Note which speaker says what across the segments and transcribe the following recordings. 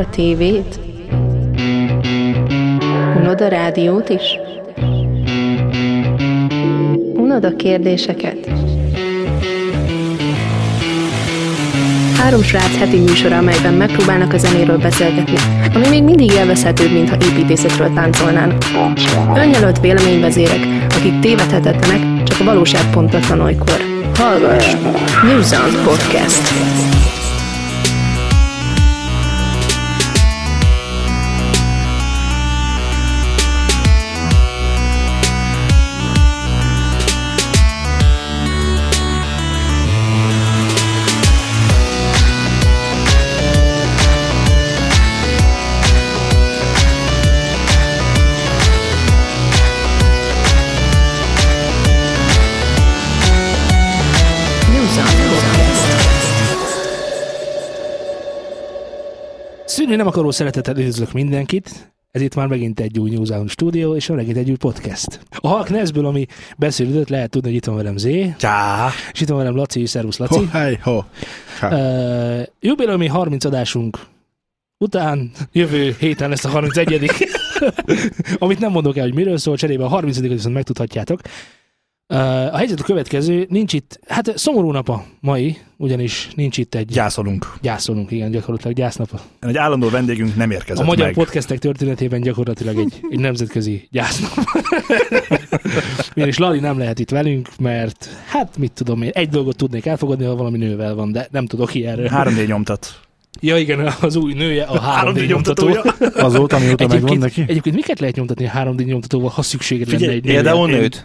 Speaker 1: A tévét? Unod a rádiót is? Unod a kérdéseket? Három srác heti műsora, amelyben megpróbálnak a zenéről beszélgetni, ami még mindig élvezhetőbb, mintha építészetről táncolnának. Önjelölt véleményvezérek, akik tévedhetetlenek, csak a valóság pontatlan olykor. Hallgass! New Sound Podcast. New Sound Podcast.
Speaker 2: Szűnő nem akaró szeretettel üdvözlök mindenkit. Ez itt már megint egy új New Zealand stúdió, és megint egy új podcast. A Halk Neszből, ami beszélődött, lehet tudni, hogy itt van velem Zé,
Speaker 3: Csá!
Speaker 2: és itt van velem Laci, szervusz Laci.
Speaker 3: Ho, hej, ho! Csá.
Speaker 2: Uh, jubileumi 30 adásunk után jövő héten lesz a 31 amit nem mondok el, hogy miről szól, cserébe a 30 viszont megtudhatjátok. Uh, a helyzet a következő, nincs itt, hát szomorú napa mai, ugyanis nincs itt egy
Speaker 3: Gyászolunk.
Speaker 2: gyászolunk, igen, gyakorlatilag gyásznapa.
Speaker 3: Egy állandó vendégünk nem érkezett
Speaker 2: A magyar
Speaker 3: meg.
Speaker 2: podcastek történetében gyakorlatilag egy, egy nemzetközi gyásznap. és Lali nem lehet itt velünk, mert hát mit tudom én, egy dolgot tudnék elfogadni, ha valami nővel van, de nem tudok ilyenről.
Speaker 3: 3D nyomtat.
Speaker 2: Ja igen, az új nője a 3D nyomtatója.
Speaker 4: Azóta, mióta megvan neki?
Speaker 2: egyébként miket lehet nyomtatni a 3D nyomtatóval, ha szükséged lenne egy nőre?
Speaker 5: Például nőt.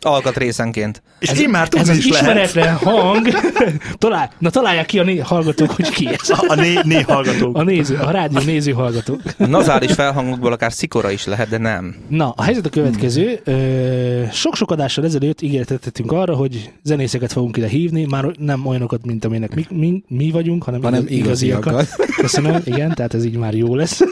Speaker 5: Alkatrészenként.
Speaker 3: És én már
Speaker 2: Ez
Speaker 3: tudni
Speaker 2: az
Speaker 3: is lehet.
Speaker 2: ismeretlen hang. Talál, na találják ki a né- hallgatók, hogy ki ez.
Speaker 3: A né, né
Speaker 2: A
Speaker 3: hallgatók.
Speaker 2: néző, a rádió néző hallgatók.
Speaker 5: A nazális felhangokból akár szikora is lehet, de nem.
Speaker 2: Na, a helyzet a következő. Ö, Sok-sok adással ezelőtt ígéretet tettünk arra, hogy zenészeket fogunk ide hívni, már nem olyanokat, mint aminek mi, mi, mi vagyunk, hanem,
Speaker 4: Hanem igaziakat.
Speaker 2: Köszönöm, igen, tehát ez így már jó lesz.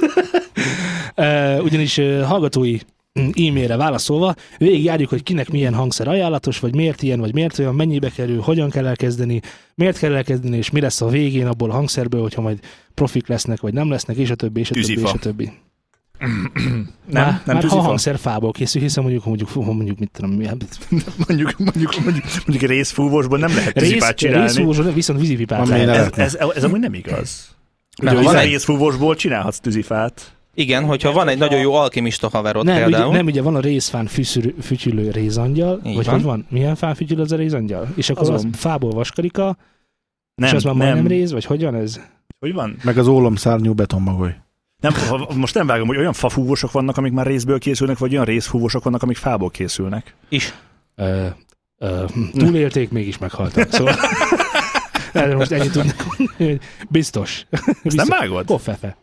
Speaker 2: Ö, Ugyanis ö, hallgatói mm, e-mailre válaszolva, végigjárjuk, hogy kinek milyen hangszer ajánlatos, vagy miért ilyen, vagy miért olyan, mennyibe kerül, hogyan kell elkezdeni, miért kell elkezdeni, és mi lesz a végén abból a hangszerből, hogyha majd profik lesznek, vagy nem lesznek, és a többi, és a többi,
Speaker 3: Tűzifa.
Speaker 2: és a többi.
Speaker 3: Nem,
Speaker 2: Már-
Speaker 3: nem
Speaker 2: már ha
Speaker 3: tűzifa?
Speaker 2: hangszer fából készül, hiszen mondjuk, mondjuk, fú, mondjuk mit tudom, mi, hát
Speaker 3: Mondjuk, mondjuk, mondjuk, mondjuk részfúvósból nem lehet
Speaker 2: rész,
Speaker 3: tűzifát csinálni.
Speaker 2: részúzós, viszont vízipipát
Speaker 4: Ami
Speaker 2: lehet.
Speaker 4: nem-
Speaker 3: Ez, ez, ez amúgy nem igaz.
Speaker 5: Nem,
Speaker 3: Ugye,
Speaker 5: van
Speaker 3: van
Speaker 5: egy-
Speaker 3: részfúvósból csinálhatsz tűzifát.
Speaker 5: Igen, hogyha van egy nagyon jó alkimista haverod nem,
Speaker 2: Nem, ugye,
Speaker 5: például.
Speaker 2: nem, ugye van a részfán fűszülő, fütyülő rézangyal,
Speaker 5: Így
Speaker 2: vagy
Speaker 5: van.
Speaker 2: hogy van? Milyen fán fütyül az a rézangyal? És akkor az,
Speaker 3: Azon.
Speaker 2: fából vaskarika,
Speaker 3: Nem,
Speaker 2: és az már
Speaker 3: nem.
Speaker 2: majdnem réz, vagy hogyan ez?
Speaker 3: Hogy van?
Speaker 4: Meg az ólomszárnyú betonmagoly.
Speaker 3: Nem, ha- most nem vágom, hogy olyan fafúvósok vannak, amik már részből készülnek, vagy olyan részfúvósok vannak, amik fából készülnek.
Speaker 5: Is.
Speaker 2: Ö, ö, túlélték, mégis meghaltak. Szóval erre most ennyit tudnak mondani, hogy biztos.
Speaker 3: Ezt
Speaker 2: biztos.
Speaker 3: nem vágod?
Speaker 2: Koffefe.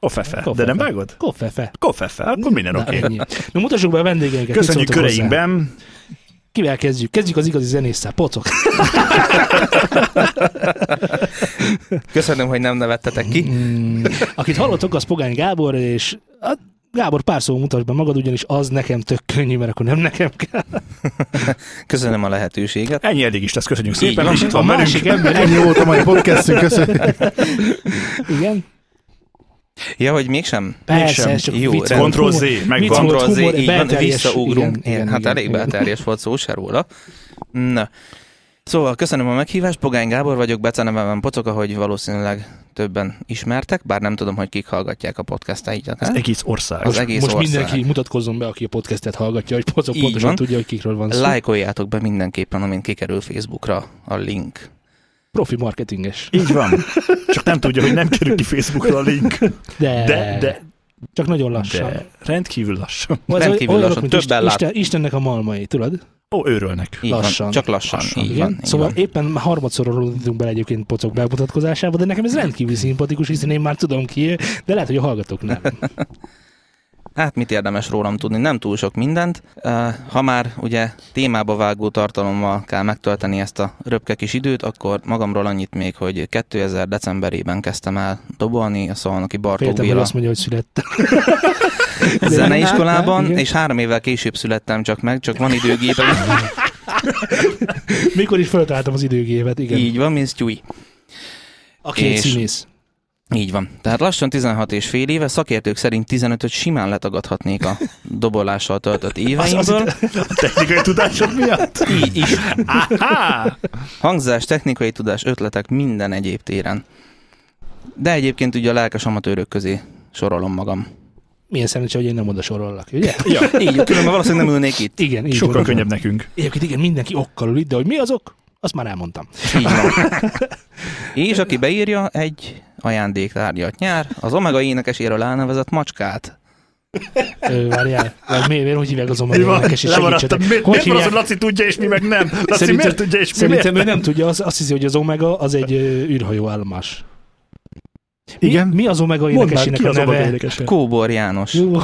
Speaker 3: Koffefe. De
Speaker 2: Koffefe.
Speaker 3: nem vágod?
Speaker 2: Koffefe.
Speaker 3: Koffefe, akkor minden
Speaker 2: Na,
Speaker 3: oké.
Speaker 2: ennyi. Na mutassuk be a vendégeinket. mit
Speaker 3: Köszönjük
Speaker 2: szóltok hozzá?
Speaker 3: köreinkben.
Speaker 2: Kivel kezdjük? Kezdjük az igazi zenésszel. Pocok.
Speaker 5: Köszönöm, hogy nem nevettetek ki.
Speaker 2: Mm, akit hallottok, az Pogány Gábor, és hát, Gábor, pár szó mutasd be magad, ugyanis az nekem tök könnyű, mert akkor nem nekem kell.
Speaker 5: Köszönöm a lehetőséget.
Speaker 3: Ennyi eddig is lesz, köszönjük
Speaker 5: Így
Speaker 3: szépen,
Speaker 5: van.
Speaker 3: és itt
Speaker 2: a
Speaker 3: van velünk.
Speaker 2: másik ember,
Speaker 4: Ennyi volt a mai podcastünk, köszönjük.
Speaker 2: igen.
Speaker 5: Ja, hogy mégsem?
Speaker 2: Persze, ez csak
Speaker 5: Jó,
Speaker 2: vicc
Speaker 5: rendben.
Speaker 2: volt,
Speaker 3: Ctrl Z,
Speaker 2: humor.
Speaker 3: meg
Speaker 2: Vicc
Speaker 3: van.
Speaker 2: volt,
Speaker 5: Ctrl Z,
Speaker 2: humor,
Speaker 5: így van,
Speaker 2: belterjes.
Speaker 5: visszaugrunk.
Speaker 2: Igen, igen,
Speaker 5: hát
Speaker 2: igen,
Speaker 5: elég
Speaker 2: igen.
Speaker 5: belterjes volt szó se róla. Na. Szóval köszönöm a meghívást, Pogány Gábor vagyok, becenevem Pocok, ahogy valószínűleg többen ismertek, bár nem tudom, hogy kik hallgatják a podcastaidat. hát?
Speaker 3: Egész ország.
Speaker 5: Az egész
Speaker 2: Most
Speaker 5: ország.
Speaker 2: mindenki mutatkozzon be, aki a podcastet hallgatja, hogy Pocok
Speaker 5: Így
Speaker 2: pontosan
Speaker 5: van.
Speaker 2: tudja, hogy kikről van szó.
Speaker 5: Lájkoljátok be mindenképpen, amint kikerül Facebookra a link.
Speaker 2: Profi marketinges.
Speaker 3: Így van. Csak nem tudja, hogy nem kerül ki Facebookra a link.
Speaker 2: De,
Speaker 3: De, de,
Speaker 2: csak nagyon lassan.
Speaker 3: de rendkívül lassan.
Speaker 2: Az
Speaker 5: Rendkívül
Speaker 2: olyanok,
Speaker 5: lassan,
Speaker 2: mint
Speaker 5: többen lát-
Speaker 2: Isten, Istennek a malmai, tudod?
Speaker 3: Ó, őrölnek.
Speaker 5: Így
Speaker 2: Lassan.
Speaker 5: Van, csak lassan. lassan. Így
Speaker 2: Igen.
Speaker 5: Van, így
Speaker 2: szóval
Speaker 5: van.
Speaker 2: éppen már harmadszor rólunk bele egyébként pocok bemutatkozásába, de nekem ez rendkívül szimpatikus, hiszen én már tudom ki, ő, de lehet, hogy a hallgatók nem.
Speaker 5: Hát mit érdemes rólam tudni? Nem túl sok mindent. Eh, Ha már ugye témába vágó tartalommal kell megtölteni ezt a röpke kis időt, akkor magamról annyit még, hogy 2000 decemberében kezdtem el dobolni a szolnoki Bartók
Speaker 2: Féltem, hogy
Speaker 5: Béla
Speaker 2: azt mondja, hogy születtem.
Speaker 5: zeneiskolában,
Speaker 2: Igen.
Speaker 5: és három évvel később születtem csak meg, csak van időgépem.
Speaker 2: Mikor is föltaláltam az időgévet, igen.
Speaker 5: Így van, mint Tyúj.
Speaker 2: a két
Speaker 5: és-
Speaker 2: színész.
Speaker 5: Így van. Tehát lassan 16 és fél éve, szakértők szerint 15-öt simán letagadhatnék a dobolással töltött
Speaker 3: Az, az
Speaker 5: éveimből.
Speaker 3: itt a technikai tudásod miatt?
Speaker 5: Így is.
Speaker 3: Aha!
Speaker 5: Hangzás, technikai tudás, ötletek minden egyéb téren. De egyébként ugye a lelkes amatőrök közé sorolom magam.
Speaker 2: Milyen szerencsé, hogy én nem oda sorollak, ugye?
Speaker 3: Ja,
Speaker 5: Így, különben valószínűleg nem ülnék itt.
Speaker 2: Igen, így
Speaker 3: sokkal
Speaker 2: van.
Speaker 3: könnyebb nekünk.
Speaker 2: Egyébként igen, mindenki okkal ül itt, de hogy mi azok, azt már elmondtam.
Speaker 5: Így van. És aki beírja, egy ajándéktárgyat nyer, az Omega énekeséről elnevezett macskát.
Speaker 2: Ö, Várjál, vagy mi- miért úgy hívják az
Speaker 3: Így van,
Speaker 2: omega és
Speaker 3: lemaradtam.
Speaker 2: segítsetek.
Speaker 3: Miért,
Speaker 2: Hogy
Speaker 3: miért van
Speaker 2: hívják?
Speaker 3: az, hogy Laci tudja, és mi meg nem? Laci
Speaker 2: Szerintem-
Speaker 3: miért tudja, és mi miért
Speaker 2: Szerintem ő nem tudja, az, azt hiszi, hogy az Omega az egy ö, űrhajóállomás. Mi-
Speaker 4: Igen?
Speaker 2: Mi az Omega
Speaker 3: Mondd már,
Speaker 2: énekesének
Speaker 3: ki
Speaker 2: a
Speaker 3: az Omega
Speaker 2: neve?
Speaker 3: énekese?
Speaker 5: Kóbor János.
Speaker 2: Jó,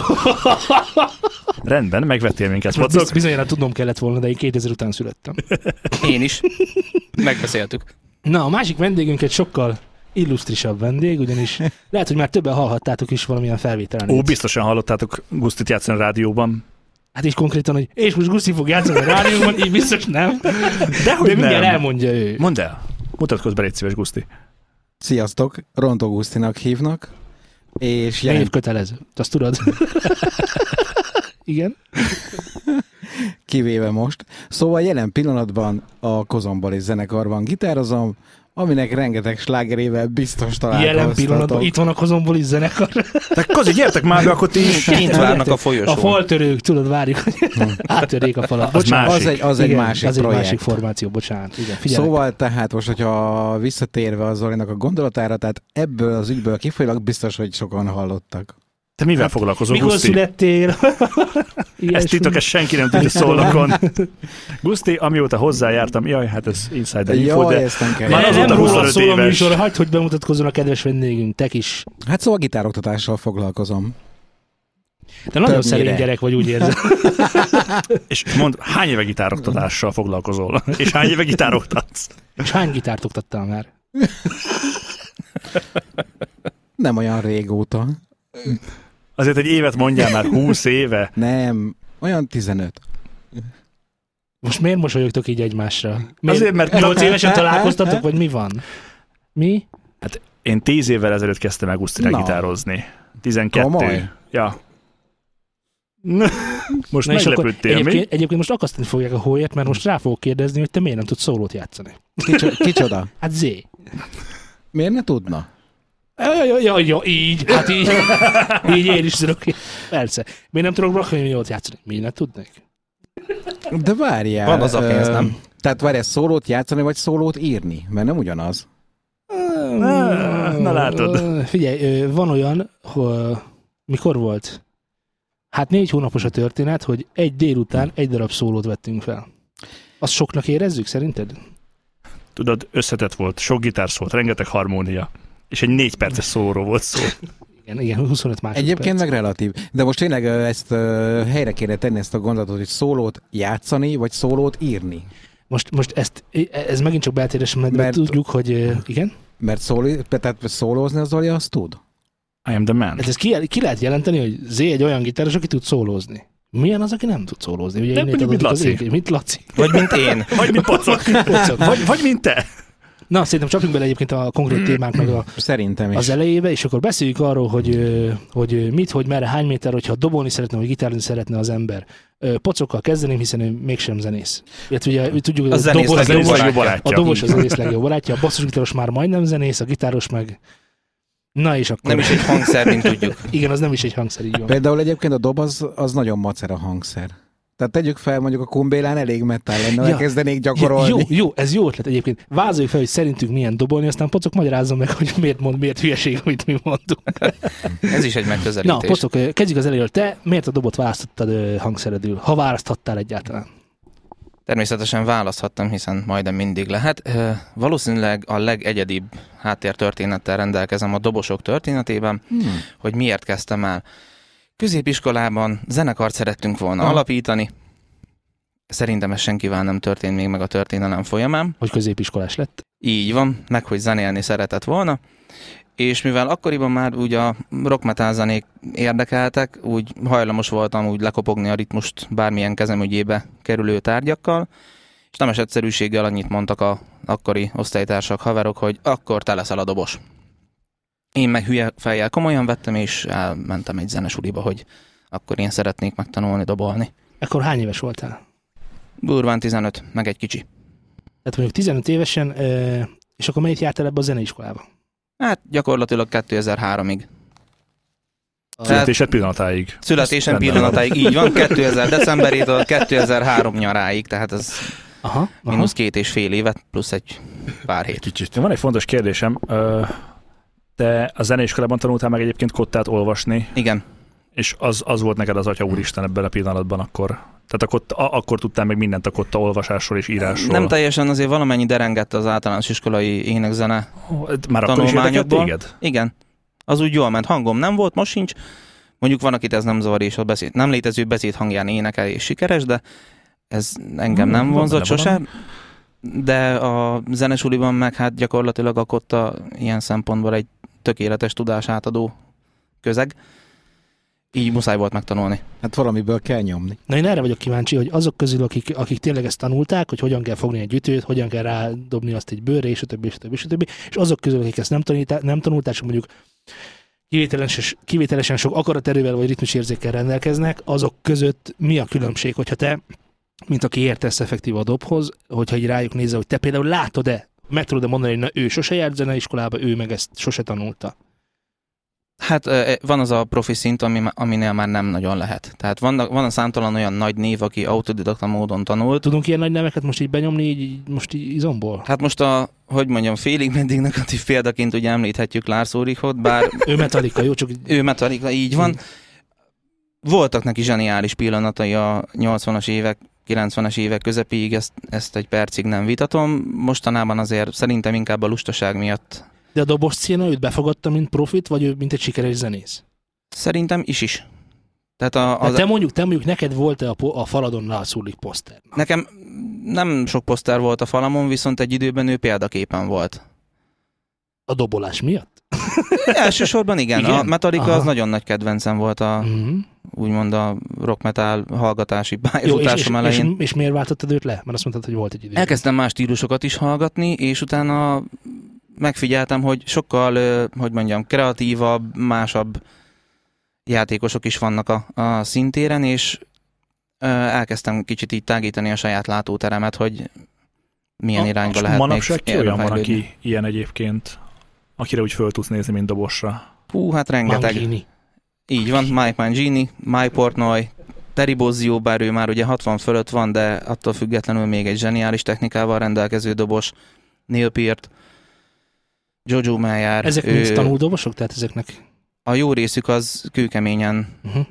Speaker 3: Rendben, megvettél minket,
Speaker 2: biz-
Speaker 3: Lacok.
Speaker 2: Bizonyára tudnom kellett volna, de én 2000 után születtem.
Speaker 5: Én is. Megbeszéltük.
Speaker 2: Na, a másik vendégünk egy sokkal illusztrisabb vendég, ugyanis lehet, hogy már többen hallhattátok is valamilyen felvételen.
Speaker 3: Ó, biztosan hallottátok Gusztit játszani a rádióban.
Speaker 2: Hát így konkrétan, hogy és most Guszti fog játszani a rádióban, így biztos nem. De mindjárt elmondja ő.
Speaker 3: Mondd el. Mutatkozz be, légy szíves, Guszti.
Speaker 6: Sziasztok, Ront Augustinak hívnak, és
Speaker 2: Jelen. Év
Speaker 6: jelent,
Speaker 2: kötelező, azt tudod? Igen.
Speaker 6: kivéve most. Szóval jelen pillanatban a Kozombali zenekarban gitározom, aminek rengeteg slágerével biztos találkoztatok.
Speaker 2: Jelen pillanatban itt van a kozomboli zenekar.
Speaker 3: Te Kozi, gyertek már be, akkor ti is.
Speaker 5: Kint várnak a
Speaker 2: A
Speaker 5: folyosón.
Speaker 2: faltörők, tudod, várjuk, hogy áttörjék a falat.
Speaker 3: Az
Speaker 2: Bocsánat.
Speaker 6: Az egy, az egy
Speaker 2: Igen,
Speaker 6: másik
Speaker 2: Hm. az egy
Speaker 6: projekt.
Speaker 2: másik formáció, bocsánat. Igen, figyelek. Szóval...
Speaker 6: Szóval tehát most, hogyha visszatérve az Zolinak a gondolatára, tehát ebből az ügyből kifolyólag biztos, hogy sokan hallottak.
Speaker 3: Te mivel foglalkozol,
Speaker 2: Hát, Mikor
Speaker 3: Guszti?
Speaker 2: születtél? Ilyesmi.
Speaker 3: Ez titok, ezt senki nem tudja szólokon. Guszti, amióta hozzájártam, jaj, hát ez insider info,
Speaker 6: Jaj,
Speaker 3: de
Speaker 6: ezt nem kell.
Speaker 3: Már
Speaker 2: Már
Speaker 3: azóta
Speaker 2: nem róla
Speaker 3: 25
Speaker 2: szól a
Speaker 3: éves.
Speaker 2: műsor, hagyd, hogy bemutatkozzon a kedves vendégünk, te is.
Speaker 6: Hát szóval gitároktatással foglalkozom.
Speaker 2: Te nagyon
Speaker 6: Többnyire.
Speaker 2: szerény gyerek vagy, úgy érzem.
Speaker 3: és mond, hány éve gitároktatással foglalkozol? És hány éve gitároktatsz?
Speaker 2: És hány gitárt oktattál már?
Speaker 6: Nem olyan régóta.
Speaker 3: Azért egy évet mondjál már, 20 éve.
Speaker 6: Nem, olyan 15.
Speaker 2: Most miért mosolyogtok így egymásra? Miért?
Speaker 3: Azért, mert
Speaker 2: Nyolc évesen találkoztatok, vagy mi van? Mi?
Speaker 3: én 10 évvel ezelőtt kezdtem el Gusztira
Speaker 6: Na.
Speaker 3: gitározni. 12.
Speaker 6: Komoly.
Speaker 3: Ja. Most
Speaker 2: és akkor
Speaker 3: meglepődtél, mi?
Speaker 2: egyébként, egyébként most akasztani fogják a hóért, mert most rá fogok kérdezni, hogy te miért nem tudsz szólót játszani.
Speaker 6: Kicsoda? kicsoda?
Speaker 2: Hát zé.
Speaker 6: Miért ne tudna?
Speaker 2: Ja, ja, ja, ja, így, hát így, így én is tudok. Persze. Miért nem tudok brakkonymiót játszani? Miért nem tudnék?
Speaker 6: De várjál.
Speaker 5: Van az a pénz,
Speaker 6: ö,
Speaker 5: nem?
Speaker 6: Tehát várjál, szólót játszani, vagy szólót írni? Mert nem ugyanaz.
Speaker 3: Ah, Na, na látod.
Speaker 2: Ah, Figyelj, ö, van olyan, hogy mikor volt? Hát négy hónapos a történet, hogy egy délután egy darab szólót vettünk fel. Azt soknak érezzük, szerinted?
Speaker 3: Tudod, összetett volt, sok gitár szólt, rengeteg harmónia. És egy négy perces szóról volt szó.
Speaker 2: Igen, igen, 25 másodperc.
Speaker 6: Egyébként meg relatív. De most tényleg ö, ezt ö, helyre kéne tenni ezt a gondolatot, hogy szólót játszani, vagy szólót írni.
Speaker 2: Most, most ezt, ez megint csak beltérés, mert, mert
Speaker 6: Mert-
Speaker 2: tudjuk, hogy ö, igen,
Speaker 6: Mert szóló, tehát szólózni az Zoli, azt tud.
Speaker 3: I am the man.
Speaker 2: hát ez ki, ki lehet jelenteni, hogy Z egy olyan gitáros, aki tud szólózni. Milyen az, aki nem tud szólózni? Ugye
Speaker 3: De
Speaker 2: innét
Speaker 3: mondjuk, mint
Speaker 2: adódik az
Speaker 3: Laci.
Speaker 2: ék- mint Laci.
Speaker 5: Vagy mint én.
Speaker 3: Vagy mint pacok.
Speaker 2: Pocok.
Speaker 3: Vagy, vagy mint te.
Speaker 2: Na, szerintem csapjunk bele egyébként a konkrét témáknak a,
Speaker 6: Szerintem is.
Speaker 2: az elejébe, és akkor beszéljük arról, hogy, ö, hogy ö, mit, hogy merre, hány méter, hogyha dobolni szeretne, vagy gitározni szeretne az ember. Ö, Pocokkal kezdeném, hiszen ő mégsem zenész. Illetve ugye mi tudjuk,
Speaker 5: A
Speaker 2: hogy a
Speaker 5: zenész
Speaker 2: dobos,
Speaker 3: Az
Speaker 5: legjobb
Speaker 3: egy
Speaker 2: dobos,
Speaker 5: barátja.
Speaker 3: jó
Speaker 2: a
Speaker 3: barátja.
Speaker 2: dobos az zenész legjobb barátja, a basszusgitáros már majdnem zenész, a gitáros meg... Na és akkor...
Speaker 5: Nem is egy hangszer, mint tudjuk.
Speaker 2: Igen, az nem is egy hangszer, így van.
Speaker 6: Például egyébként a dob az, az nagyon macera hangszer. Tehát tegyük fel, mondjuk a kumbélán elég metal lenne,
Speaker 2: Ja.
Speaker 6: ja. kezdenék
Speaker 2: Ja,
Speaker 6: gyakorolni.
Speaker 2: jó, jó, ez jó ötlet egyébként. Vázoljuk fel, hogy szerintünk milyen dobolni, aztán pocok magyarázzon meg, hogy miért mond, miért hülyeség, amit mi mondunk.
Speaker 5: Ez is egy
Speaker 2: Na,
Speaker 5: megközelítés.
Speaker 2: pocok, ö, kezdjük az elejéről. Te miért a dobot választottad ö, hangszeredül? Ha választhattál egyáltalán?
Speaker 5: Természetesen választhattam, hiszen majdnem mindig lehet. Ö, Valószínűleg a legegyedibb háttértörténettel rendelkezem a dobosok történetében,
Speaker 6: Hmm.
Speaker 5: hogy miért kezdtem el. Középiskolában zenekart szerettünk volna
Speaker 6: Aha.
Speaker 5: alapítani. Szerintem ez senkivel nem történt még meg a történelem folyamán.
Speaker 2: Hogy középiskolás lett?
Speaker 5: Így van, meg hogy zenélni szeretett volna. És mivel akkoriban már úgy a rock metal zenék érdekeltek, úgy hajlamos voltam úgy lekopogni a ritmust bármilyen kezemügyébe kerülő tárgyakkal, és nemes egyszerűséggel annyit mondtak a akkori osztálytársak, haverok, hogy akkor te leszel a dobos. Én meg hülye fejjel komolyan vettem, és elmentem egy zenesuliba, hogy akkor én szeretnék megtanulni dobolni.
Speaker 2: Ekkor hány éves voltál?
Speaker 5: Durván 15, meg egy kicsi.
Speaker 2: Tehát mondjuk 15 évesen, ö, és akkor mennyit jártál ebbe a zeneiskolába?
Speaker 5: Hát gyakorlatilag 2003-ig. Tehát
Speaker 3: Születésed pillanatáig.
Speaker 5: születésem
Speaker 3: Rendben
Speaker 5: pillanatáig így van, 2000 decemberétől 2003 nyaráig, tehát ez
Speaker 2: Aha.
Speaker 5: mínusz két és fél évet, plusz egy pár hét.
Speaker 3: Kicsit. Van egy fontos kérdésem. Ö, Te a zeneiskolában tanultál meg egyébként kottát olvasni,
Speaker 5: Igen,
Speaker 3: és az, az volt neked az atya úristen
Speaker 5: Hmm.
Speaker 3: ebben a pillanatban akkor. Tehát a kotta, a, akkor tudtál meg mindent a kotta olvasásról és írásról.
Speaker 5: nem teljesen azért valamennyi derengett az általános iskolai énekzene.
Speaker 3: hát Már akkor is érdekelt
Speaker 5: tanulmányokból.
Speaker 3: téged?
Speaker 5: Igen, az úgy jól ment. Hangom nem volt, most sincs. Mondjuk van, akit ez nem zavar, és a beszéd, nem létező beszéd hangján énekel és sikeres, de ez engem
Speaker 3: Hmm,
Speaker 5: nem
Speaker 3: van
Speaker 5: vonzott
Speaker 3: benne
Speaker 5: sose. De a zenesuliban meg hát gyakorlatilag a kotta ilyen szempontból egy tökéletes tudás átadó közeg. Így muszáj volt megtanulni.
Speaker 6: Hát valamiből kell nyomni.
Speaker 2: Na én erre vagyok kíváncsi, hogy azok közül, akik, akik tényleg ezt tanulták, hogy hogyan kell fogni egy ütőt, hogyan kell rádobni azt egy bőrre, és a többi, és a többi, és a többi, és azok közül, akik ezt nem, tanítá, nem tanulták, és mondjuk kivételesen, kivételesen sok akaraterővel vagy ritmus érzékkel rendelkeznek, azok között mi a különbség, hogyha te, mint aki értesz effektív a dobhoz, hogyha így rájuk nézel, hogy te például látod-e, meg tudod mondani, hogy na, ő sose járt zeneiskolába, ő meg ezt sose tanulta.
Speaker 5: Hát ö, van az a profi szint, ami, aminél már nem nagyon lehet. Tehát van, van a számtalan olyan nagy név, aki autodidakta módon tanult,
Speaker 2: Tudunk ilyen nagy neveket most így benyomni, így, így most így izomból?
Speaker 5: Hát most a, hogy mondjam, félig meddig negatív példaként ugye említhetjük Lars Ulrichot, bár
Speaker 2: Ő metalika, jó, csak így-
Speaker 5: ő Metallica, így van. Voltak neki zseniális pillanatai a 80-as évek, 90-es évek közepéig, ezt, ezt egy percig nem vitatom. Mostanában azért szerintem inkább a lustaság miatt
Speaker 2: De a dobos színe őt befogadta, mint profit, vagy ő, mint egy sikeres zenész?
Speaker 5: szerintem is is. Tehát a,
Speaker 2: Az
Speaker 5: az,
Speaker 2: te mondjuk, te mondjuk, neked volt-e a, po- a faladon Lászúlik poszter?
Speaker 5: Nekem nem sok poszter volt a falamon, viszont egy időben ő példaképen volt.
Speaker 2: A dobolás miatt?
Speaker 5: Elsősorban igen, igen?
Speaker 2: Igen?
Speaker 5: a Metallica
Speaker 2: Aha.
Speaker 5: az nagyon nagy kedvencem volt a,
Speaker 2: Mm-hmm.
Speaker 5: úgymond a rock metal hallgatási
Speaker 2: Jó, és, és,
Speaker 5: pályafutásom
Speaker 2: és,
Speaker 5: elején.
Speaker 2: és, miért váltottad őt le? Mert azt mondtad, hogy volt egy idő.
Speaker 5: Elkezdtem más stílusokat is hallgatni, és utána megfigyeltem, hogy sokkal, ö, hogy mondjam, kreatívabb, másabb játékosok is vannak a, a szintéren, és ö, elkezdtem kicsit így tágítani a saját látóteremet, hogy milyen
Speaker 3: A-
Speaker 5: irányba
Speaker 3: és
Speaker 5: lehet
Speaker 3: Manapság ki olyan van, aki ilyen egyébként, akire úgy föl tudsz nézni, mint dobosra.
Speaker 5: Hú, hát rengeteg.
Speaker 2: Mangini.
Speaker 5: Így van, Mike Mangini, Mike Portnoy, Terry Bozzio, bár ő már ugye 60 fölött van, de attól függetlenül még egy zseniális technikával rendelkező dobos, Neil Peart, Jojo Meyer.
Speaker 2: Ezek ő... mind tanult dobosok? Tehát ezeknek...
Speaker 5: A jó részük az kőkeményen
Speaker 2: Uh-huh.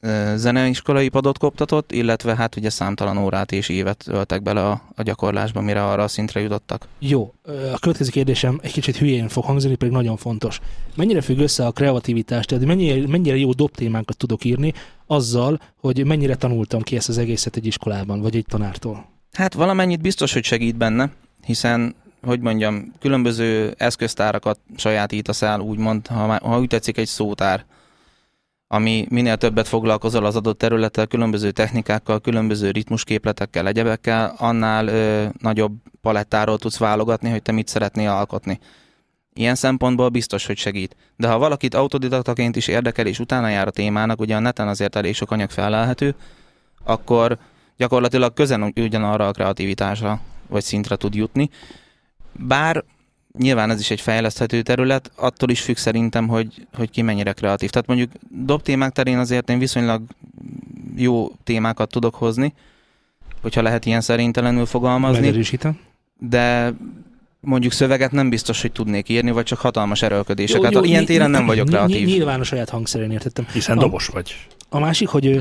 Speaker 5: ö, zeneiskolai padot koptatott, illetve hát ugye számtalan órát és évet öltek bele a, a gyakorlásba, mire arra a szintre jutottak.
Speaker 2: Jó, ö, a következő kérdésem egy kicsit hülyén fog hangzani, pedig nagyon fontos. Mennyire függ össze a kreativitás, tehát mennyire, mennyire jó dobtémánkat tudok írni azzal, hogy mennyire tanultam ki ezt az egészet egy iskolában, vagy egy tanártól?
Speaker 5: Hát valamennyit biztos, hogy segít benne, hiszen, hogy mondjam, különböző eszköztárakat sajátítasz el, úgymond, ha, már- ha úgy tetszik, egy szótár, ami minél többet foglalkozol az adott területtel, különböző technikákkal, különböző ritmusképletekkel, egyebekkel, annál ö, nagyobb palettáról tudsz válogatni, hogy te mit szeretnél alkotni. Ilyen szempontból biztos, hogy segít. De ha valakit autodidaktaként is érdekel, és utána jár a témának, ugye a neten azért elég sok anyag felelhető, akkor gyakorlatilag közel ugy- ugyanarra a kreativitásra vagy szintre tud jutni. Bár nyilván ez is egy fejleszthető terület, attól is függ szerintem, hogy, hogy ki mennyire kreatív. Tehát mondjuk dob témák terén azért én viszonylag jó témákat tudok hozni, hogyha lehet ilyen szerintelenül fogalmazni,
Speaker 2: Megerősítem.
Speaker 5: de mondjuk szöveget nem biztos, hogy tudnék írni, vagy csak hatalmas erőlködéseket.
Speaker 2: Jó, jó,
Speaker 5: hát Ilyen
Speaker 2: ny-
Speaker 5: téren nem
Speaker 2: ny-
Speaker 5: vagyok
Speaker 2: ny-
Speaker 5: kreatív.
Speaker 2: ny- Nyilván a saját hangszerén értettem.
Speaker 3: Hiszen
Speaker 2: Ah.
Speaker 3: dobos vagy.
Speaker 2: A másik, hogy, ö,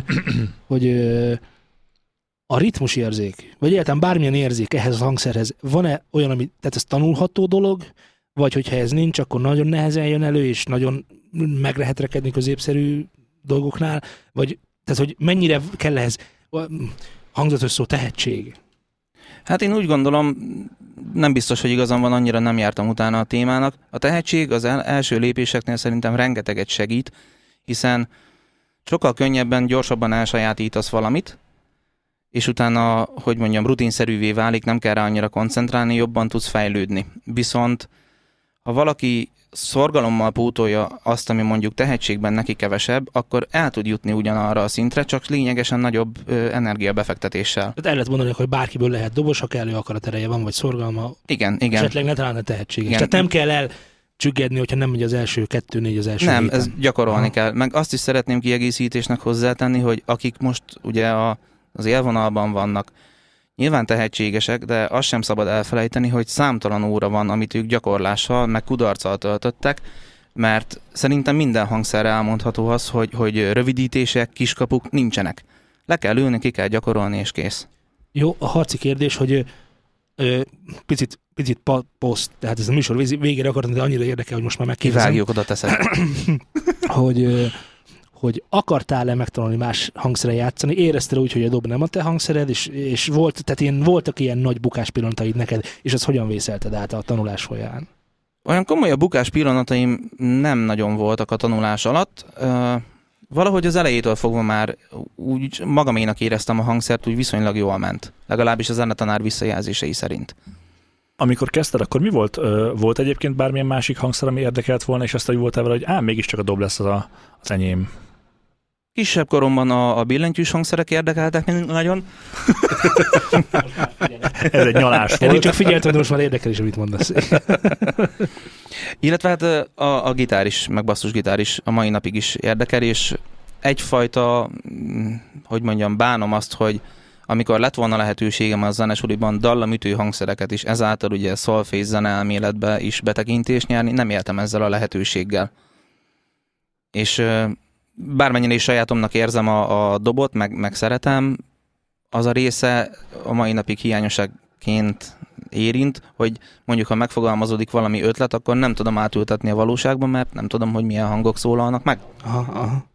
Speaker 2: hogy ö, a ritmus érzék, vagy egyáltalán bármilyen érzék ehhez a hangszerhez, van-e olyan, ami, tehát ez tanulható dolog, vagy hogyha ez nincs, akkor nagyon nehezen jön elő, és nagyon meg lehet rekedni középszerű dolgoknál, vagy tehát, hogy mennyire kell ehhez ö, hangzatos szó tehetség.
Speaker 5: Hát én úgy gondolom, nem biztos, hogy igazam van, annyira nem jártam utána a témának. A tehetség az el- első lépéseknél szerintem rengeteget segít, hiszen sokkal könnyebben, gyorsabban elsajátítasz valamit, és utána, hogy mondjam, rutinszerűvé válik, nem kell rá annyira koncentrálni, jobban tudsz fejlődni. Viszont ha valaki szorgalommal pótolja azt, ami mondjuk tehetségben neki kevesebb, akkor el tud jutni ugyanarra a szintre, csak lényegesen nagyobb ö, energiabefektetéssel.
Speaker 2: Tehát el lehet mondani, hogy bárkiből lehet dobos, ha kellő akarat ereje van, vagy szorgalma,
Speaker 5: Igen,
Speaker 2: Igen.
Speaker 5: igen.
Speaker 2: esetleg ne talán a tehetséges.
Speaker 5: Igen.
Speaker 2: Tehát nem kell el csüggedni, hogyha nem megy az első kettő-négy az első
Speaker 5: Nem,
Speaker 2: héten.
Speaker 5: ez gyakorolni
Speaker 2: Aha.
Speaker 5: kell. Meg azt is szeretném kiegészítésnek hozzátenni, hogy akik most ugye a, az élvonalban vannak, nyilván tehetségesek, de azt sem szabad elfelejteni, hogy számtalan óra van, amit ők gyakorlással, meg kudarccal töltöttek, mert szerintem minden hangszerre elmondható az, hogy, hogy rövidítések, kiskapuk nincsenek. Le kell ülni, ki kell gyakorolni, és kész.
Speaker 2: Jó, a harci kérdés, hogy ö, ö, picit, picit pa, poszt, tehát ez a műsor vízi- végére akartam, de annyira érdekel, hogy most már megkérdezem,
Speaker 5: Kivágjuk, oda teszed.
Speaker 2: hogy, ö, hogy akartál-e megtanulni más hangszere játszani, érezted úgy, hogy a dob nem a te hangszered, és, és volt, tehát ilyen, voltak ilyen nagy bukás pillanataid neked, és az hogyan vészelted át a tanulás folyán?
Speaker 5: Olyan komoly a bukás pillanataim nem nagyon voltak a tanulás alatt. Ö, Valahogy az elejétől fogva már úgy magaménak éreztem a hangszert, úgy viszonylag jól ment. Legalábbis a zenetanár visszajelzései szerint.
Speaker 3: Amikor kezdted, akkor mi volt? Ö, Volt egyébként bármilyen másik hangszer, ami érdekelt volna, és aztán úgy voltál vele, hogy ám, mégiscsak a dob lesz az, a, az enyém.
Speaker 5: Kisebb koromban a, a billentyűs hangszerek érdekeltek nagyon.
Speaker 3: Ez egy nyalás
Speaker 2: Eddig
Speaker 3: volt.
Speaker 2: csak figyeltem, de most már érdekel is, amit mondasz.
Speaker 5: Illetve hát ö, a, a gitár is, meg basszusgitár is a mai napig is érdekel, és egyfajta, mm, hogy mondjam, bánom azt, hogy amikor lett volna lehetőségem a zenesuliban dallamütő hangszereket is, ezáltal ugye szolfés zeneelméletbe is betekintést nyerni, nem éltem ezzel a lehetőséggel. És ö, bármennyire is sajátomnak érzem a, a dobot, meg, meg szeretem, az a része a mai napig hiányosságként érint, hogy mondjuk ha megfogalmazódik valami ötlet, akkor nem tudom átültetni a valóságba, mert nem tudom, hogy milyen hangok szólalnak meg.
Speaker 2: Aha, aha.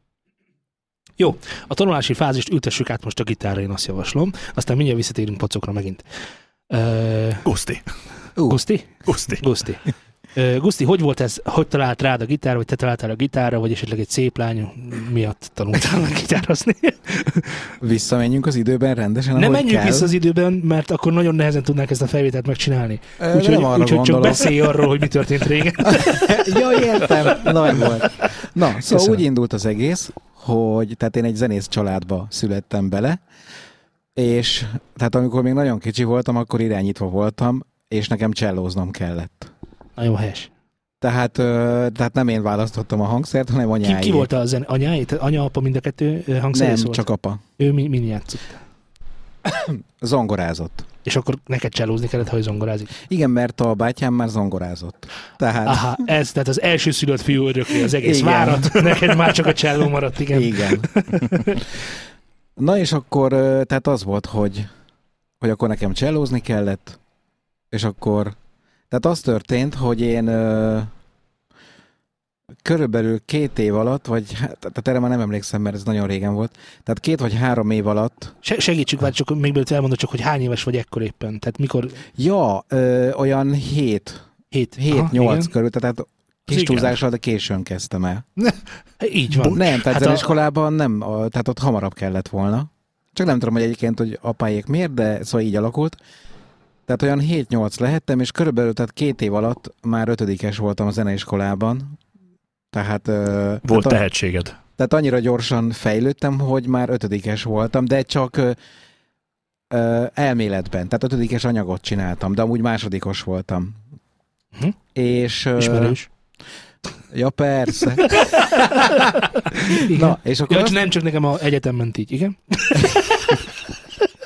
Speaker 2: Jó, a tanulási fázist ültessük át most a gitárra, én azt javaslom. Aztán mindjárt visszatérünk pocokra megint. Ö,
Speaker 3: Guszti.
Speaker 2: Guszti?
Speaker 3: Guszti.
Speaker 2: Guszti. Ö, Guszti, hogy volt ez? Hogy talált rád a gitár, vagy te találtál a gitárra, vagy esetleg egy szép lány miatt tanultál a gitározni?
Speaker 6: Visszamenjünk az időben rendesen,
Speaker 2: Nem
Speaker 6: ahogy
Speaker 2: menjünk
Speaker 6: kell.
Speaker 2: vissza az időben, mert akkor nagyon nehezen tudnánk ezt a felvételt megcsinálni.
Speaker 6: Ö, de
Speaker 2: Úgyhogy
Speaker 6: nem arra
Speaker 2: úgy, csak
Speaker 6: gondolok.
Speaker 2: beszélj arról, hogy mi történt régen.
Speaker 6: ja, értem. Na, meg volt. Na, szóval
Speaker 2: Köszönöm.
Speaker 6: úgy indult az egész, hogy tehát én egy zenész családba születtem bele, és tehát amikor még nagyon kicsi voltam, akkor irányítva voltam, és nekem csellóznom kellett.
Speaker 2: Nagyon helyes.
Speaker 6: Tehát, ö, tehát nem én választottam a hangszert, hanem
Speaker 2: Ki,
Speaker 6: anyáé.
Speaker 2: ki volt az anyáit? Anya, apa, mind a kettő ö,
Speaker 6: Nem,
Speaker 2: hangszerész volt?
Speaker 6: csak apa.
Speaker 2: Ő mi, min játszott?
Speaker 6: Zongorázott.
Speaker 2: És akkor neked csellózni kellett, ha ő zongorázik.
Speaker 6: Igen, mert a bátyám már zongorázott. Tehát
Speaker 2: Aha, ez, tehát az első szülött fiú örökli az egész
Speaker 6: Igen.
Speaker 2: várat, neked már csak a cselló maradt, igen.
Speaker 6: Igen. Na és akkor, ö, tehát az volt, hogy, hogy akkor nekem csellózni kellett, és akkor, tehát az történt, hogy én ö, körülbelül két év alatt, vagy hát tehát erre már nem emlékszem, mert ez nagyon régen volt, tehát két vagy három év alatt,
Speaker 2: Se- segítsük, várj, csak még belőtt elmondod csak, hogy hány éves vagy ekkor éppen. Tehát mikor?
Speaker 6: ja, ö, olyan hét,
Speaker 2: Hét. Aha, igen.
Speaker 6: 7-8 körül, tehát kis
Speaker 2: Igen.
Speaker 6: túlzással, de későn kezdtem el.
Speaker 2: Hát Így van.
Speaker 6: Nem, tehát
Speaker 2: Hát
Speaker 6: hát
Speaker 2: a-
Speaker 6: zeneiskolában nem, a, tehát ott hamarabb kellett volna. Csak nem tudom, hogy egyébként, hogy apáék miért, de szóval így alakult. Tehát olyan 7-8 lehettem, és körülbelül tehát két év alatt már ötödikes voltam a zeneiskolában. Tehát, ö,
Speaker 3: Volt
Speaker 6: tehát, Hát a-
Speaker 3: tehetséged.
Speaker 6: tehát annyira gyorsan fejlődtem, hogy már ötödikes voltam, de csak ö, ö, elméletben. Tehát ötödikes anyagot csináltam, de amúgy másodikos voltam.
Speaker 2: Mhm.
Speaker 6: És, ö,
Speaker 2: Ismerős.
Speaker 6: Ja, persze. Na, és akkor
Speaker 2: Ja,
Speaker 6: azt-
Speaker 2: csak nem csak nekem a egyetem ment így, igen?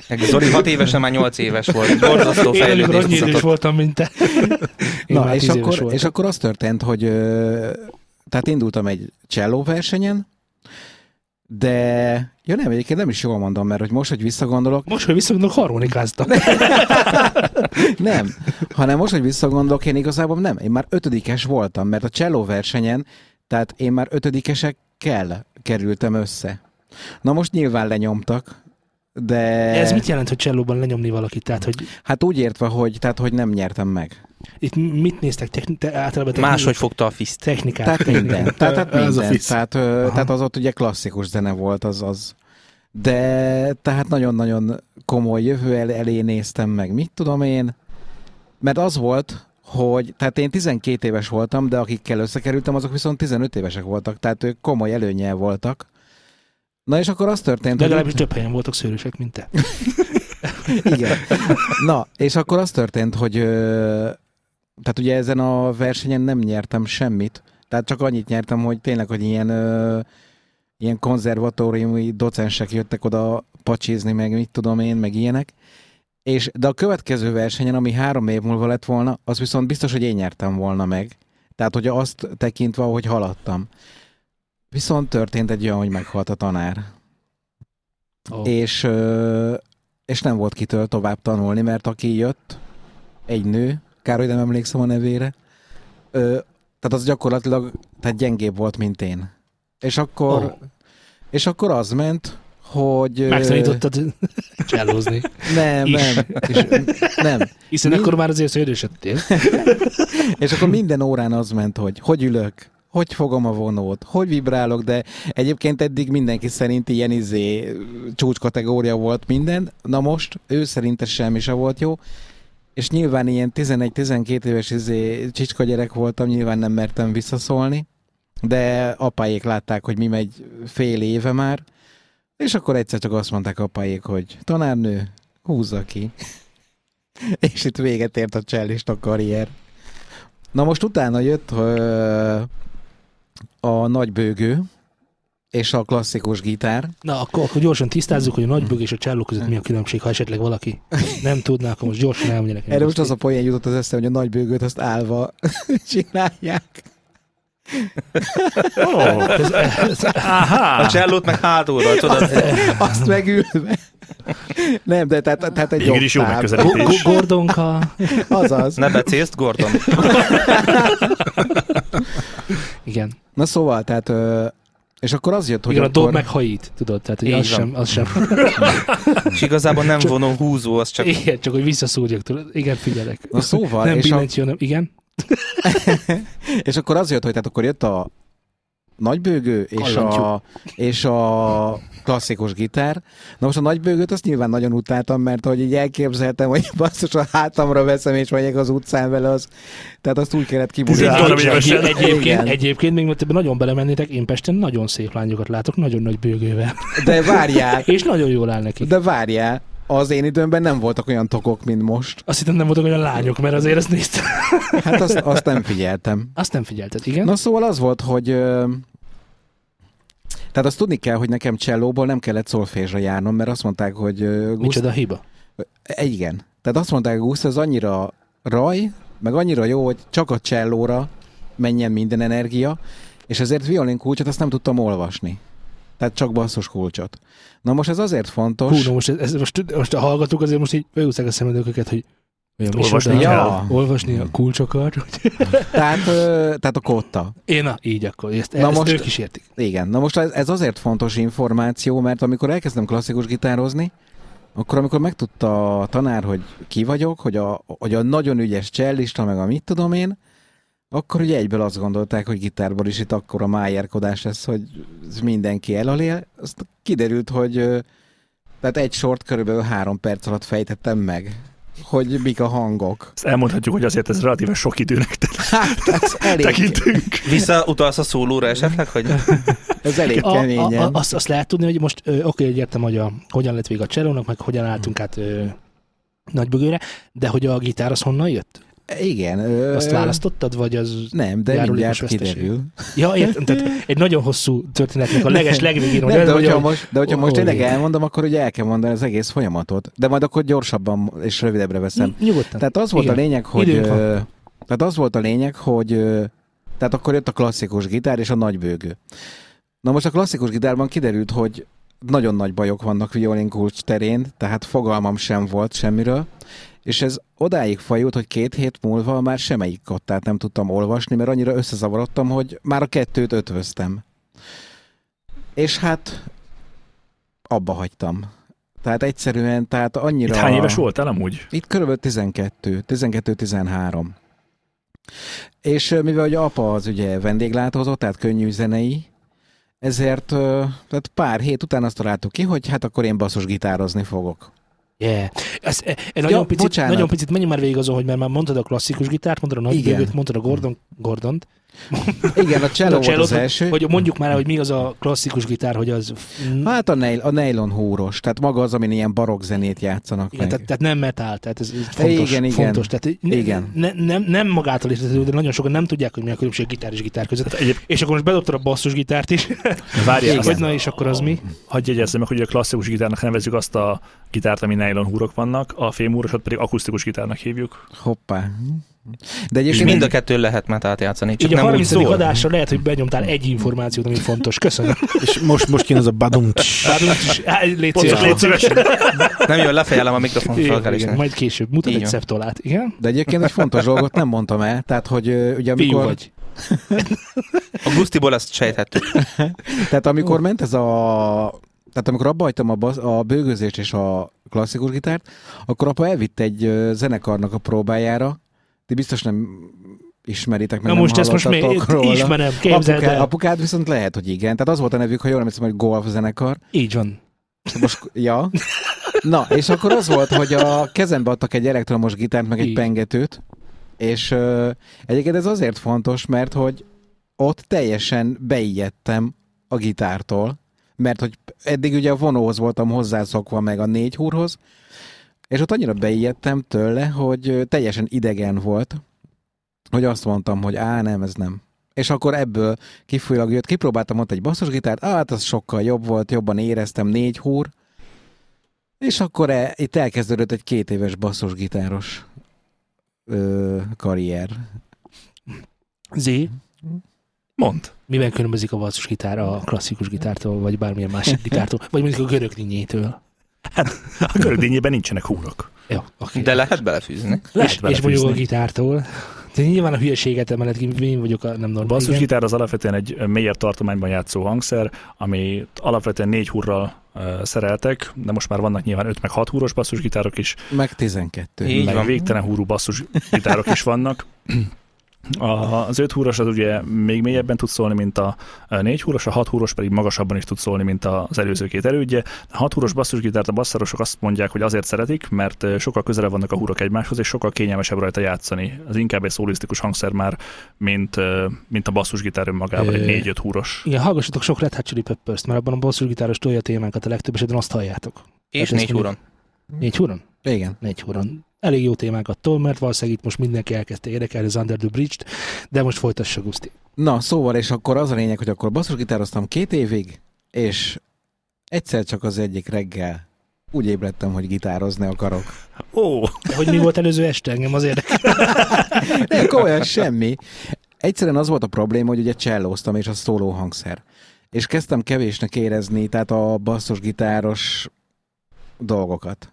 Speaker 5: Meg Zoli 6 évesen már 8 éves volt, borzasztó
Speaker 2: Én amikor
Speaker 5: fejlődést
Speaker 2: annyi idős
Speaker 5: mutatott.
Speaker 2: voltam, mint te. Én
Speaker 6: Na,
Speaker 2: már
Speaker 6: és
Speaker 2: tíz éves
Speaker 6: akkor,
Speaker 2: voltam.
Speaker 6: és akkor az történt, hogy ö, tehát indultam egy cselló versenyen, de ja nem, egyébként nem is jól mondom, mert hogy most, hogy visszagondolok,
Speaker 2: Most, hogy viszonylag harmonikáztam.
Speaker 6: nem, hanem most, hogy visszagondolok, én igazából nem, én már ötödikes voltam, mert a cselló versenyen, tehát én már ötödikesekkel kerültem össze. Na most nyilván lenyomtak, de
Speaker 2: Ez mit jelent, hogy csellóban lenyomni valakit? Tehát, hogy
Speaker 6: hát úgy értve, hogy, tehát, hogy nem nyertem meg.
Speaker 2: itt mit néztek techni- te, általában techni-
Speaker 5: Máshogy fogta a fiszt.
Speaker 2: technikát?
Speaker 6: Tehát minden. Tehát, tehát
Speaker 4: Ez a
Speaker 6: minden.
Speaker 4: fix.
Speaker 6: Tehát, ö, tehát az ott ugye klasszikus zene volt az az. De tehát nagyon-nagyon komoly jövő el, elé néztem meg, mit tudom én. Mert az volt, hogy tehát én 12 éves voltam, de akikkel összekerültem, azok viszont 15 évesek voltak, tehát ők komoly előnyel voltak. Na és akkor az történt,
Speaker 2: De legalábbis több helyen voltak szőrösek, mint te.
Speaker 6: Igen. Na, és akkor az történt, hogy ö, tehát ugye ezen a versenyen nem nyertem semmit, tehát csak annyit nyertem, hogy tényleg, hogy ilyen ö, ilyen konzervatóriumi docensek jöttek oda pacsizni, meg mit tudom én, meg ilyenek. És, de a következő versenyen, ami három év múlva lett volna, az viszont biztos, hogy én nyertem volna meg. Tehát, hogy azt tekintve, hogy haladtam. Viszont történt egy olyan, hogy meghalt a tanár
Speaker 2: Oh.
Speaker 6: és, ö, és nem volt kitől tovább tanulni, mert aki jött, egy nő, kár, hogy nem emlékszem a nevére, ö, tehát az gyakorlatilag tehát gyengébb volt, mint én. És akkor,
Speaker 2: Ó.
Speaker 6: oh. és akkor az ment, hogy... ö,
Speaker 2: Megtanítottad csellózni.
Speaker 6: Nem,
Speaker 2: is.
Speaker 6: nem. És, nem.
Speaker 2: Hiszen
Speaker 6: Mi?
Speaker 2: akkor már azért szőrösödtél.
Speaker 6: És akkor minden órán az ment, hogy hogy ülök, hogy fogom a vonót, hogy vibrálok, de egyébként eddig mindenki szerint ilyen izé csúcskategória volt minden, na most ő szerinte semmi se volt jó, és nyilván ilyen 11-12 éves izé csicska gyerek voltam, nyilván nem mertem visszaszólni, de apáék látták, hogy mi megy fél éve már, és akkor egyszer csak azt mondták apáék, hogy tanárnő, húzza ki. és itt véget ért a csellista karrier. Na most utána jött ö, a nagy bőgő és a klasszikus gitár.
Speaker 2: Na, akkor, akkor gyorsan tisztázzuk, hogy a nagybög és a cselló között mi a különbség, ha esetleg valaki nem tudná, akkor most gyorsan elmondja nekem.
Speaker 6: Erre most az a poén jutott az eszem, hogy a nagy bőgőt azt állva csinálják.
Speaker 3: Oh,
Speaker 2: Ez, ez,
Speaker 5: A csellót meg hátulról, tudod?
Speaker 6: Azt megülve. Nem, de tehát, tehát egy
Speaker 3: Végül is jó
Speaker 6: oktáv.
Speaker 2: Go-
Speaker 3: megközelítés.
Speaker 2: Go- Gordonka.
Speaker 6: Azaz.
Speaker 5: Ne becélsz, Gordon.
Speaker 2: Igen.
Speaker 6: Na szóval, tehát... Ö, és akkor az jött, hogy
Speaker 2: Igen, a dob
Speaker 6: akkor...
Speaker 2: meg hajít, tudod, tehát hogy
Speaker 5: Így
Speaker 2: az
Speaker 5: van.
Speaker 2: sem, az sem.
Speaker 5: És igazából nem vonó húzó, az csak
Speaker 2: Igen, csak hogy visszaszúrjak, tudod. Igen, figyelek.
Speaker 6: Na szóval,
Speaker 2: nem
Speaker 6: és, a,
Speaker 2: billentyű, hanem igen.
Speaker 6: és akkor az jött, hogy tehát akkor jött a nagybőgő és a,
Speaker 2: Kallantyú.
Speaker 6: és a klasszikus gitár. Na most a nagybőgőt azt nyilván nagyon utáltam, mert ahogy így elképzeltem, hogy basszus a hátamra veszem és megyek az utcán vele, az, tehát azt úgy kellett kibújítani.
Speaker 3: Tizenhárom évesen.
Speaker 2: Egyébként,
Speaker 6: Igen.
Speaker 2: egyébként még mert ebben nagyon belemennétek, én Pesten nagyon szép lányokat látok, nagyon nagy bőgővel.
Speaker 6: De várják,
Speaker 2: És nagyon jól áll neki.
Speaker 6: de várjál, az én időmben nem voltak olyan tokok, mint most.
Speaker 2: Azt hittem nem voltak olyan lányok, mert azért ezt néztem.
Speaker 6: Hát azt, azt nem figyeltem.
Speaker 2: Azt nem figyelted, igen?
Speaker 6: Na szóval az volt, hogy ö, tehát azt tudni kell, hogy nekem csellóból nem kellett szolfésra járnom, mert azt mondták, hogy ö, Gusz,
Speaker 2: Micsoda hiba?
Speaker 6: E, Igen. Tehát azt mondták, hogy Gusz az annyira raj, meg annyira jó, hogy csak a csellóra menjen minden energia, és ezért violin kulcsot azt nem tudtam olvasni. Tehát csak basszus kulcsot. Na most ez azért
Speaker 2: Hú,
Speaker 6: fontos.
Speaker 2: na most, ez, ez most, most a hallgatók azért most így beúszták a szemedőköket, hogy olyan
Speaker 3: Olvasni
Speaker 2: micsoda?
Speaker 3: kell.
Speaker 6: Ja.
Speaker 2: Olvasni
Speaker 6: Mm.
Speaker 2: a kulcsokat. hogy-
Speaker 6: Tehát, ö, tehát a kotta.
Speaker 2: Én, na, így akkor. Ezt,
Speaker 6: Na
Speaker 2: na ezt
Speaker 6: most-
Speaker 2: most... ők is értik.
Speaker 6: Igen, na most ez, ez azért fontos információ, mert amikor elkezdtem klasszikus gitározni, akkor amikor megtudta a tanár, hogy ki vagyok, hogy a, hogy a nagyon ügyes csellista, meg a mit tudom én, akkor ugye egyből azt gondolták, hogy gitárból is itt akkor a májárkodás lesz, hogy ez mindenki elalél. Azt kiderült, hogy ö, tehát egy sort körülbelül három perc alatt fejtettem meg, hogy mik a hangok.
Speaker 3: Ezt elmondhatjuk, hogy azért ez relatíve sok időnek te-
Speaker 6: Hát ez elég,
Speaker 3: tekintünk.
Speaker 5: visszautalsz a szólóra esetleg, hogy
Speaker 6: ez elég
Speaker 2: A, a, a,
Speaker 6: keményen.
Speaker 2: azt, azt lehet tudni, hogy most ö, oké, okay, értem, hogy a, hogyan lett vége a cserónak, meg hogyan álltunk
Speaker 6: Mm.
Speaker 2: át ö, nagybögőre, de hogy a gitár az honnan jött?
Speaker 6: Igen. ö,
Speaker 2: Azt választottad, vagy az...
Speaker 6: Nem, de
Speaker 2: Járulékos
Speaker 6: mindjárt
Speaker 2: veszteség.
Speaker 6: kiderül.
Speaker 2: Ja, értem, tehát egy nagyon hosszú történetnek a leges legvégén, hogy
Speaker 6: Nem,
Speaker 2: ez
Speaker 6: de,
Speaker 2: vagy
Speaker 6: hogyha
Speaker 2: a-
Speaker 6: most, de hogyha
Speaker 2: Ó,
Speaker 6: most tényleg
Speaker 2: igen.
Speaker 6: elmondom, akkor ugye el kell mondani az egész folyamatot. De majd akkor gyorsabban és rövidebbre veszem.
Speaker 2: Nyugodtan.
Speaker 6: Tehát az volt a
Speaker 2: Igen.
Speaker 6: lényeg, hogy...
Speaker 2: Időnk van.
Speaker 6: ö, Tehát az volt a lényeg, hogy... ö, Tehát akkor jött a klasszikus gitár és a nagybőgő. Na most a klasszikus gitárban kiderült, hogy nagyon nagy bajok vannak violin kulcs terén, tehát fogalmam sem volt semmiről, és ez odáig fajult, hogy két hét múlva már semmelyik kottát nem tudtam olvasni, mert annyira összezavarodtam, hogy már a kettőt ötvöztem. És hát abba hagytam. Tehát egyszerűen, tehát annyira...
Speaker 3: Itt hány éves voltál amúgy?
Speaker 6: Itt körülbelül 12, 12-13. És ö, mivel hogy apa az ugye vendéglátózó, tehát könnyű zenei, ezért ö, tehát pár hét után azt találtuk ki, hogy hát akkor én basszus gitározni fogok.
Speaker 2: Yeah. Ez, e, e, nagyon, ja,
Speaker 6: Ja,
Speaker 2: picit,
Speaker 6: bocsánat.
Speaker 2: nagyon picit menjünk már végig azon, hogy mert már mondtad a klasszikus gitárt, mondtad a nagy
Speaker 6: Igen.
Speaker 2: bőgőt, mondtad a Gordon, Gordont.
Speaker 6: Igen, a cello volt
Speaker 2: cellót,
Speaker 6: az első. Mm.
Speaker 2: Hogy mondjuk már, el, hogy mi az a klasszikus gitár, hogy az... Mm,
Speaker 6: Hát a, nail, a nylon húros, tehát maga az, amin ilyen barokk zenét játszanak
Speaker 2: igen,
Speaker 6: meg.
Speaker 2: tehát, tehát nem metál, tehát ez ez fontos.
Speaker 6: Igen, igen.
Speaker 2: fontos. Tehát ne,
Speaker 6: Igen.
Speaker 2: Ne, nem, nem magától értetődő, de nagyon sokan nem tudják, hogy mi a különbség gitár és gitár között.
Speaker 3: egyéb-
Speaker 2: És akkor most bedobtad a basszusgitárt is,
Speaker 3: Várjál,
Speaker 6: Hát, Igen.
Speaker 2: hogy
Speaker 3: azt
Speaker 2: na és akkor az mi?
Speaker 3: hagyj jegyezzem meg, hogy a klasszikus gitárnak nevezzük azt a gitárt, ami nylon húrok vannak, a fémhúrosat pedig akusztikus gitárnak hívjuk.
Speaker 6: Hoppá. De
Speaker 5: És
Speaker 6: egyébként
Speaker 5: mind a kettő lehet metát játszani, csak
Speaker 2: Így a
Speaker 5: nem úgy
Speaker 2: 30.
Speaker 5: szól.
Speaker 2: adásra lehet, hogy benyomtál egy információt, ami fontos. Köszönöm.
Speaker 4: És most, most kéne az a badunk.
Speaker 2: Bármilyen is, á, légy
Speaker 3: Pontos,
Speaker 2: szíves.
Speaker 3: légy szíves.
Speaker 5: Nem jön, lefejelem a mikrofon
Speaker 2: Igen, igen,
Speaker 5: felkeresnek.
Speaker 2: majd később. Mutat
Speaker 5: Így
Speaker 2: egy
Speaker 5: van.
Speaker 2: szeptolát. Igen?
Speaker 6: De egyébként egy fontos dolgot nem mondtam el, tehát hogy ö, ugye
Speaker 2: Fiú
Speaker 6: amikor,
Speaker 2: vagy.
Speaker 5: A Gusztiból ezt sejthettük.
Speaker 6: tehát amikor ment ez a tehát amikor abba hagytam a, basz, a bőgőzést és a klasszikus gitárt, akkor apa elvitt egy ö, zenekarnak a próbájára. Ti biztos nem ismeritek, meg
Speaker 2: Na
Speaker 6: nem
Speaker 2: most ezt most még
Speaker 6: hallottatok róla.
Speaker 2: ismerem, képzeld
Speaker 6: Apukád,
Speaker 2: el.
Speaker 6: apukád viszont lehet, hogy igen. Tehát az volt a nevük, ha jól emlékszem, hogy golf zenekar.
Speaker 2: Így van.
Speaker 6: Most, ja. Na, és akkor az volt, hogy a kezembe adtak egy elektromos gitárt, meg egy
Speaker 2: Így.
Speaker 6: pengetőt, és ö, egyébként ez azért fontos, mert hogy ott teljesen beijedtem a gitártól, mert hogy eddig ugye a vonóhoz voltam hozzászokva meg a négy húrhoz, és ott annyira beijedtem tőle, hogy ö, teljesen idegen volt, hogy azt mondtam, hogy á, nem, ez nem. És akkor ebből kifújlag jött, kipróbáltam ott egy basszusgitárt, á, hát az sokkal jobb volt, jobban éreztem, négy húr, és akkor e, itt elkezdődött egy két éves basszusgitáros ö, karrier.
Speaker 2: Z,
Speaker 3: Mond.
Speaker 2: miben különbözik a basszus gitár a klasszikus gitártól, vagy bármilyen másik gitártól, vagy mondjuk a görög linjétől?
Speaker 3: A görögdényében nincsenek húrok.
Speaker 2: Jó, oké.
Speaker 5: De lehet belefűzni.
Speaker 3: Lehet
Speaker 2: és, és
Speaker 3: belefűzni.
Speaker 2: mondjuk a gitártól. De nyilván a hülyeséget emeled ki, én vagyok a nem
Speaker 3: A
Speaker 2: normális. Igen.
Speaker 3: basszusgitár az alapvetően egy ö, mélyebb tartományban játszó hangszer, ami alapvetően négy húrral ö, szereltek, de most már vannak nyilván 5 meg 6 húros basszusgitárok is,
Speaker 6: Meg 12.
Speaker 5: Így
Speaker 3: meg
Speaker 5: van.
Speaker 3: végtelen húrú basszusgitárok is vannak. A, az öt húros az ugye még mélyebben tud szólni, mint a a négy húros, a hat húros pedig magasabban is tud szólni, mint az előző két elődje. A hat húros basszusgitárt a basszarosok azt mondják, hogy azért szeretik, mert ö, sokkal közelebb vannak a húrok egymáshoz, és sokkal kényelmesebb rajta játszani. Az inkább egy szólisztikus hangszer már, mint, ö, mint a basszusgitár önmagában, egy
Speaker 2: Ö,
Speaker 3: négy-öt húros.
Speaker 2: Igen, hallgassatok sok Red Hot Chili Peppers-t, mert abban a basszus gitáros tolja témánkat a legtöbb esetben azt halljátok.
Speaker 5: És
Speaker 2: Hát ezt
Speaker 5: négy
Speaker 2: mondjuk-
Speaker 5: huron.
Speaker 2: Négy huron?
Speaker 6: Igen.
Speaker 2: Négy huron. Elég jó témákat tol, mert valószínűleg itt most mindenki elkezdte érdekelni az Under the Bridge-t, de most folytassa Guszti.
Speaker 6: Na, szóval, és akkor az a lényeg, hogy akkor basszusgitároztam két évig, és egyszer csak az egyik reggel úgy ébredtem, hogy gitározni akarok.
Speaker 3: Ó,
Speaker 2: De hogy mi volt előző este, engem az érdekel.
Speaker 6: Nem, komolyan semmi. Egyszerűen az volt a probléma, hogy ugye csellóztam, és a szóló hangszer. És kezdtem kevésnek érezni, tehát a basszusgitáros dolgokat.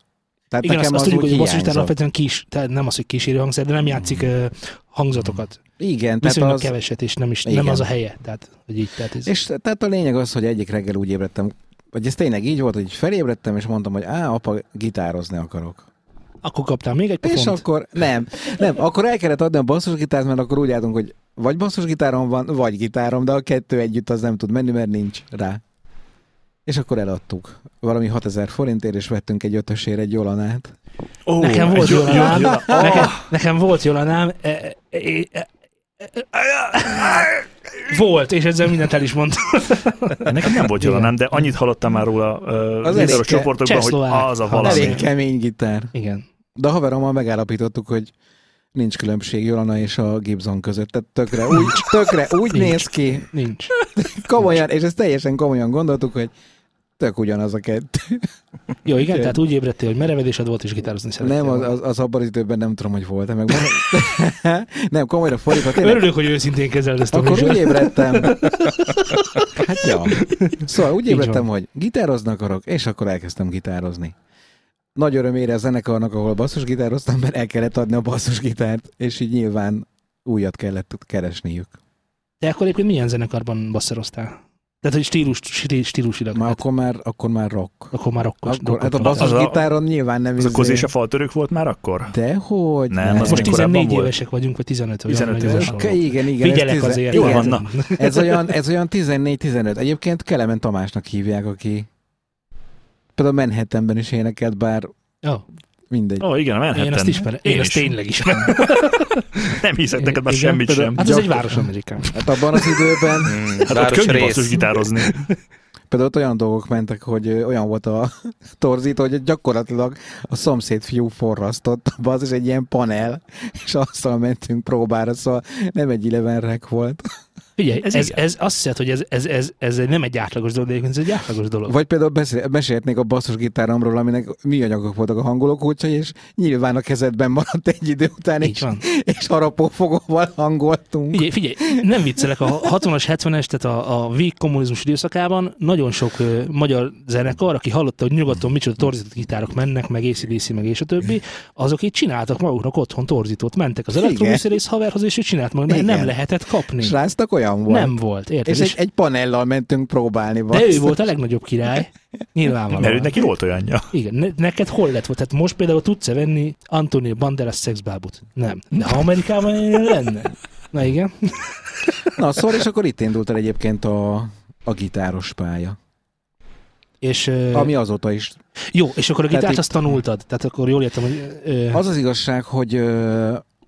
Speaker 6: Tehát
Speaker 2: Igen, azt,
Speaker 6: Hát nekem
Speaker 2: azt
Speaker 6: az
Speaker 2: tudjuk, hogy a
Speaker 6: úgy
Speaker 2: basszus
Speaker 6: hiányzott.
Speaker 2: alapvetően kis, tehát nem az, hogy kísérő hangszer, de nem játszik uh, hangzatokat.
Speaker 6: Igen, tehát
Speaker 2: Viszonylag
Speaker 6: Hát az,
Speaker 2: az... keveset, és nem, is, nem
Speaker 6: Igen.
Speaker 2: az a helye. Tehát, hogy így, tehát ez...
Speaker 6: és tehát a lényeg az, hogy egyik reggel úgy ébredtem, vagy ez tényleg így volt, hogy felébredtem, és mondtam, hogy á, apa, gitározni akarok.
Speaker 2: Akkor kaptál még egy
Speaker 6: És
Speaker 2: pofont.
Speaker 6: akkor nem, nem, akkor el kellett adni a basszusgitárt, mert akkor úgy álltunk, hogy vagy basszusgitárom van, vagy gitárom, de a kettő együtt az nem tud menni, mert nincs rá. És akkor eladtuk. Valami 6000 forintért, és vettünk egy ötösért egy Jolanát.
Speaker 3: ó
Speaker 2: Nekem volt
Speaker 3: jó- jó-
Speaker 2: Jolanám,
Speaker 3: jó-
Speaker 2: nekem,
Speaker 6: Ah.
Speaker 2: nekem volt Jolanám, e, e, e, e, volt, és ezzel mindent el is mondtam.
Speaker 3: Nekem nem volt jól, nem, de annyit hallottam már róla
Speaker 6: Az
Speaker 3: uh, gitáros
Speaker 6: elég-
Speaker 3: csoportokban, hogy
Speaker 2: csehszlovák.
Speaker 3: az a
Speaker 2: Ha
Speaker 3: valami.
Speaker 6: Elég kemény gitár.
Speaker 2: Igen.
Speaker 6: De a haverommal megállapítottuk, hogy nincs különbség Jolana és a Gibson között. Tehát tökre úgy, tökre úgy
Speaker 2: Nincs.
Speaker 6: néz ki.
Speaker 2: Nincs.
Speaker 6: Komolyan, és ezt teljesen komolyan gondoltuk, hogy tök ugyanaz a kettő.
Speaker 2: Jó, igen,
Speaker 6: Igen.
Speaker 2: tehát úgy ébredtél, hogy merevedésed volt, és gitározni szerettél.
Speaker 6: Nem, az, az, az abban az időben nem tudom, hogy volt-e meg. van- nem, komolyra fordítva, tényleg.
Speaker 2: Örülök, hogy őszintén kezeled ezt a
Speaker 6: Akkor úgy
Speaker 2: műsort.
Speaker 6: ébredtem. Hát ja. Szóval úgy
Speaker 2: Így
Speaker 6: ébredtem,
Speaker 2: van.
Speaker 6: hogy gitározni akarok, és akkor elkezdtem gitározni. Nagy örömére a zenekarnak, ahol basszusgitároztam, mert el kellett adni a basszusgitárt, és így nyilván újat kellett keresniük.
Speaker 2: De akkor egyébként milyen zenekarban basszeroztál? Tehát, hogy stílus, stí- stílusilag.
Speaker 6: Már
Speaker 2: hát,
Speaker 6: akkor már, akkor már rock.
Speaker 2: akkor már rokkos.
Speaker 6: Akkor, hát a
Speaker 2: rokkos.
Speaker 3: basszus-
Speaker 6: basszusgitáron nyilván nem
Speaker 3: Az a
Speaker 6: izé-
Speaker 3: kozés a faltörők volt már akkor?
Speaker 6: De hogy?
Speaker 3: Nem, az
Speaker 2: Most
Speaker 3: még korábban
Speaker 2: 14
Speaker 3: volt.
Speaker 2: évesek vagyunk, vagy 15 vagy
Speaker 3: 15
Speaker 2: valami
Speaker 3: éves.
Speaker 2: hasonló.
Speaker 6: Igen, igen, igen. ez
Speaker 2: Figyelek
Speaker 6: tizen-
Speaker 2: azért.
Speaker 3: Jól van,
Speaker 6: igen,
Speaker 3: na.
Speaker 6: Ez olyan, ez olyan 14-15. Egyébként Kelemen Tamásnak hívják, aki például Manhattanben is énekelt, bár
Speaker 2: Oh,
Speaker 6: Mindegy.
Speaker 3: Ó, oh, igen, a Manhattan.
Speaker 2: én ezt ismerem. hát Én,
Speaker 3: Én
Speaker 2: ezt
Speaker 3: is.
Speaker 2: tényleg ismerem.
Speaker 3: Nem hiszek neked már
Speaker 2: Igen,
Speaker 3: semmit
Speaker 2: például-
Speaker 3: sem.
Speaker 2: Hát ez egy város Amerikában.
Speaker 6: Hát abban az időben
Speaker 5: Mm,
Speaker 3: Hát ott
Speaker 5: város
Speaker 3: könnyű
Speaker 5: rész.
Speaker 3: basszus gitározni.
Speaker 6: Például ott olyan dolgok mentek, hogy ö, olyan volt a torzító, hogy gyakorlatilag a szomszéd fiú forrasztott, az is egy ilyen panel, és azzal mentünk próbára, szóval nem egy Eleven Rack volt.
Speaker 2: Figyelj, ez,
Speaker 3: Ez
Speaker 2: ez,
Speaker 3: igen.
Speaker 2: ez azt hiszed, hogy ez, ez, ez, ez egy- nem egy átlagos dolog, de ez egy átlagos dolog.
Speaker 6: Vagy például beszél, mesélhetnék a basszusgitáromról, aminek műanyagok voltak a hangolókulcsai, és nyilván a kezedben maradt egy idő után,
Speaker 2: Így
Speaker 6: és,
Speaker 2: van.
Speaker 6: és harapófogóval hangoltunk.
Speaker 2: Figyelj, figyelj, nem viccelek, a 60-as, 70-es, tehát a, a víg kommunizmus időszakában nagyon sok ö, magyar zenekar, aki hallotta, hogy nyugaton micsoda torzított gitárok mennek, meg ACDC, meg és a többi, azok így csináltak maguknak otthon torzítót, mentek az
Speaker 6: Igen.
Speaker 2: elektromuszerész haverhoz, és ő csinált meg, mert nem
Speaker 6: Igen.
Speaker 2: lehetett kapni.
Speaker 6: Srácnak olyan volt.
Speaker 2: Nem volt, érted?
Speaker 6: És egy, egy panellal mentünk próbálni.
Speaker 2: de
Speaker 6: basszus.
Speaker 2: ő volt a legnagyobb király, nyilvánvalóan.
Speaker 3: Mert ő neki volt olyanja.
Speaker 2: Igen, ne, neked hol lett volt? Tehát most például tudsz-e venni Antonio Banderas szexbábut? Nem. De ha Amerikában ilyen lenne? Na igen.
Speaker 6: Na, szóval, és akkor itt indult el egyébként a, a gitáros pálya.
Speaker 2: És, ö,
Speaker 6: Ami azóta is.
Speaker 2: Jó, és akkor a
Speaker 6: Tehát
Speaker 2: gitárt
Speaker 6: itt-
Speaker 2: azt tanultad. Tehát akkor jól értem, hogy... Ö,
Speaker 6: Az az igazság, hogy ö,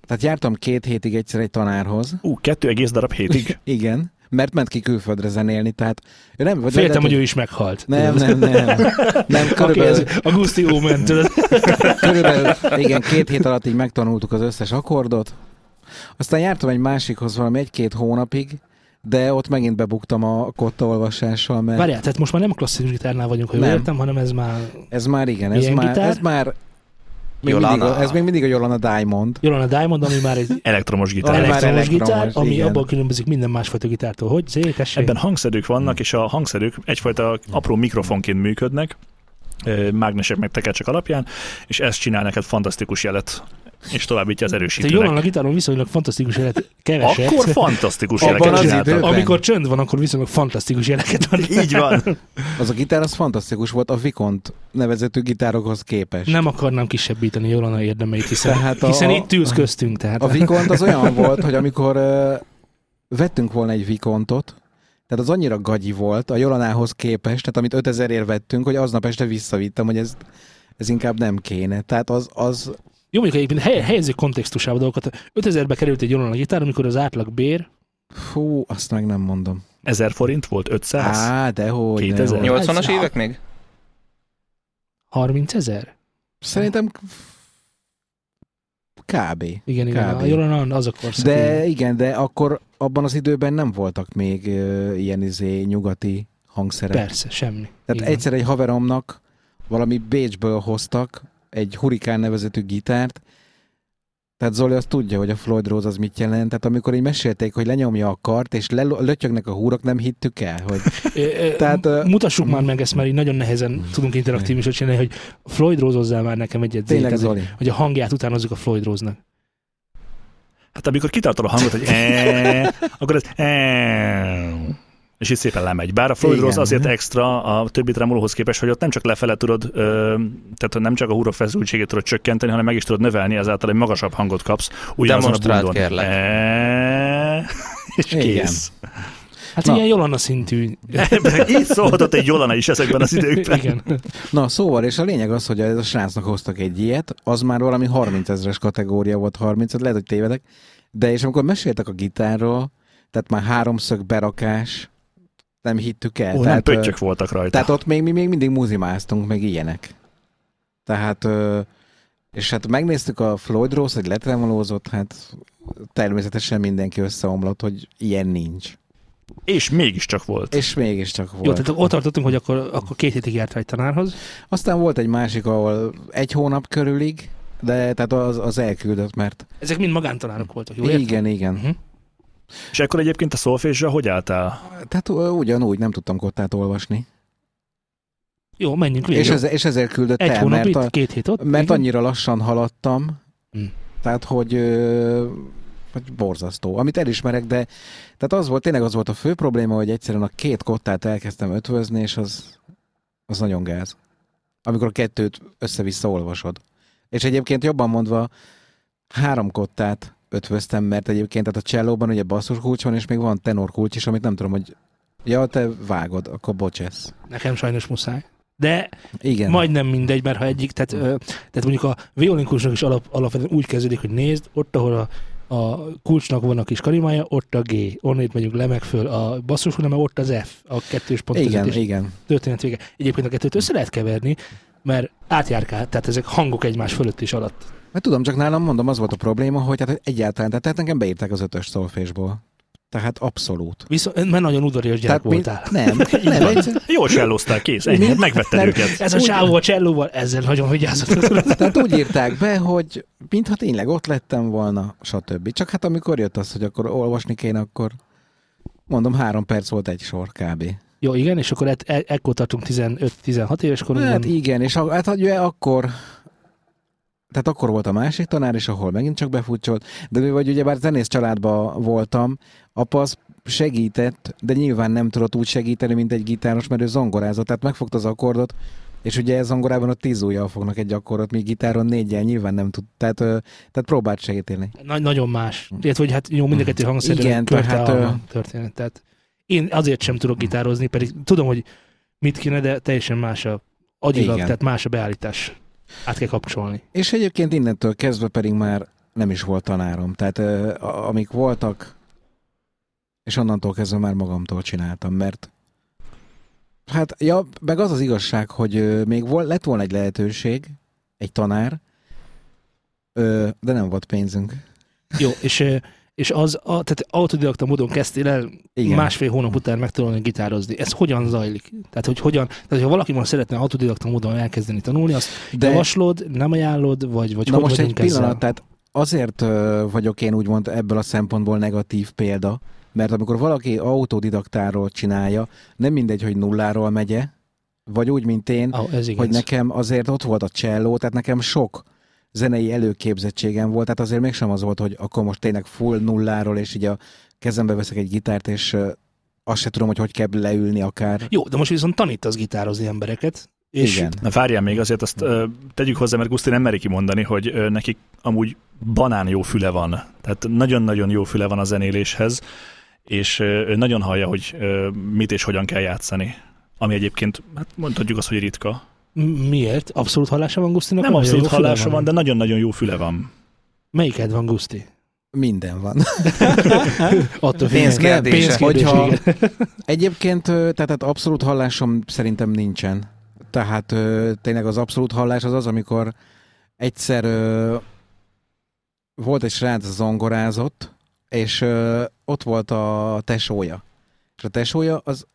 Speaker 6: tehát jártam két hétig egyszer egy tanárhoz.
Speaker 3: Ú, kettő egész darab hétig.
Speaker 6: Igen. Mert ment ki külföldre zenélni, tehát ő nem... Vagy
Speaker 2: féltem, hogy ő is meghalt.
Speaker 6: Nem, nem, nem. Nem,
Speaker 2: Aki
Speaker 6: körülbelül,
Speaker 2: ez a Gusti Omen, tudod?
Speaker 6: körülbelül, igen, két hét alatt így megtanultuk az összes akkordot. Aztán jártam egy másikhoz valami egy-két hónapig, de ott megint bebuktam a kotta olvasással, mert
Speaker 2: Várjál, tehát most már nem a klasszikus gitárnál vagyunk, ha jól
Speaker 6: Nem.
Speaker 2: értem, hanem ez már
Speaker 6: ez már igen, ez
Speaker 2: Milyen
Speaker 6: már,
Speaker 2: gitár?
Speaker 6: ez már még mindig,
Speaker 5: Jolana.
Speaker 6: a, ez még mindig a Jolana Diamond.
Speaker 2: Jolana Diamond, ami már egy
Speaker 3: Elektromos
Speaker 6: Ami már
Speaker 3: gitár.
Speaker 2: elektromos gitár,
Speaker 6: elektromos,
Speaker 2: ami
Speaker 6: igen.
Speaker 2: abban különbözik minden másfajta gitártól. Hogy? Zé, tessék?
Speaker 3: Ebben hangszerük vannak, és a hangszerük egyfajta apró mikrofonként működnek, ö, mágnesek meg tekercsek alapján, és ez csinál neked fantasztikus jelet, és továbbítja az
Speaker 2: Te Jolana
Speaker 3: erősítőnek.
Speaker 2: gitáron viszonylag fantasztikus élet keveset.
Speaker 3: Akkor fantasztikus
Speaker 6: Abban
Speaker 3: jeleket
Speaker 6: az
Speaker 3: csináltak.
Speaker 6: időben.
Speaker 2: Amikor csönd van, akkor viszonylag fantasztikus jeleket ad.
Speaker 3: Így van.
Speaker 6: Az a gitár az fantasztikus volt a Vicont nevezetű gitárokhoz képest.
Speaker 2: Nem akarnám kisebbíteni Jolana érdemeit, hiszen,
Speaker 6: Tehát
Speaker 2: a,
Speaker 6: a-
Speaker 2: hiszen itt ülsz köztünk. Tehát.
Speaker 6: Hát A Vicont az olyan volt, hogy amikor ö, vettünk volna egy Vicontot, tehát az annyira gagyi volt a Jolanához képest, tehát amit 5000 ért vettünk, hogy aznap este visszavittem, hogy ez, ez inkább nem kéne. Tehát az, az
Speaker 2: Jó, mondjuk egyébként hely, helyezzük kontextusába dolgokat. 5000-be került egy Jolana gitár, amikor az átlag bér
Speaker 6: hú, azt meg nem mondom.
Speaker 3: 1000 forint volt, 500.
Speaker 6: Á, de hogy
Speaker 3: 2000?
Speaker 5: 80-as
Speaker 2: Hát
Speaker 5: évek még?
Speaker 2: 30 ezer?
Speaker 6: Szerintem kb.
Speaker 2: Igen, igen.
Speaker 6: Kb.
Speaker 2: A Jolana az a korszak.
Speaker 6: De igen, de akkor abban az időben nem voltak még ö, ilyen izé nyugati hangszerek.
Speaker 2: Persze, semmi.
Speaker 6: Tehát
Speaker 2: Igen.
Speaker 6: egyszer egy haveromnak valami Bécsből hoztak egy hurikán nevezetű gitárt, tehát Zoli azt tudja, hogy a Floyd Rose az mit jelent. Tehát amikor így mesélték, hogy lenyomja a kart, és lelo- lötyögnek a húrok, nem hittük el, hogy
Speaker 2: Ö, ö,
Speaker 6: tehát, ö,
Speaker 2: Mutassuk már meg ezt, mert így nagyon nehezen tudunk interaktív is csinálni, hogy Floyd Rose már nekem egyet. Zé,
Speaker 6: tényleg
Speaker 2: tehát,
Speaker 6: Zoli.
Speaker 2: hogy a hangját utánozzuk a Floyd Rose-nak.
Speaker 3: Hát amikor kitartod a hangot, hogy eee, akkor ez eee, és itt szépen lemegy. Bár a Floyd
Speaker 6: Igen.
Speaker 3: Rose azért extra a többi tremolóhoz képest, hogy ott nem csak lefele tudod, ö, tehát nem csak a húrok feszültségét tudod csökkenteni, hanem meg is tudod növelni, ezáltal egy magasabb hangot kapsz. Ugyanazon a
Speaker 5: Demonstráld,
Speaker 3: bundon.
Speaker 5: kérlek.
Speaker 3: Eee, és
Speaker 6: Igen.
Speaker 3: kész.
Speaker 2: Hát
Speaker 6: Na.
Speaker 2: ilyen Jolana szintű.
Speaker 3: Így szólhatott egy Jolana is ezekben az időkben.
Speaker 2: Igen.
Speaker 6: Na szóval, és a lényeg az, hogy ez a srácnak hoztak egy ilyet, az már valami 30 ezres kategória volt, 30, lehet, hogy tévedek, de és amikor meséltek a gitárról, tehát már háromszög berakás, nem hittük el.
Speaker 3: Ó, nem
Speaker 6: tehát, ö,
Speaker 3: pöttyök voltak rajta.
Speaker 6: Tehát ott még mi még mindig muzimáztunk, meg ilyenek. Tehát, ö, és hát megnéztük a Floyd Rose, hogy letremolózott, hát természetesen mindenki összeomlott, hogy ilyen nincs.
Speaker 3: És mégiscsak volt.
Speaker 6: És mégiscsak volt.
Speaker 2: Jó, tehát ott tartottunk, hogy akkor, akkor két hétig járt egy tanárhoz.
Speaker 6: Aztán volt egy másik, ahol egy hónap körülig, de tehát az, az elküldött, mert
Speaker 2: Ezek mind magántanárok voltak, jól
Speaker 6: Jó,
Speaker 2: értem?
Speaker 6: igen, igen.
Speaker 2: Mhm.
Speaker 3: És ekkor egyébként a szolfésre hogy álltál?
Speaker 6: Tehát ö, ugyanúgy nem tudtam kottát olvasni.
Speaker 2: Jó, menjünk végig.
Speaker 6: És, ez, és ezért küldött
Speaker 2: Egy
Speaker 6: el,
Speaker 2: hónap
Speaker 6: mert,
Speaker 2: itt,
Speaker 6: a,
Speaker 2: két hét ott.
Speaker 6: mert
Speaker 2: igen.
Speaker 6: annyira lassan haladtam,
Speaker 2: Mm.
Speaker 6: tehát hogy, ö, hogy borzasztó, amit elismerek, de tehát az volt, tényleg az volt a fő probléma, hogy egyszerűen a két kottát elkezdtem ötvözni, és az, az nagyon gáz. Amikor a kettőt össze-vissza olvasod. És egyébként jobban mondva, három kottát ötvöztem, mert egyébként tehát a csellóban ugye basszus kulcs van, és még van tenor kulcs is, amit nem tudom, hogy ja, te vágod, akkor bocs ez.
Speaker 2: Nekem sajnos muszáj. De
Speaker 6: Igen.
Speaker 2: majdnem mindegy, mert ha egyik, tehát, ö, tehát mondjuk a violinkulcsnak is alap, alapvetően úgy kezdődik, hogy nézd, ott, ahol a, a kulcsnak van a kis karimája, ott a G, onnét megyünk le meg föl a basszus, hanem ott az F, a kettős pont
Speaker 6: Igen,
Speaker 2: között, és
Speaker 6: igen.
Speaker 2: történet vége. Egyébként a kettőt össze lehet keverni, mert átjárkál, tehát ezek hangok egymás fölött és alatt.
Speaker 6: Mert tudom, csak nálam mondom, az volt a probléma, hogy hát egyáltalán, tehát, tehát engem beírták az ötös szolfésból. Tehát abszolút.
Speaker 2: Viszont, mert nagyon udvarias gyerek
Speaker 6: Tehát
Speaker 2: tehát voltál.
Speaker 6: Mi, nem, nem, egyszer,
Speaker 3: Jól sellozták, kész, ennyi, hát megvetted
Speaker 6: Nem.
Speaker 3: őket.
Speaker 2: Ez a
Speaker 6: Úgy-
Speaker 2: csávó a csellóval, ezzel nagyon vigyázott.
Speaker 6: Tehát úgy írták be, hogy mintha tényleg ott lettem volna, stb. Csak hát amikor jött az, hogy akkor olvasni kéne, akkor mondom, három perc volt egy sor kb.
Speaker 2: Jó, igen, és akkor e- e- ekkor tartunk 15-16 éves korunkban.
Speaker 6: Hát igen, és a- hát ugye akkor tehát akkor volt a másik tanár is, ahol megint csak befutcsolt, de mi vagy ugyebár zenész családban voltam, apa az segített, de nyilván nem tudott úgy segíteni, mint egy gitáros, mert ő zongorázott, tehát megfogta az akkordot, és ugye zongorában a tíz ujjal fognak egy akkordot, míg gitáron négyen nyilván nem tud, tehát, ö, tehát próbált segíteni.
Speaker 2: Na- nagyon más. Illetve, hogy hát jó, mind a kettő hangszerűen
Speaker 6: Hm. Igen,
Speaker 2: körte
Speaker 6: tehát,
Speaker 2: a
Speaker 6: ö- Hm.
Speaker 2: történet. Tehát én azért sem tudok gitározni, pedig tudom, hogy mit kéne, de teljesen más a agyilag,
Speaker 6: Igen.
Speaker 2: tehát más a beállítás. Át kell kapcsolni.
Speaker 6: És egyébként innentől kezdve pedig már nem is volt tanárom. Tehát ö, a- amik voltak, és onnantól kezdve már magamtól csináltam, mert hát, ja, meg az az igazság, hogy ö, még vol, lett volna egy lehetőség, egy tanár, ö, de nem volt pénzünk.
Speaker 2: Jó, és, ö, és az, a, tehát autodidakta módon kezdtél el Igen.
Speaker 6: Igen.
Speaker 2: másfél hónap után megtanulni gitározni. Ez hogyan zajlik? Tehát, hogy hogyan, tehát, ha valaki most szeretne autodidakta módon elkezdeni tanulni, azt De...
Speaker 6: De
Speaker 2: javaslod, nem ajánlod, vagy, vagy
Speaker 6: Na
Speaker 2: hogy
Speaker 6: most egy
Speaker 2: vagyunk ezzel?
Speaker 6: pillanat, tehát azért ö, vagyok én úgymond ebből a szempontból negatív példa, mert amikor valaki autodidaktáról csinálja, nem mindegy, hogy nulláról megye, vagy úgy, mint én,
Speaker 2: Ah, ez igaz.
Speaker 6: hogy nekem azért ott volt a cselló, tehát nekem sok zenei előképzettségem volt, tehát azért mégsem az volt, hogy akkor most tényleg full nulláról, és így a kezembe veszek egy gitárt, és ö, azt se tudom, hogy hogy kell leülni akár.
Speaker 2: Jó, de most viszont tanítasz gitározni embereket, és
Speaker 6: Igen.
Speaker 3: Na várjál még, azért azt ö, tegyük hozzá, mert Guszti nem meri kimondani, hogy ö, nekik amúgy banán jó füle van. Tehát nagyon-nagyon jó füle van a zenéléshez, és ö, ő nagyon hallja, hogy ö, mit és hogyan kell játszani. Ami egyébként, hát mondhatjuk azt, hogy ritka.
Speaker 2: M- Miért? Abszolút hallása van Gusztinak?
Speaker 3: Nem
Speaker 2: Olyan
Speaker 3: abszolút
Speaker 2: jó füle
Speaker 3: hallása van, de nagyon-nagyon jó füle van.
Speaker 2: Melyiked van, Guszti?
Speaker 6: Minden van.
Speaker 2: Attól
Speaker 5: Pénzkérdése.
Speaker 2: Pénzkérdés,
Speaker 6: Hogyha-
Speaker 2: igen.
Speaker 6: Egyébként, ö, tehát, tehát abszolút hallásom szerintem nincsen. Tehát ö, tényleg az abszolút hallás az az, amikor egyszer ö, volt egy srác zongorázott, és ö, ott volt a tesója. És a tesója az,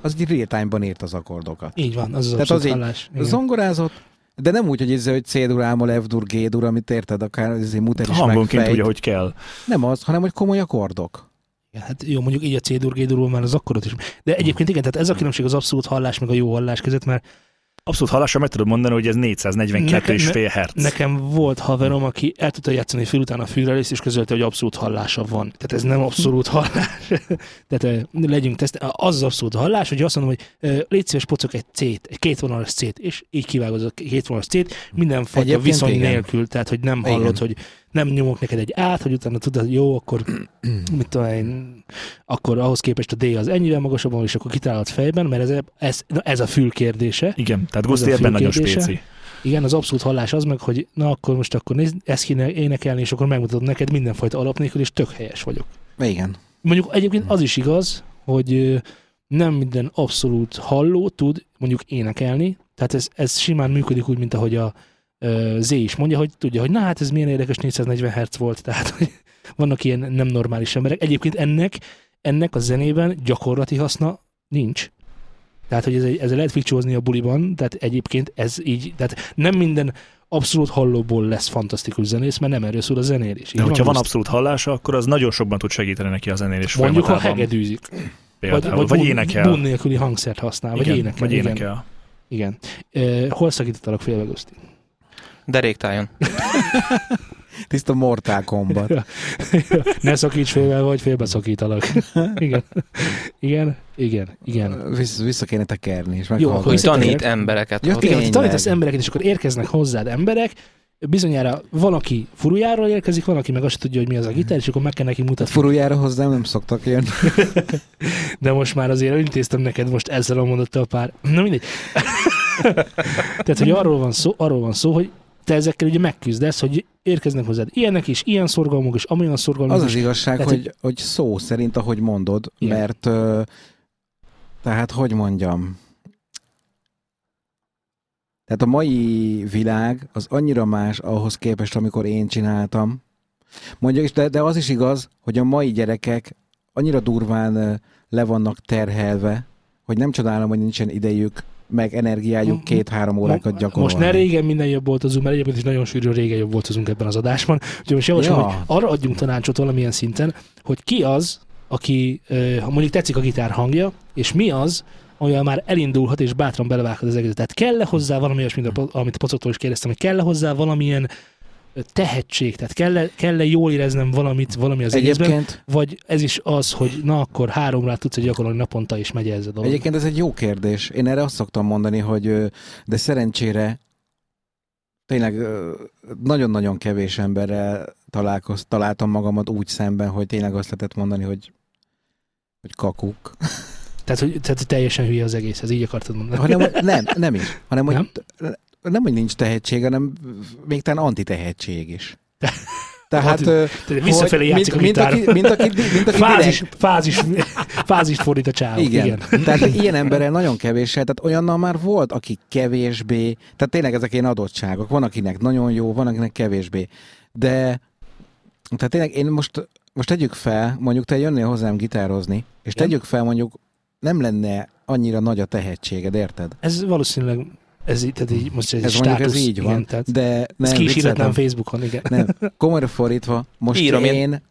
Speaker 6: az így real time-ban írt az akkordokat.
Speaker 2: Így van, az az
Speaker 6: Tehát
Speaker 2: abszolút
Speaker 6: az így-
Speaker 2: hallás. Igen.
Speaker 6: Zongorázott, de nem úgy, hogy ez, hogy C-dur, ámol, F-dur, G-dur, amit érted, akár ez muter is
Speaker 3: Hangonként
Speaker 6: megfejt.
Speaker 3: úgy, ahogy kell.
Speaker 6: Nem az, hanem hogy komoly akkordok.
Speaker 2: Igen, Hát jó, mondjuk így a C-dur, G-durról már az akkorot is. De egyébként igen, tehát ez a különbség az abszolút hallás meg a jó hallás között, mert
Speaker 3: Abszolút hallással meg tudod mondani, hogy ez 442 és
Speaker 2: Nekem-
Speaker 3: fél hertz.
Speaker 2: nekem volt haverom, aki el tudta játszani félután a fűrelészt, és közölte, hogy abszolút hallása van. Tehát ez nem abszolút hallás. Tehát ö, legyünk teszt. Az az abszolút hallás, hogy azt mondom, hogy ö, légy szíves, pocok egy C-t, egy kétvonalas C-t, és így kivágod a kétvonalas C-t, mindenfajta
Speaker 6: Egyébként
Speaker 2: viszony
Speaker 6: igen.
Speaker 2: nélkül, tehát hogy nem
Speaker 6: Igen.
Speaker 2: hallod, hogy nem nyomok neked egy át, hogy utána tudod, hogy jó, akkor mit tudom én, akkor ahhoz képest a D az ennyivel magasabb, van, és akkor kitálod fejben, mert ez, ez, na, ez a fül kérdése.
Speaker 3: Igen, tehát
Speaker 2: a
Speaker 3: Guszti
Speaker 2: fő
Speaker 3: ebben nagyon
Speaker 2: kérdése.
Speaker 3: spéci.
Speaker 2: Igen, az abszolút hallás az meg, hogy na akkor most akkor nézd, ezt kéne énekelni, és akkor megmutatom neked mindenfajta alap nélkül, és tök helyes vagyok.
Speaker 6: Igen.
Speaker 2: Mondjuk egyébként az is igaz, hogy ö, nem minden abszolút halló tud mondjuk énekelni, tehát ez, ez simán működik úgy, mint ahogy a ö, Z is mondja, hogy tudja, hogy na hát ez milyen érdekes 440 Hz volt, tehát hogy vannak ilyen nem normális emberek. Egyébként ennek, ennek a zenében gyakorlati haszna nincs. Tehát, hogy ez, egy- ezzel lehet fikcsózni a buliban, tehát egyébként ez így, tehát nem minden abszolút hallóból lesz fantasztikus zenész, mert nem erről szól a zenélés. Így
Speaker 3: De hogyha van
Speaker 2: Guszti?
Speaker 3: abszolút hallása, akkor az nagyon sokban tud segíteni neki a zenélés
Speaker 2: Mondjuk, ha
Speaker 3: folyamatában.
Speaker 2: hegedűzik.
Speaker 3: Például. Vagy,
Speaker 2: bun-
Speaker 3: énekel.
Speaker 2: Bun nélküli hangszert használ, vagy
Speaker 3: igen,
Speaker 2: énekel.
Speaker 3: Vagy
Speaker 2: Igen.
Speaker 3: énekel.
Speaker 2: igen. Ö, hol szakítottalak félbe, Guszti?
Speaker 5: Deréktájon.
Speaker 6: Tiszta Mortal Kombat.
Speaker 2: ne szakíts félbe, vagy félbe szakítalak. igen. Igen, igen, igen.
Speaker 6: Vissza, vissza kéne tekerni, és
Speaker 2: Jó, akkor
Speaker 6: meghallgatni.
Speaker 5: Hogy
Speaker 2: vissza-
Speaker 5: tanít embereket.
Speaker 6: Ja,
Speaker 5: hogy-
Speaker 2: Igen, hogy
Speaker 6: Tényleg.
Speaker 2: tanítasz embereket, és akkor érkeznek hozzád emberek, bizonyára van, aki furujáról érkezik, van, aki meg azt se tudja, hogy mi az a gitár, és akkor meg kell neki
Speaker 6: Tehát
Speaker 2: mutatni.
Speaker 6: furuljára hozzám nem szoktak jönni.
Speaker 2: De most már azért intéztem neked most ezzel a mondattal pár. Na mindegy. Tehát, hogy arról van szó, arról van szó hogy te ezekkel ugye megküzdesz, hogy érkeznek hozzád ilyenek is, ilyen szorgalmuk is, amilyen szorgalmuk
Speaker 6: Az az
Speaker 2: is.
Speaker 6: igazság,
Speaker 2: Tehát,
Speaker 6: hogy, hogy szó szerint, ahogy mondod,
Speaker 2: Igen.
Speaker 6: mert ö, tehát, hogy mondjam, tehát a mai világ az annyira más ahhoz képest, amikor én csináltam. Mondjuk, és de, de az is igaz, hogy a mai gyerekek annyira durván ö, le vannak terhelve, hogy nem csodálom, hogy nincsen idejük, meg energiájuk
Speaker 2: Mm.
Speaker 6: két-három órákat gyakorolni.
Speaker 2: Most ne régen minden jobb volt azunk, mert egyébként is nagyon sűrű régen jobb volt azunk ebben az adásban. Úgyhogy most javaslom,
Speaker 6: Ja.
Speaker 2: hogy arra adjunk tanácsot valamilyen szinten, hogy ki az, aki ö, ha mondjuk tetszik a gitár hangja, és mi az, olyan már elindulhat és bátran belevághat az egészet. Tehát kell hozzá valami olyasmi, mint a po- amit a pocoktól is kérdeztem, hogy kell hozzá valamilyen ö, tehetség, tehát kell-e, kell-e jól éreznem valamit, valami az egészben,
Speaker 6: Egyébként
Speaker 2: vagy ez is az, hogy na akkor három rá tudsz egy gyakorolni naponta, és megy ez a dolog.
Speaker 6: Egyébként ez egy jó kérdés. Én erre azt szoktam mondani, hogy ö, de szerencsére tényleg ö, nagyon-nagyon kevés emberrel találkoz, találtam magamat úgy szemben, hogy tényleg azt lehetett mondani, hogy hogy kakuk.
Speaker 2: Tehát, hogy, tehát hogy teljesen hülye az egész, ez így akartad mondani.
Speaker 6: Hanem, hogy nem, nem is. Hanem, hogy
Speaker 2: Nem?
Speaker 6: nem? nem, hogy nincs tehetség, hanem még talán antitehetség is. Tehát,
Speaker 2: Anti-
Speaker 6: ö,
Speaker 2: Tehát Hát, Visszafelé
Speaker 6: hogy
Speaker 2: játszik a
Speaker 6: mint,
Speaker 2: gitár.
Speaker 6: mint, aki, mint, aki, mint aki direkt-
Speaker 2: Fázis, fázis, fázist fordít a csávó. Igen.
Speaker 6: Igen.
Speaker 2: igen.
Speaker 6: Tehát ilyen emberrel nagyon kevéssel, tehát olyannal már volt, aki kevésbé, tehát tényleg ezek ilyen adottságok. Van, akinek nagyon jó, van, akinek kevésbé. De, tehát tényleg én most, most tegyük fel, mondjuk te jönnél hozzám gitározni, és
Speaker 2: Igen.
Speaker 6: tegyük fel mondjuk nem lenne annyira nagy a tehetséged, érted?
Speaker 2: Ez valószínűleg, ez, így- tehát így, most ez, egy
Speaker 6: Ez mondjuk
Speaker 2: státusz.
Speaker 6: ez így van.
Speaker 2: Igen, tehát
Speaker 6: De
Speaker 2: nem,
Speaker 6: nem,
Speaker 2: ezt ki is
Speaker 6: vicceltem.
Speaker 2: hirdetném Facebookon, igen.
Speaker 6: Nem, komolyra fordítva, most
Speaker 5: Írom én.
Speaker 6: én,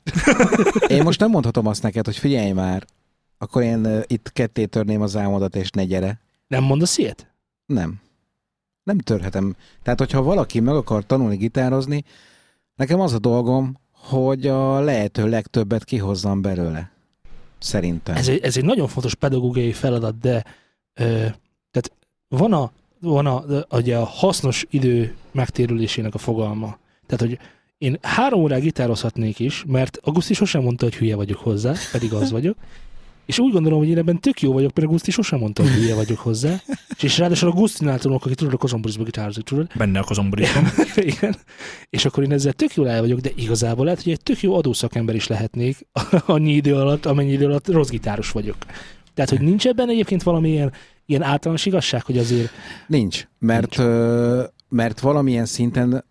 Speaker 6: én... most nem mondhatom azt neked, hogy figyelj már, akkor én ö, itt ketté törném az álmodat, és ne gyere.
Speaker 2: Nem mondasz ilyet?
Speaker 6: Nem. Nem törhetem. Tehát, hogyha valaki meg akar tanulni gitározni, nekem az a dolgom, hogy a lehető legtöbbet kihozzam belőle. Szerintem.
Speaker 2: Ez egy, ez egy nagyon fontos pedagógiai feladat, de ö, tehát van a, van a, a, ugye a hasznos idő megtérülésének a fogalma. Tehát, hogy én három órá gitározhatnék is, mert Auguszti sosem mondta, hogy hülye vagyok hozzá, pedig az vagyok. És úgy gondolom, hogy én ebben tök jó vagyok, mert Guszti sosem mondta, hogy hülye vagyok hozzá. És, és ráadásul a Gusztinál tanulok, aki tudod, a Kozomborizba gitározik, tudod.
Speaker 3: Benne a kozomborizom.
Speaker 2: Igen. És akkor én ezzel tök jól el vagyok, de igazából lehet, hogy egy tök jó adószakember is lehetnék annyi idő alatt, amennyi idő alatt rossz gitáros vagyok. Tehát, hogy nincs ebben egyébként valamilyen ilyen általános igazság, hogy azért
Speaker 6: Nincs, mert, Ö, mert valamilyen szinten,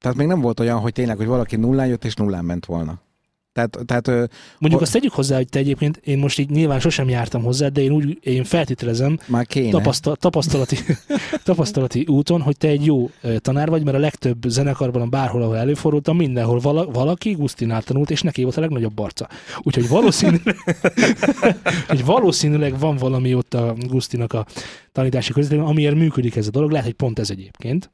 Speaker 6: tehát még nem volt olyan, hogy tényleg, hogy valaki nullán jött és nullán ment volna. Tehát, tehát ö,
Speaker 2: mondjuk
Speaker 6: Ho-
Speaker 2: azt tegyük hozzá, hogy te egyébként, én most így nyilván sosem jártam hozzá, de én úgy én feltételezem
Speaker 6: már kéne.
Speaker 2: tapasztal, tapasztalati, tapasztalati úton, hogy te egy jó ö, tanár vagy, mert a legtöbb zenekarban, bárhol, ahol előfordultam, mindenhol vala, valaki Gusztinál tanult, és neki volt a legnagyobb barca. Úgyhogy valószínűleg, hogy valószínűleg van valami ott a Gusztinak a tanítási közvetében, amiért működik ez a dolog. Lehet, hogy pont ez egyébként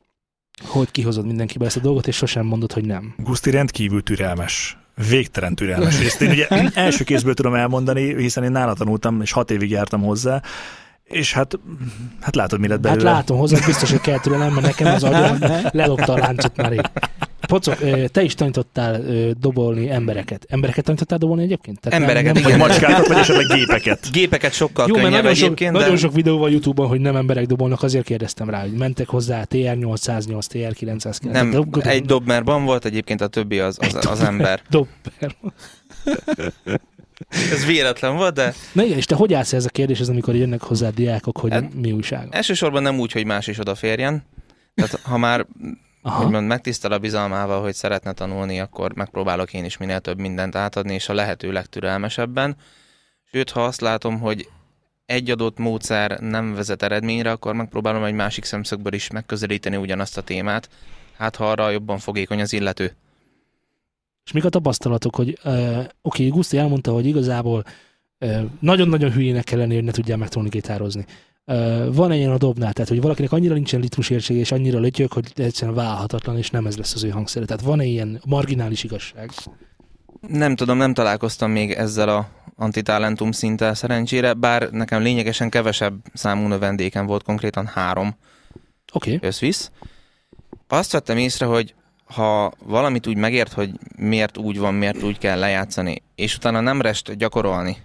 Speaker 2: hogy kihozod mindenkibe ezt a dolgot, és sosem mondod, hogy nem.
Speaker 3: Guszti rendkívül türelmes. Végtelen türelmes. Ezt én ugye első kézből tudom elmondani, hiszen én nála tanultam, és hat évig jártam hozzá. És hát, hát látod, mi lett
Speaker 2: Hát
Speaker 3: belőle.
Speaker 2: látom hozzá, biztos, hogy kell tőlem, mert nekem az agyam lelopta a láncot már rég. Pocok, ö, te is tanítottál ö, dobolni embereket. Embereket tanítottál dobolni egyébként?
Speaker 5: Embereket,
Speaker 2: nem,
Speaker 3: Vagy
Speaker 5: igen.
Speaker 3: macskákat, vagy esetleg gépeket.
Speaker 5: Gépeket sokkal
Speaker 2: Jó, mert
Speaker 5: könnyebb
Speaker 2: nagyon sok,
Speaker 5: egyébként,
Speaker 2: nagyon
Speaker 5: de
Speaker 2: sok videó van Youtube-on, hogy nem emberek dobolnak, azért kérdeztem rá, hogy mentek hozzá TR-808, TR-909.
Speaker 5: nem,
Speaker 2: dob,
Speaker 5: egy dobmerban volt egyébként, a többi az, az, az ember.
Speaker 2: dob.
Speaker 5: Ez véletlen volt, de
Speaker 2: Na igen, és te hogy állsz ez a kérdéshez, amikor jönnek hozzá diákok, hogy
Speaker 5: Hát-
Speaker 2: mi újság?
Speaker 5: elsősorban nem úgy, hogy más is odaférjen. Tehát ha már
Speaker 2: Aha.
Speaker 5: úgymond megtisztel a bizalmával, hogy szeretne tanulni, akkor megpróbálok én is minél több mindent átadni, és a lehető legtürelmesebben. Sőt, ha azt látom, hogy egy adott módszer nem vezet eredményre, akkor megpróbálom egy másik szemszögből is megközelíteni ugyanazt a témát. Hát, ha arra jobban fogékony az illető.
Speaker 2: És mik a tapasztalatok, hogy uh, oké, okay, Guszti elmondta, hogy igazából ö, nagyon-nagyon hülyének kell lenni, hogy ne tudjál megtanulni gitározni. Uh, van ilyen a dobnál, tehát hogy valakinek annyira nincsen ritmusérsége, és annyira lötyög, hogy egyszerűen válhatatlan, és nem ez lesz az ő hangszere. Tehát van ilyen marginális igazság.
Speaker 5: Nem tudom, nem találkoztam még ezzel a antitalentum szinttel szerencsére, bár nekem lényegesen kevesebb számú növendéken volt, konkrétan három.
Speaker 2: Oké.
Speaker 5: összvisz. Azt vettem észre, hogy ha valamit úgy megért, hogy miért úgy van, miért úgy kell lejátszani, és utána nem rest gyakorolni,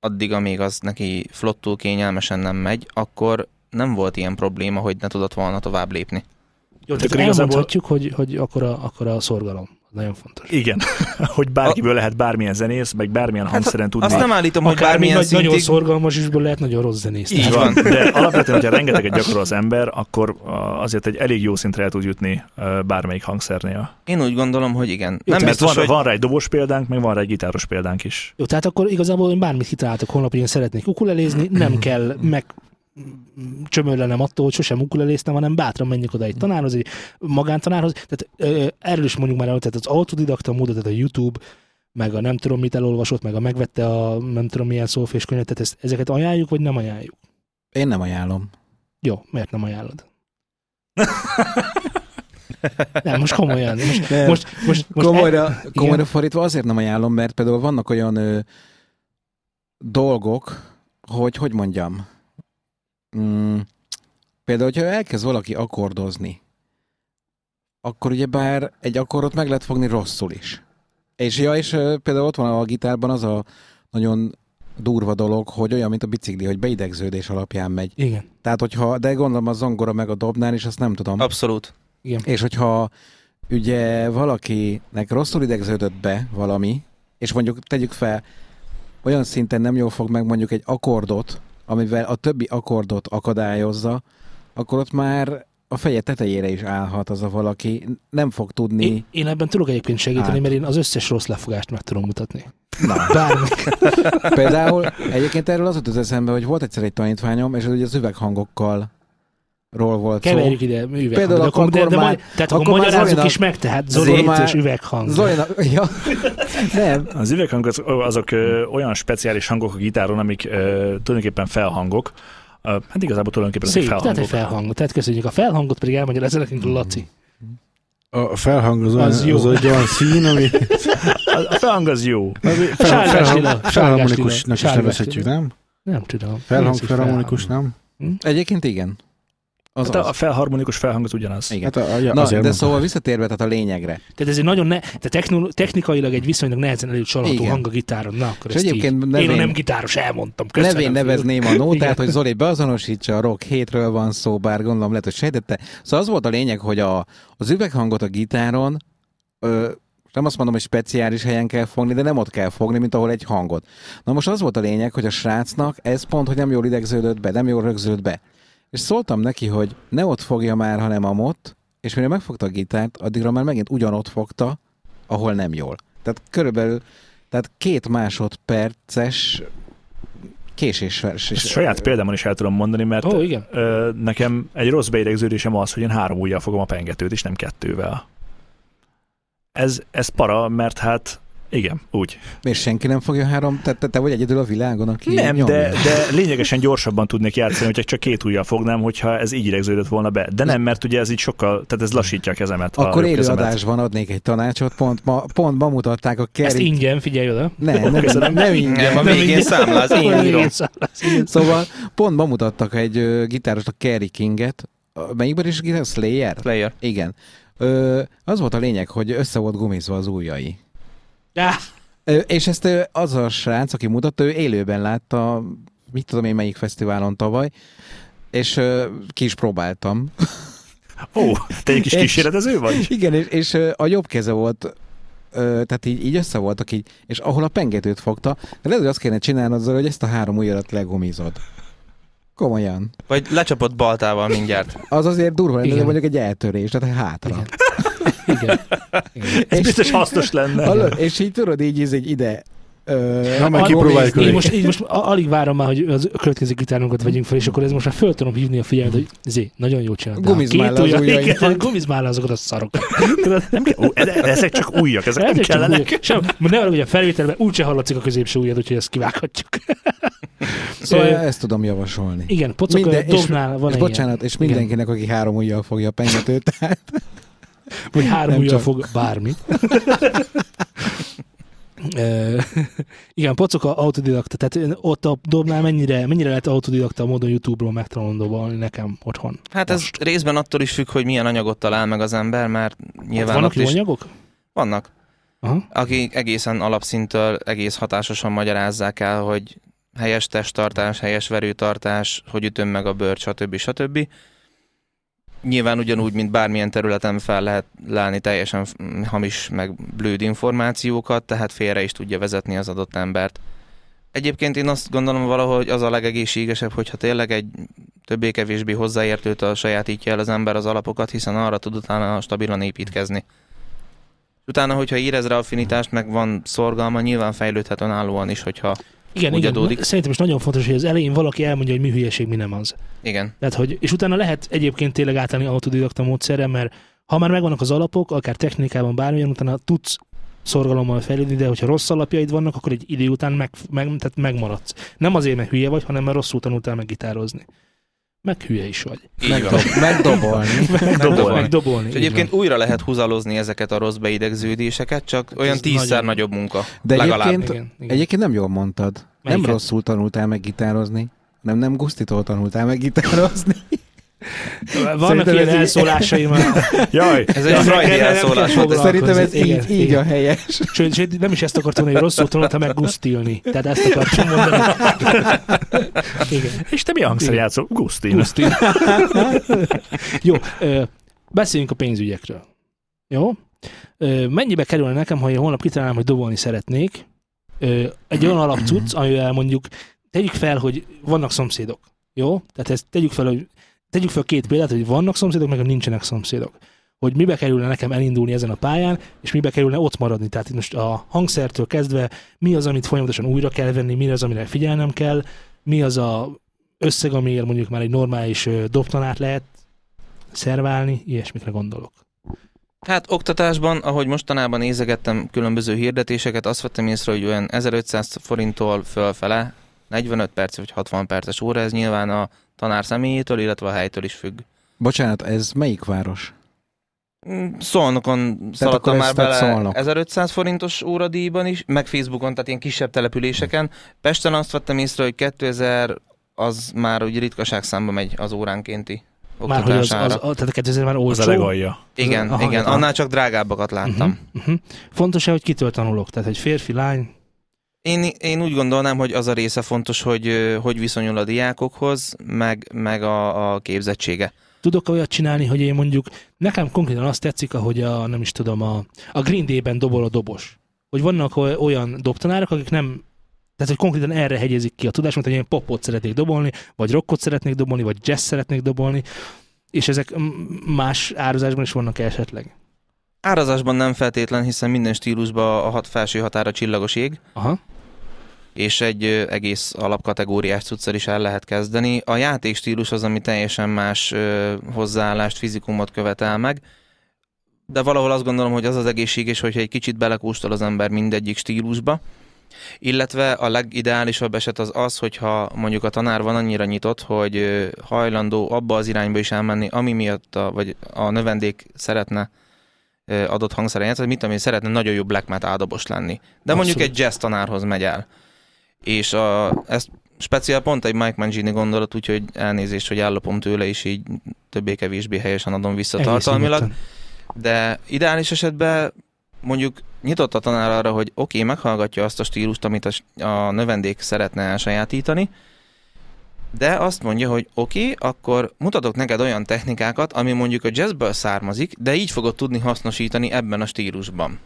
Speaker 5: addig, amíg az neki flottul kényelmesen nem megy, akkor nem volt ilyen probléma, hogy ne tudott volna tovább lépni.
Speaker 2: Jó, tehát
Speaker 3: akkor igazából-
Speaker 2: elmondhatjuk, hogy, hogy akkora, akkora szorgalom. Nagyon fontos.
Speaker 3: Igen, hogy bárkiből lehet bármilyen zenész, meg bármilyen hangszeren tudni.
Speaker 5: Hát Azt nem állítom, hogy
Speaker 2: Akár még
Speaker 5: bármilyen
Speaker 2: nagy, nagyon
Speaker 5: szintig...
Speaker 2: szorgalmas is ből lehet nagyon rossz zenész.
Speaker 5: Így
Speaker 2: Tehát
Speaker 5: van.
Speaker 3: De alapvetően, hogyha rengeteget gyakorol az ember, akkor ah, azért egy elég jó szintre el tud jutni ah, bármelyik hangszernél.
Speaker 5: Én úgy gondolom, hogy igen.
Speaker 3: Nem
Speaker 5: Nem
Speaker 3: Mert
Speaker 5: biztos,
Speaker 3: van,
Speaker 5: hogy...
Speaker 3: van rá egy dobos példánk, meg van rá egy gitáros példánk is.
Speaker 2: Jó, tehát akkor igazából én bármit kitaláltok holnap, hogy én szeretnék ukulelézni, nem kell meg csömörlenem attól, hogy sosem ukuleléztem, hanem bátran menjek oda egy tanárhoz, egy magántanárhoz. Tehát ö, erről is mondjuk már, el, tehát az autodidakta módot, tehát a YouTube, meg a nem tudom mit elolvasott, meg a megvette a nem tudom milyen szófés könyvet, tehát ezt, ezeket ajánljuk, vagy nem ajánljuk?
Speaker 6: Én nem ajánlom.
Speaker 2: Jó, miért nem ajánlod? Nem, most komolyan. Most,
Speaker 6: Nem.
Speaker 2: most, most, e- most
Speaker 6: komolyra, komolyra fordítva azért nem ajánlom, mert például vannak olyan ö, dolgok, hogy hogy mondjam, mm, például, hogyha elkezd valaki akkordozni, akkor ugye bár egy akkordot meg lehet fogni rosszul is. És ja, és ö, például ott van a gitárban az a nagyon durva dolog, hogy olyan, mint a bicikli, hogy beidegződés alapján megy.
Speaker 2: Igen,
Speaker 6: Tehát, hogyha, de gondolom a zongora meg a dobnál is, azt nem tudom.
Speaker 5: Abszolút.
Speaker 2: igen.
Speaker 6: És hogyha ugye valakinek rosszul idegződött be valami, és mondjuk tegyük fel, olyan szinten nem jól fog meg mondjuk egy akkordot, amivel a többi akkordot akadályozza, akkor ott már a feje tetejére is állhat az a valaki, nem fog tudni.
Speaker 2: Én, én ebben tudok egyébként segíteni,
Speaker 6: Hát.
Speaker 2: mert én az összes rossz lefogást meg tudom mutatni. Na. Bármi.
Speaker 6: Például egyébként erről az jutott eszembe, hogy volt egyszer egy tanítványom, és ez ugye az üveghangokkal ról volt szó.
Speaker 2: Keverjük ide üveghangot.
Speaker 6: Például
Speaker 2: de
Speaker 6: akkor
Speaker 2: de, de
Speaker 6: már-
Speaker 2: majd, tehát akkor,
Speaker 6: akkor már
Speaker 2: magyarázunk
Speaker 6: Zolinak-
Speaker 2: is meg, tehát
Speaker 6: Zoli
Speaker 2: Zoli
Speaker 6: már-
Speaker 2: és üveghang.
Speaker 6: Zolina, ja, nem,
Speaker 3: Az üveghangok az- azok ö, olyan speciális hangok a gitáron, amik ö, tulajdonképpen felhangok. Ö, Hát igazából tulajdonképpen ezek
Speaker 2: Szép, tehát egy
Speaker 3: felhangok.
Speaker 2: felhang. Tehát köszönjük. A felhangot pedig elmagyarázza nekünk Laci.
Speaker 4: A felhang az,
Speaker 2: Az
Speaker 4: olyan,
Speaker 2: jó.
Speaker 4: az egy olyan szín, ami
Speaker 3: A a felhang az jó.
Speaker 2: Sárgás
Speaker 4: felhang-
Speaker 2: lila. Sárgás lila.
Speaker 4: felharmonikusnak is
Speaker 2: Sárgás
Speaker 4: nevezhetjük,
Speaker 2: lila.
Speaker 4: nem?
Speaker 2: Nem tudom.
Speaker 4: Felhang,
Speaker 2: Ez is
Speaker 4: felharmonikus, nem?
Speaker 6: egyébként igen. Az,
Speaker 3: Hát a a
Speaker 6: az.
Speaker 3: felharmonikus felhang az ugyanaz.
Speaker 6: Igen.
Speaker 4: Hát a, a, ja,
Speaker 6: Na,
Speaker 4: azért
Speaker 6: de
Speaker 4: mondtam.
Speaker 6: szóval visszatérve, tehát a lényegre.
Speaker 2: Tehát ez egy nagyon ne, tehát technol, technikailag egy viszonylag nehezen előcsalható
Speaker 6: Igen.
Speaker 2: hang a gitáron. Na, akkor
Speaker 6: És
Speaker 2: ezt
Speaker 6: egyébként
Speaker 2: így. Én a
Speaker 6: nevén-
Speaker 2: nem gitáros elmondtam. Köszönöm.
Speaker 6: Nevén nevezném a nótát,
Speaker 2: Igen.
Speaker 6: hogy Zoli beazonosítsa, a rock hétről van szó, bár gondolom lehet, hogy sejtette. Szóval az volt a lényeg, hogy a, az üveghangot a gitáron ö, nem azt mondom, hogy speciális helyen kell fogni, de nem ott kell fogni, mint ahol egy hangot. Na most az volt a lényeg, hogy a srácnak ez pont, hogy nem jól idegződött be, nem jól rögzült be. És szóltam neki, hogy ne ott fogja már, hanem amott, és mire megfogta a gitárt, addigra már megint ugyanott fogta, ahol nem jól. Tehát körülbelül tehát két másodperces késésvers.
Speaker 3: Ezt saját példámon is el tudom mondani, mert
Speaker 2: Ó, igen.
Speaker 3: Ö, nekem egy rossz beidegződésem az, hogy én három ujjal fogom a pengetőt, és nem kettővel. Ez, ez para, mert hát igen, úgy.
Speaker 6: És senki nem fogja három, te, te, te vagy egyedül a világon, aki
Speaker 3: nem,
Speaker 6: nyomja.
Speaker 3: de, de lényegesen gyorsabban tudnék játszani, hogyha csak két ujjal fognám, hogyha ez így idegződött volna be. De nem, mert ugye ez így sokkal, tehát ez lassítja a kezemet.
Speaker 6: Akkor
Speaker 3: a jobb
Speaker 6: élő
Speaker 3: kezemet.
Speaker 6: adásban adnék egy tanácsot, pont ma, pont ma mutatták a
Speaker 2: Ezt
Speaker 6: Kerry.
Speaker 2: ingyen, figyelj oda.
Speaker 6: Ne, nem, nem, nem
Speaker 5: Nem, a
Speaker 6: ingyen.
Speaker 5: végén számláz, én írom.
Speaker 6: Szóval pont ma mutattak egy ö, gitárost, a Kerry Kinget. Ö, Melyikben is gitár? Slayer?
Speaker 5: Player.
Speaker 6: Igen. Ö, az volt a lényeg, hogy össze volt gumizva az ujjai.
Speaker 2: Á,
Speaker 6: Ö, és ezt ö, az a srác, aki mutatta, ő élőben látta, mit tudom én melyik fesztiválon tavaly, és ö, ki is próbáltam.
Speaker 3: Ó, te egy kis
Speaker 6: És-
Speaker 3: kísérletező vagy?
Speaker 6: Igen, és, és ö, a jobb keze volt, ö, tehát így, így össze voltak így, és ahol a pengetőt fogta, de lehet, hogy azt kéne csinálnod, Zoli, hogy ezt a három ujjadat legumizod. Komolyan.
Speaker 5: Vagy lecsapott baltával mindjárt.
Speaker 6: Az azért durva lenne, de
Speaker 2: Igen.
Speaker 6: mondjuk egy eltörés, tehát hátra.
Speaker 2: Igen. igen.
Speaker 3: Ez
Speaker 6: És-
Speaker 3: biztos hasznos lenne.
Speaker 6: Hallod? És így tudod, így, így, így ide. Ö,
Speaker 4: Na, majd
Speaker 2: Al-
Speaker 4: kipróbáljuk
Speaker 2: Én
Speaker 4: őket.
Speaker 2: most, én most a- alig várom már, hogy az következő gitárunkat vegyünk fel, és akkor ez most már föl tudom hívni a figyelmet, hogy zé, nagyon jó csináltál.
Speaker 6: Gumizd már le az
Speaker 2: ujjad-
Speaker 6: ujjainkat.
Speaker 2: igen, Gumizd már le azokat a szarokat. Tudod, nem kell.
Speaker 3: Ó, e- ezek csak újak, ezek nem
Speaker 2: Ezek csak
Speaker 3: kellenek.
Speaker 2: ujjak. Sem, ne arra, hogy a felvételben úgyse hallatszik a középső ujjad, úgyhogy ezt kivághatjuk.
Speaker 6: szóval
Speaker 2: Ö,
Speaker 6: ezt tudom javasolni.
Speaker 2: Igen, pocok Minden,
Speaker 6: Minden- és-
Speaker 2: dobnál van
Speaker 6: és
Speaker 2: ilyen.
Speaker 6: bocsánat, és mindenkinek, aki három ujjal fogja a pengetőt,
Speaker 2: Vagy három
Speaker 6: Nem
Speaker 2: ujjal
Speaker 6: csak.
Speaker 2: fog bármi. Ö, Igen, pocoka autodidakta, tehát ott a dobnál mennyire, mennyire lehet autodidakta módon YouTube-ról megtanulni dobolni nekem otthon?
Speaker 5: Hát ez részben attól is függ, hogy milyen anyagot talál meg az ember, mert nyilván
Speaker 2: Vannak
Speaker 5: ott
Speaker 2: jó
Speaker 5: is
Speaker 2: anyagok?
Speaker 5: vannak,
Speaker 2: Aha.
Speaker 5: akik egészen alapszintől egész hatásosan magyarázzák el, hogy helyes testtartás, helyes verőtartás, hogy ütöm meg a bőrt, stb. stb. Nyilván ugyanúgy, mint bármilyen területen fel lehet lelni teljesen mm, hamis, meg blőd információkat, tehát félre is tudja vezetni az adott embert. Egyébként én azt gondolom valahogy az a legegészségesebb, hogyha tényleg egy többé-kevésbé hozzáértőtől sajátítja el az ember az alapokat, hiszen arra tud utána stabilan építkezni. Utána, hogyha érez rá affinitást, meg van szorgalma, nyilván fejlődhet önállóan is, hogyha
Speaker 2: Igen,
Speaker 5: Úgy
Speaker 2: igen.
Speaker 5: adódik.
Speaker 2: Szerintem is nagyon fontos, hogy az elején valaki elmondja, hogy mi hülyeség, mi nem az.
Speaker 5: igen.
Speaker 2: Tehát, hogy, és utána lehet egyébként tényleg átállni autodidakta módszerre, mert ha már megvannak az alapok, akár technikában, bármilyen, utána tudsz szorgalommal fejlődni, de hogyha rossz alapjaid vannak, akkor egy idő után meg, meg, tehát megmaradsz. Nem azért, mert hülye vagy, hanem mert rosszul tanultál meg gitározni. Meg hülye is vagy.
Speaker 5: Így van.
Speaker 6: Megdobolni.
Speaker 5: Megdobolni.
Speaker 2: Meg dobolni.
Speaker 5: És
Speaker 2: így
Speaker 5: egyébként újra lehet húzalozni ezeket a rossz beidegződéseket, csak olyan
Speaker 2: ez
Speaker 5: tízszer
Speaker 2: nagyon-
Speaker 5: nagyobb munka.
Speaker 6: De
Speaker 5: Legalább.
Speaker 2: van.
Speaker 6: egyébként,
Speaker 2: Igen, igen.
Speaker 6: egyébként nem jól mondtad. Nem
Speaker 2: Melyiket?
Speaker 6: rosszul tanultál meg gitározni, hanem nem Gusztitól tanultál meg gitározni.
Speaker 2: Vannak
Speaker 6: Szerintem
Speaker 2: ilyen
Speaker 6: ez így-
Speaker 2: elszólásaim,
Speaker 3: Jaj,
Speaker 5: Ez egy
Speaker 2: Ja,
Speaker 5: frajdi
Speaker 2: neked nem
Speaker 5: elszólás
Speaker 2: kell
Speaker 5: volt.
Speaker 2: foglalkozni.
Speaker 6: Szerintem ez
Speaker 2: Igen,
Speaker 6: így, így
Speaker 2: igen.
Speaker 6: a helyes.
Speaker 2: sőt, sőt, nem is ezt akartam mondani, hogy rosszul tanultam meg gusztilni. Tehát ezt akartam mondani. Igen.
Speaker 3: és te mi hangszer
Speaker 2: Igen.
Speaker 3: játszol? Gusztin.
Speaker 2: Puszti. Jó, ö, beszéljünk a pénzügyekről. Jó? Ö, Mennyibe kerülne nekem, ha én holnap kitalálom, hogy dobolni szeretnék? Ö, Egy olyan alapcucc, amivel mondjuk tegyük fel, hogy vannak szomszédok. Jó? Tehát ezt tegyük fel, hogy tegyük fel két példát, hogy vannak szomszédok, meg hogy nincsenek szomszédok. Hogy mibe kerülne nekem elindulni ezen a pályán, és mibe kerülne ott maradni. Tehát itt most a hangszertől kezdve mi az, amit folyamatosan újra kell venni, mi az, amire figyelnem kell, mi az a összeg, amiért mondjuk már egy normális ö, dobtanát lehet szerválni, ilyesmikre gondolok.
Speaker 5: Hát oktatásban, ahogy mostanában nézegettem különböző hirdetéseket, azt vettem észre, hogy olyan 1500 forinttól fölfele, 45 perc vagy 60 perces óra, ez nyilván a tanár személyétől, illetve a helytől is függ.
Speaker 6: Bocsánat, ez melyik város?
Speaker 5: Mm, Szolnokon szaladtam
Speaker 6: akkor
Speaker 5: már
Speaker 6: ez tehát
Speaker 5: bele
Speaker 6: Szolnok.
Speaker 5: 1500 forintos óradíjban is, meg Facebookon, tehát ilyen kisebb településeken. Pesten azt vettem észre, hogy 2000 az már úgy ritkaság számba megy az óránkénti
Speaker 2: Már hogy az,
Speaker 5: oktatására.
Speaker 2: az, a, tehát a 2000 már
Speaker 3: Az a
Speaker 2: olcsó.
Speaker 3: legalja.
Speaker 5: igen,
Speaker 2: aha,
Speaker 5: igen,
Speaker 2: aha.
Speaker 5: annál csak drágábbakat láttam.
Speaker 2: uh-huh, uh-huh. Fontos-e, hogy kitől tanulok? Tehát egy férfi, lány,
Speaker 5: Én, én úgy gondolnám, hogy az a része fontos, hogy ö, hogy viszonyul a diákokhoz, meg, meg a, a képzettsége.
Speaker 2: tudok olyat csinálni, hogy én mondjuk, nekem konkrétan azt tetszik, ahogy a, nem is tudom, a, a Green Day-ben dobol a dobos. Hogy vannak o- olyan dobtanárok, akik nem tehát, hogy konkrétan erre hegyezik ki a tudásomat, hogy én popot szeretnék dobolni, vagy rockot szeretnék dobolni, vagy jazz szeretnék dobolni, és ezek m- más árazásban is vannak esetleg.
Speaker 5: Árazásban nem feltétlen, hiszen minden stílusban a hat felső határa csillagos ég,
Speaker 2: Aha.
Speaker 5: és egy ö, egész alapkategóriás cuccal is el lehet kezdeni. A játékstílus az, ami teljesen más ö, hozzáállást, fizikumot követel meg, de valahol azt gondolom, hogy az az egészséges, hogyha egy kicsit belekóstol az ember mindegyik stílusba, illetve a legideálisabb eset az az, hogyha mondjuk a tanár van annyira nyitott, hogy ö, hajlandó abba az irányba is elmenni, ami miatt a, vagy a növendék szeretne ö, adott hangszeren játszani, mit tudom én, szeretne nagyon jó black metal áldobos lenni. De mondjuk
Speaker 2: Abszolút.
Speaker 5: egy jazz tanárhoz megy el. És a, ezt speciál pont egy Mike Mangini gondolat, úgyhogy elnézést, hogy ellopom tőle, és így többé-kevésbé helyesen adom vissza
Speaker 2: Egész
Speaker 5: tartalmilag
Speaker 2: nyugodtan.
Speaker 5: de ideális esetben mondjuk nyitott a tanár arra, hogy oké, okay, meghallgatja azt a stílust, amit a, s- a növendék szeretne elsajátítani, de azt mondja, hogy oké, okay, akkor mutatok neked olyan technikákat, ami mondjuk a jazzből származik, de így fogod tudni hasznosítani ebben a stílusban.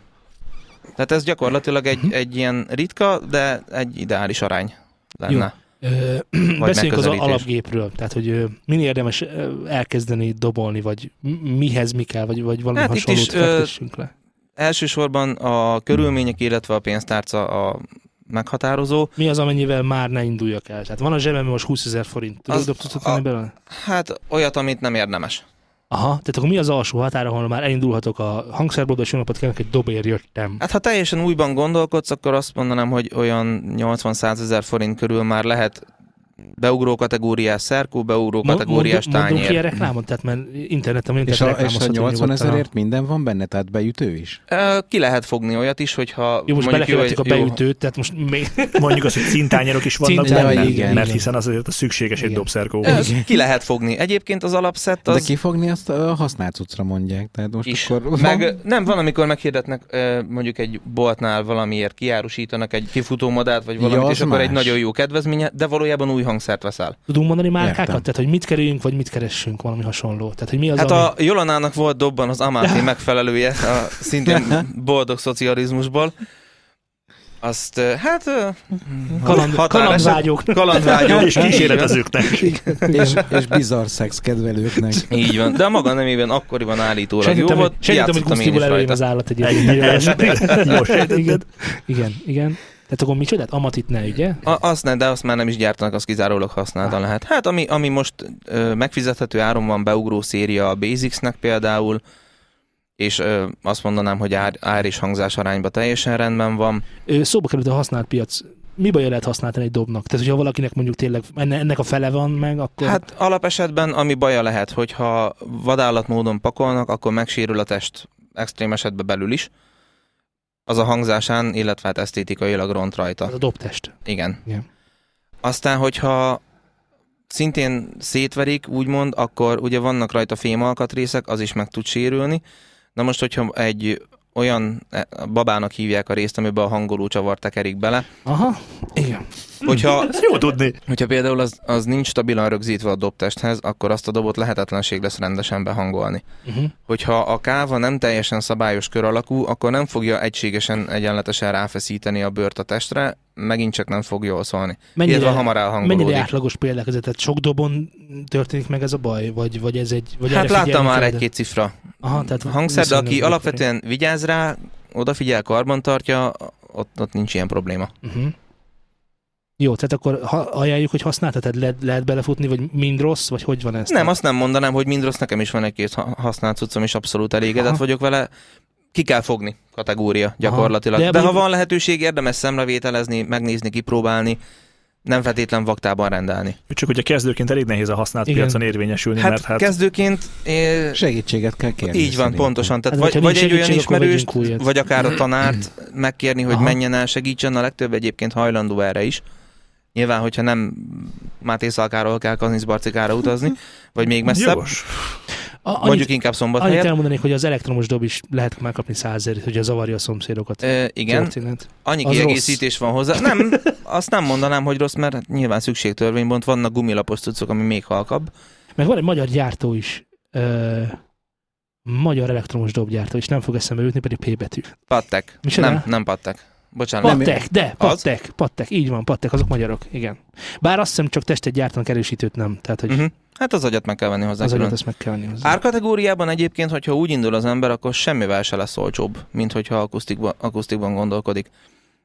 Speaker 5: Tehát ez gyakorlatilag egy, egy ilyen ritka, de egy ideális arány lenne.
Speaker 2: Ö, Beszéljünk az
Speaker 5: megközelítés.
Speaker 2: alapgépről, tehát hogy ö, min érdemes ö, elkezdeni dobolni, vagy m- mihez mi kell, vagy, vagy valami
Speaker 5: Hát
Speaker 2: hát
Speaker 5: itt
Speaker 2: hasonlót
Speaker 5: is, ö,
Speaker 2: fektessünk le.
Speaker 5: Elsősorban a körülmények, illetve a pénztárca a meghatározó.
Speaker 2: Mi az, amennyivel már ne induljak el? Tehát van a zsebemben most 20 ezer forint.
Speaker 5: Az-
Speaker 2: Tudod, dob- tudsz tenni
Speaker 5: a-
Speaker 2: belőle?
Speaker 5: Hát olyat, amit nem érdemes.
Speaker 2: Aha, tehát akkor mi az alsó határ, ahol már elindulhatok a hangszerboltba, és jó napot kívánok, egy dobér jöttem.
Speaker 5: Hát ha teljesen újban gondolkodsz, akkor azt mondanám, hogy olyan 80-100 ezer forint körül már lehet beugró kategóriás szerkú, beugró
Speaker 2: Mo-
Speaker 5: kategóriás
Speaker 2: mondjuk- Mondunk ilyen
Speaker 5: tányér.
Speaker 2: reklámot, tehát mert interneten mondjuk,
Speaker 6: És a,
Speaker 2: tehát
Speaker 6: és a 80
Speaker 2: nyugodtan a-
Speaker 6: ezerért minden van benne, tehát beütő is.
Speaker 5: Ö, Ki lehet fogni olyat is, hogyha
Speaker 2: Jó, most
Speaker 5: mondjuk
Speaker 2: belekövetjük a
Speaker 5: jó, jó,
Speaker 2: beütőt, tehát most még...
Speaker 3: Mondjuk azt, hogy cintányérok is vannak
Speaker 2: Cintány-
Speaker 3: benne,
Speaker 6: Ja, igen,
Speaker 3: mert
Speaker 6: igen.
Speaker 3: hiszen azért a szükséges egy
Speaker 2: Igen.
Speaker 3: dobszerkó.
Speaker 5: Ö, Ki lehet fogni. Egyébként az alapszett
Speaker 6: De
Speaker 5: az
Speaker 6: kifogni azt a használt cuccra mondják. Tehát most
Speaker 5: is.
Speaker 6: akkor...
Speaker 5: Meg, nem, van, amikor meghirdetnek ö, mondjuk egy boltnál valamiért, kiárusítanak egy kifutó modellt, vagy valamit,
Speaker 6: Ja, az
Speaker 5: és akkor egy
Speaker 6: más.
Speaker 5: nagyon jó kedvezménye, de valójában új hangszert veszel.
Speaker 2: Tudunk mondani márkákat?
Speaker 6: Értem.
Speaker 2: Tehát, hogy mit kerüljünk, vagy mit keressünk, valami hasonló. Tehát, hogy mi az,
Speaker 5: Hát
Speaker 2: ami...
Speaker 5: a Jolanának volt dobban az Amáté megfelelője, a szintén boldog szocializmusból. Azt, ö, hát... ö,
Speaker 2: Kaland,
Speaker 5: határeset-
Speaker 2: kalandvágyók.
Speaker 5: Kalandvágyó.
Speaker 3: És kísérletezőknek.
Speaker 6: és, és bizarr szex kedvelőknek.
Speaker 5: Így van, de a maga nemében akkoriban állítólag jó
Speaker 2: Sejtettem,
Speaker 5: volt,
Speaker 2: hogy, sejtettem, hogy
Speaker 5: játszottam én
Speaker 2: Gusztiból
Speaker 5: is
Speaker 2: előjön az
Speaker 5: rajta.
Speaker 2: állat egyébként.
Speaker 3: Egy-
Speaker 2: nyilván.
Speaker 3: egy- Jó, sejtetted?
Speaker 2: igen, igen, igen. Tehát akkor micsodát? Amatit ne, ugye?
Speaker 5: A, azt ne, de azt már nem is gyártanak, az kizárólag használtan lehet. Hát ami, ami most ö, megfizethető áron van beugró széria a Basicsnek például, és ö, azt mondanám, hogy ár, ár és hangzás arányban teljesen rendben van.
Speaker 2: Ö, Szóba került a használt piac. Mi baj lehet használni egy dobnak? Tehát, hogyha valakinek mondjuk tényleg enne- ennek a fele van meg, akkor...
Speaker 5: Hát alapesetben ami baja lehet, hogyha vadállat módon pakolnak, akkor megsérül a test extrém esetben belül is. Az a hangzásán, illetve hát esztétikailag ront rajta.
Speaker 2: az a dobtest.
Speaker 5: Igen.
Speaker 2: Igen.
Speaker 5: Aztán, hogyha szintén szétverik, úgymond, akkor ugye vannak rajta fémalkatrészek, az is meg tud sérülni. Na most, hogyha egy olyan eh, babának hívják a részt, amiben a hangoló csavar tekerik bele,
Speaker 2: Aha, igen.
Speaker 5: hogyha,
Speaker 3: Ez jó tudni.
Speaker 5: hogyha például az, az nincs stabilan rögzítve a dobtesthez, akkor azt a dobot lehetetlenség lesz rendesen behangolni.
Speaker 2: Uh-huh.
Speaker 5: Hogyha a káva nem teljesen szabályos kör alakú, akkor nem fogja egységesen, egyenletesen ráfeszíteni a bőrt a testre, megint csak nem fog jól szólni. Mennyire, Illetve hamar
Speaker 2: Mennyire
Speaker 5: elhangolódik.
Speaker 2: átlagos példák ez? Tehát sok dobon történik meg ez a baj? Vagy, vagy ez egy... Vagy
Speaker 5: Hát
Speaker 2: erre
Speaker 5: láttam
Speaker 2: figyelni
Speaker 5: már
Speaker 2: kell, de-
Speaker 5: egy-két cifra
Speaker 2: Aha, tehát
Speaker 5: hangszer, de
Speaker 2: Hát, viszonylag
Speaker 5: aki
Speaker 2: gyakori.
Speaker 5: alapvetően vigyáz rá, odafigyel, karban tartja, ott, ott nincs ilyen probléma.
Speaker 2: Uh-huh. Jó, tehát akkor ha, ajánljuk, hogy használtad, tehát lehet, lehet belefutni, vagy mind rossz, vagy hogy van ez?
Speaker 5: Nem, azt nem mondanám, hogy mind rossz, nekem is van egy-két ha- használt cuccom, és abszolút elégedett
Speaker 2: Aha.
Speaker 5: vagyok vele. Ki kell fogni kategória gyakorlatilag.
Speaker 2: De
Speaker 5: De, De ha
Speaker 2: mondjuk-
Speaker 5: van lehetőség, érdemes szemrevételezni, megnézni, kipróbálni, nem feltétlen vaktában rendelni.
Speaker 3: Csak ugye kezdőként elég nehéz a használt
Speaker 2: Igen.
Speaker 3: piacon érvényesülni,
Speaker 5: Hát,
Speaker 3: mert hát
Speaker 5: kezdőként eh,
Speaker 6: Segítséget kell kérni.
Speaker 5: Így van,
Speaker 6: szerintem.
Speaker 5: pontosan. Tehát
Speaker 2: Hát,
Speaker 5: vagy,
Speaker 2: hogyha
Speaker 5: vagy
Speaker 2: nincs
Speaker 5: egy olyan
Speaker 2: segítség, akkor
Speaker 5: ismerőst,
Speaker 2: vegyünk újat.
Speaker 5: vagy akár a tanárt megkérni, hogy
Speaker 2: Aha.
Speaker 5: menjen el, segítsen. A legtöbb egyébként hajlandó erre is. Nyilván, hogyha nem Máté Szalkáról kell Kazincbarcikára utazni, vagy még messzebb,
Speaker 3: jogos.
Speaker 2: A, annyit,
Speaker 5: mondjuk
Speaker 2: Mondjuk
Speaker 5: inkább
Speaker 2: annyit
Speaker 5: szombathelyet.
Speaker 2: elmondanék, hogy az elektromos dob is lehet megkapni százezerét, hogyha zavarja a szomszédokat.
Speaker 5: Ö, igen,
Speaker 2: Történet.
Speaker 5: annyi
Speaker 2: az rossz.
Speaker 5: kiegészítés van hozzá. Nem, azt nem mondanám, hogy rossz, mert nyilván szükségtörvénybont vannak gumilapos cuccok, ami még halkabb.
Speaker 2: Meg van egy magyar gyártó is, ö, magyar elektromos dobgyártó is, nem fog eszembe jutni, pedig P betű.
Speaker 5: Pattek.
Speaker 2: Mi se
Speaker 5: Nem,
Speaker 2: rá?
Speaker 5: nem pattek. Bocsánat.
Speaker 2: Pattek, de, pattek, pattek, így van, pattek, azok magyarok, igen. Bár azt hiszem csak testet gyártanak, erősítőt nem, tehát hogy
Speaker 5: Mhm. Hát az agyat meg kell venni hozzá.
Speaker 2: az
Speaker 5: külön.
Speaker 2: agyat ezt meg kell venni hozzá.
Speaker 5: Árkategóriában egyébként, hogyha úgy indul az ember, akkor semmivel se lesz olcsóbb, mint hogyha akusztikban, akusztikban gondolkodik.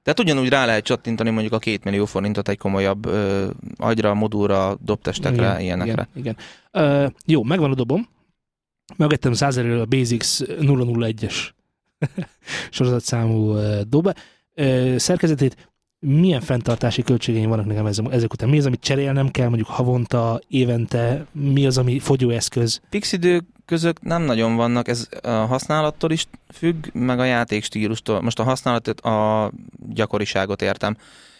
Speaker 5: Tehát ugyanúgy rá lehet csattintani mondjuk a két millió forintot egy komolyabb ö, agyra, modulra, dobtestekre, igen, ilyenekre. Igen.
Speaker 2: Igen, igen. Ö, jó, megvan a dobom. Megettem 100 a Basics 001-es sorozatszámú ö, dob ö, szerkezetét. Milyen fenntartási költségeim vannak nekem ezek ezek után? Mi az, amit cserélnem kell, mondjuk havonta, évente? Mi az, ami fogyóeszköz?
Speaker 5: Fix idő közök nem nagyon vannak, ez a használattól is függ, meg a játék stílustól. Most a használatot, a gyakoriságot értem.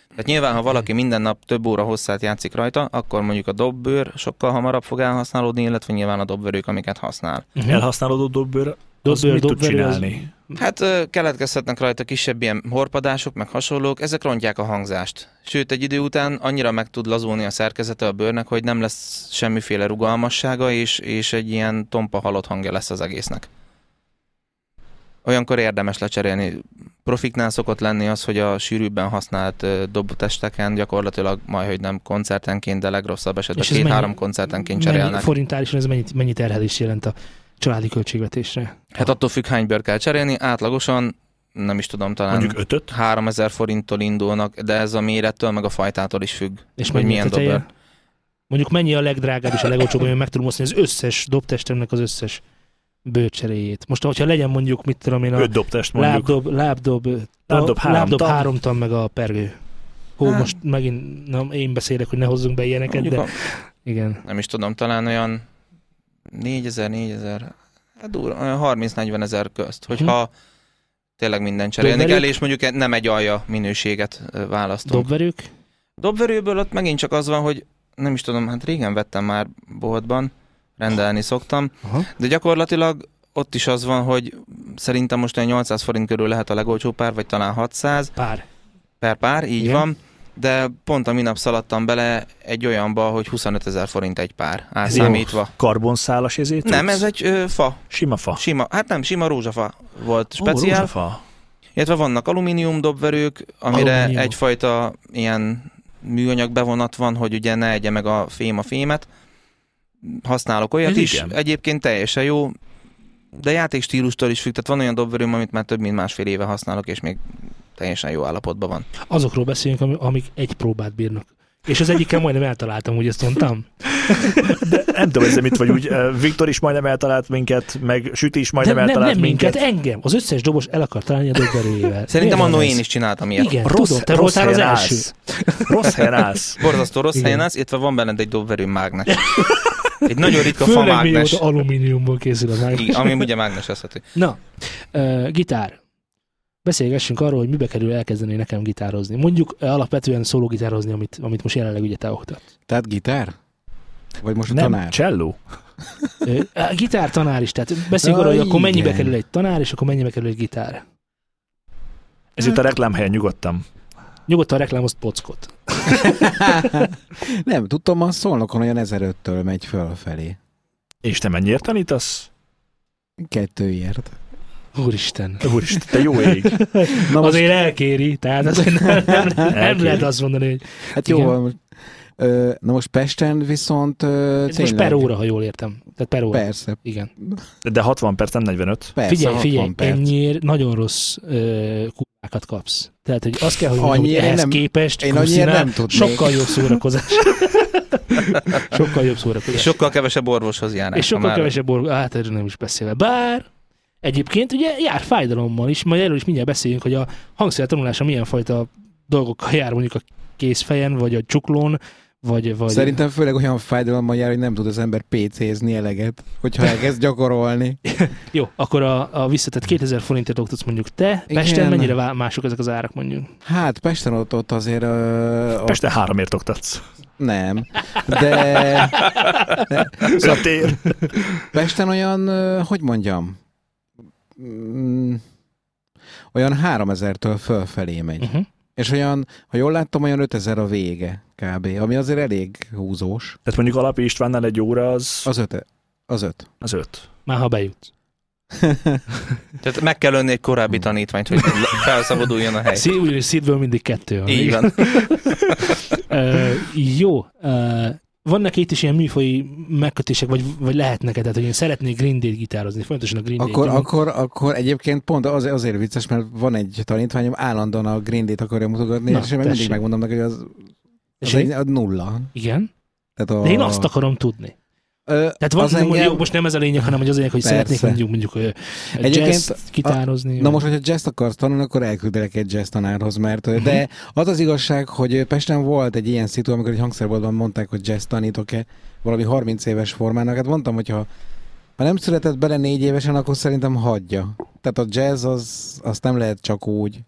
Speaker 5: Tehát nyilván, ha valaki minden nap több óra hosszát játszik rajta, akkor mondjuk a dobbőr sokkal hamarabb fog elhasználódni, illetve nyilván a dobverők, amiket használ.
Speaker 2: Mhm.
Speaker 3: Elhasználódó dobbőr, az
Speaker 2: Dobbőr,
Speaker 3: mit tud
Speaker 2: dobbőr, az-
Speaker 3: csinálni?
Speaker 5: Hát ö, keletkezhetnek rajta kisebb ilyen horpadások, meg hasonlók, ezek rontják a hangzást. Sőt, egy idő után annyira meg tud lazulni a szerkezete a bőrnek, hogy nem lesz semmiféle rugalmassága, és, és egy ilyen tompa halott hangja lesz az egésznek. Olyankor érdemes lecserélni. Profiknál szokott lenni az, hogy a sűrűbben használt ö, dobtesteken gyakorlatilag majdhogy nem koncertenként, de legrosszabb esetben
Speaker 2: És ez
Speaker 5: két-három
Speaker 2: mennyi-
Speaker 5: koncertenként
Speaker 2: Mennyi
Speaker 5: cserélnek.
Speaker 2: forintálisan ez mennyit, mennyi terhelést jelent a családi költségvetésre?
Speaker 5: Hát attól függ, hány bőr kell cserélni, átlagosan nem is tudom, talán
Speaker 3: Mondjuk ötöt?
Speaker 5: 3000 forinttól indulnak, de ez a mérettől, meg a fajtától is függ.
Speaker 2: És
Speaker 5: Hogy
Speaker 2: mennyi a
Speaker 5: milyen
Speaker 2: teteje?
Speaker 5: dobber?
Speaker 2: Mondjuk mennyi a legdrágább és a legolcsóbb, amiben meg tudom osztani az összes dobtestemnek az összes bőrcseréjét. Most, hogyha legyen mondjuk, mit tudom én, a
Speaker 3: Öt dobtest mondjuk.
Speaker 2: Lábdob, lábdob,
Speaker 3: Lábdob három
Speaker 2: lábdob
Speaker 3: tan.
Speaker 2: három tan meg a pergő. Hú, most megint nem, én beszélek, hogy ne hozzunk be ilyeneket,
Speaker 5: Mondjuk
Speaker 2: de
Speaker 5: a-
Speaker 2: igen.
Speaker 5: nem is tudom, talán olyan 4000, 4000, hát durva, olyan 30-40 ezer közt,
Speaker 2: Mhm.
Speaker 5: hogyha hmm. tényleg minden cserélni
Speaker 2: Dobverők?
Speaker 5: kell, és mondjuk nem egy alja minőséget ö, választunk. Dob.
Speaker 2: Dobverők?
Speaker 5: Dobverőből ott megint csak az van, hogy nem is tudom, hát régen vettem már boltban, rendelni szoktam,
Speaker 2: Aha.
Speaker 5: de gyakorlatilag ott is az van, hogy szerintem most olyan 800 forint körül lehet a legolcsó pár, vagy talán 600,
Speaker 2: Pár.
Speaker 5: per pár, így
Speaker 2: Igen.
Speaker 5: Igen. van, de pont a minap szaladtam bele egy olyanba, hogy 25 ezer forint egy pár, átszámítva.
Speaker 3: Karbonszálas ezért?
Speaker 5: Nem, ez egy ö, fa,
Speaker 3: Sima fa.
Speaker 5: sima, hát nem, sima rózsafa volt
Speaker 3: Ó,
Speaker 5: speciál,
Speaker 3: rózsafa.
Speaker 5: illetve vannak alumínium dobverők, amire
Speaker 2: Alumínium.
Speaker 5: alumínium. egyfajta ilyen műanyag bevonat van, hogy ugye ne egye meg a fém a fémet. Használok olyat
Speaker 3: Ez
Speaker 5: is,
Speaker 3: igen.
Speaker 5: egyébként teljesen jó, de játékstílustól is függ, tehát van olyan dobverőm, amit már több mint másfél éve használok, és még teljesen jó állapotban van.
Speaker 2: Azokról beszélünk, ami- amik egy próbát bírnak. És az egyikkel majdnem eltaláltam, úgy ezt mondtam.
Speaker 3: Nem tudom, ezzel mit vagy úgy. eh, Viktor is majdnem eltalált minket, meg Süti is
Speaker 2: De
Speaker 3: majdnem
Speaker 2: nem,
Speaker 3: eltalált
Speaker 2: nem minket,
Speaker 3: minket.
Speaker 2: engem. Az összes dobos el akar találni a dobverőjével.
Speaker 5: Szerintem
Speaker 2: Miért
Speaker 5: annó
Speaker 2: van ez?
Speaker 5: én is csináltam ilyet.
Speaker 2: Igen, rossz, tudom, te voltál az
Speaker 3: helyen
Speaker 2: első.
Speaker 3: Állsz. Rossz helyen állsz.
Speaker 5: Borzasztó rossz
Speaker 2: Igen.
Speaker 5: helyen állsz, illetve van benned egy dobverő mágnes. Egy nagyon ritka fa
Speaker 2: Főleg mióta
Speaker 5: mágnes.
Speaker 2: alumíniumból készül a mágnes.
Speaker 5: Igen, Ami ugye mágnes eszhető.
Speaker 2: Na, uh, gitár. Beszélgessünk arról, hogy mibe kerül elkezdeni nekem gitározni. Mondjuk ö, alapvetően szólógitározni, amit, amit most jelenleg ugye te oktat.
Speaker 6: Tehát gitár? Vagy most a
Speaker 3: Nem,
Speaker 6: tanár?
Speaker 3: cselló.
Speaker 2: Ö, a Gitár tanár is, tehát beszéljünk
Speaker 6: Na,
Speaker 2: arról, hogy akkor
Speaker 6: igen.
Speaker 2: mennyibe kerül egy tanár, és akkor mennyibe kerül egy gitár.
Speaker 3: Ez
Speaker 2: Hát-
Speaker 3: itt a reklámhelyen nyugodtam.
Speaker 2: Nyugodtan reklámozd pockot.
Speaker 6: Nem, tudtam, a szolnokon olyan 1005-től megy fölfelé.
Speaker 3: És te mennyiért tanítasz?
Speaker 6: Kettőért.
Speaker 2: Úristen.
Speaker 3: Úristen, te jó ég.
Speaker 6: Na most,
Speaker 2: Azért elkéri, tehát azért nem, nem, nem
Speaker 3: Elkéri.
Speaker 2: lehet azt mondani, hogy
Speaker 6: hát jó,
Speaker 2: igen.
Speaker 6: van, most, ö, na most Pesten viszont ö,
Speaker 2: ez most per óra, ha jól értem. Tehát per óra.
Speaker 6: Persze,
Speaker 2: Igen.
Speaker 3: De 60 perc, nem 45.
Speaker 6: persze,
Speaker 2: Figyelj,
Speaker 6: 60
Speaker 2: figyelj,
Speaker 6: perc.
Speaker 2: ennyiért nagyon rossz ö, kurvákat kapsz. Tehát, hogy azt kell, hogy mondjam, hogy
Speaker 6: Annyira
Speaker 2: ehhez
Speaker 6: nem-
Speaker 2: képest
Speaker 6: én annyira
Speaker 2: Kriszinál
Speaker 6: nem tudnék.
Speaker 2: sokkal jobb szórakozás. sokkal jobb szórakozás.
Speaker 5: És sokkal kevesebb orvoshoz járás.
Speaker 2: És
Speaker 5: ha
Speaker 2: sokkal
Speaker 5: már-
Speaker 2: kevesebb orgó, hát erről nem is beszélve. Bár egyébként ugye jár fájdalommal is, majd erről is mindjárt beszéljünk, hogy a hangszer tanulása milyen fajta dolgokkal jár mondjuk a kézfejen, vagy a csuklón, vagy, vagy
Speaker 6: Szerintem főleg olyan fájdalommal jár, hogy nem tud az ember PC-zni eleget, hogyha elkezd gyakorolni.
Speaker 2: Jó, akkor a, a visszatett 2000 forintért oktatsz mondjuk te.
Speaker 6: Igen.
Speaker 2: Pesten mennyire vá- mások ezek az árak mondjuk?
Speaker 6: Hát Pesten ott, ott azért... Ö, ott
Speaker 3: Este háromért oktatsz.
Speaker 6: nem. De
Speaker 2: Szóval-
Speaker 3: Ötér.
Speaker 6: Pesten olyan, ö, hogy mondjam, mm, olyan 3000-től fölfelé megy.
Speaker 2: Uh-huh.
Speaker 6: És olyan, ha jól láttam, olyan 5000 a vége kb. Ami azért elég húzós.
Speaker 3: Tehát mondjuk Alapi Istvánnal egy óra az,
Speaker 6: Az öt. Az öt.
Speaker 3: az öt.
Speaker 2: Már ha bejut.
Speaker 5: Tehát meg kell önni egy korábbi tanítványt, hogy felszabaduljon a hely.
Speaker 2: Szí, ugyanis szívből mindig kettő van.
Speaker 5: Így van.
Speaker 2: Ö, jó. Ö, vannak itt is ilyen műfai megkötések, vagy, vagy lehetnek tehát hogy én szeretnék Green Day-t gitározni, fontosan a Green Day-t.
Speaker 6: Akkor, akkor, akkor egyébként pont az, azért vicces, mert van egy tanítványom, állandóan a Green Day-t akarja mutogatni,
Speaker 2: Na,
Speaker 6: és én meg
Speaker 2: tessék.
Speaker 6: mindig megmondom neki, hogy az,
Speaker 2: És
Speaker 6: az
Speaker 2: én-
Speaker 6: egy, a nulla.
Speaker 2: Igen,
Speaker 6: Tehát a,
Speaker 2: de én azt akarom tudni.
Speaker 6: Ö,
Speaker 2: Tehát van,
Speaker 6: az
Speaker 2: nem,
Speaker 6: engem,
Speaker 2: engem... most nem ez a lényeg, hanem hogy az a lényeg, hogy
Speaker 6: Persze.
Speaker 2: szeretnék mondjuk, mondjuk ö,
Speaker 6: Egyébként
Speaker 2: jazz gitározni.
Speaker 6: Na most, hogyha jazz akarsz tanulni, akkor elküldelek egy jazz tanárhoz, mert ö, de az az igazság, hogy ö, Pesten volt egy ilyen szitu, amikor egy hangszerboltban mondták, hogy jazz tanítok-e valami 30 éves formának. Hát mondtam, hogy ha, ha nem született bele négy évesen, akkor szerintem hagyja. Tehát a jazz az, azt nem lehet csak úgy.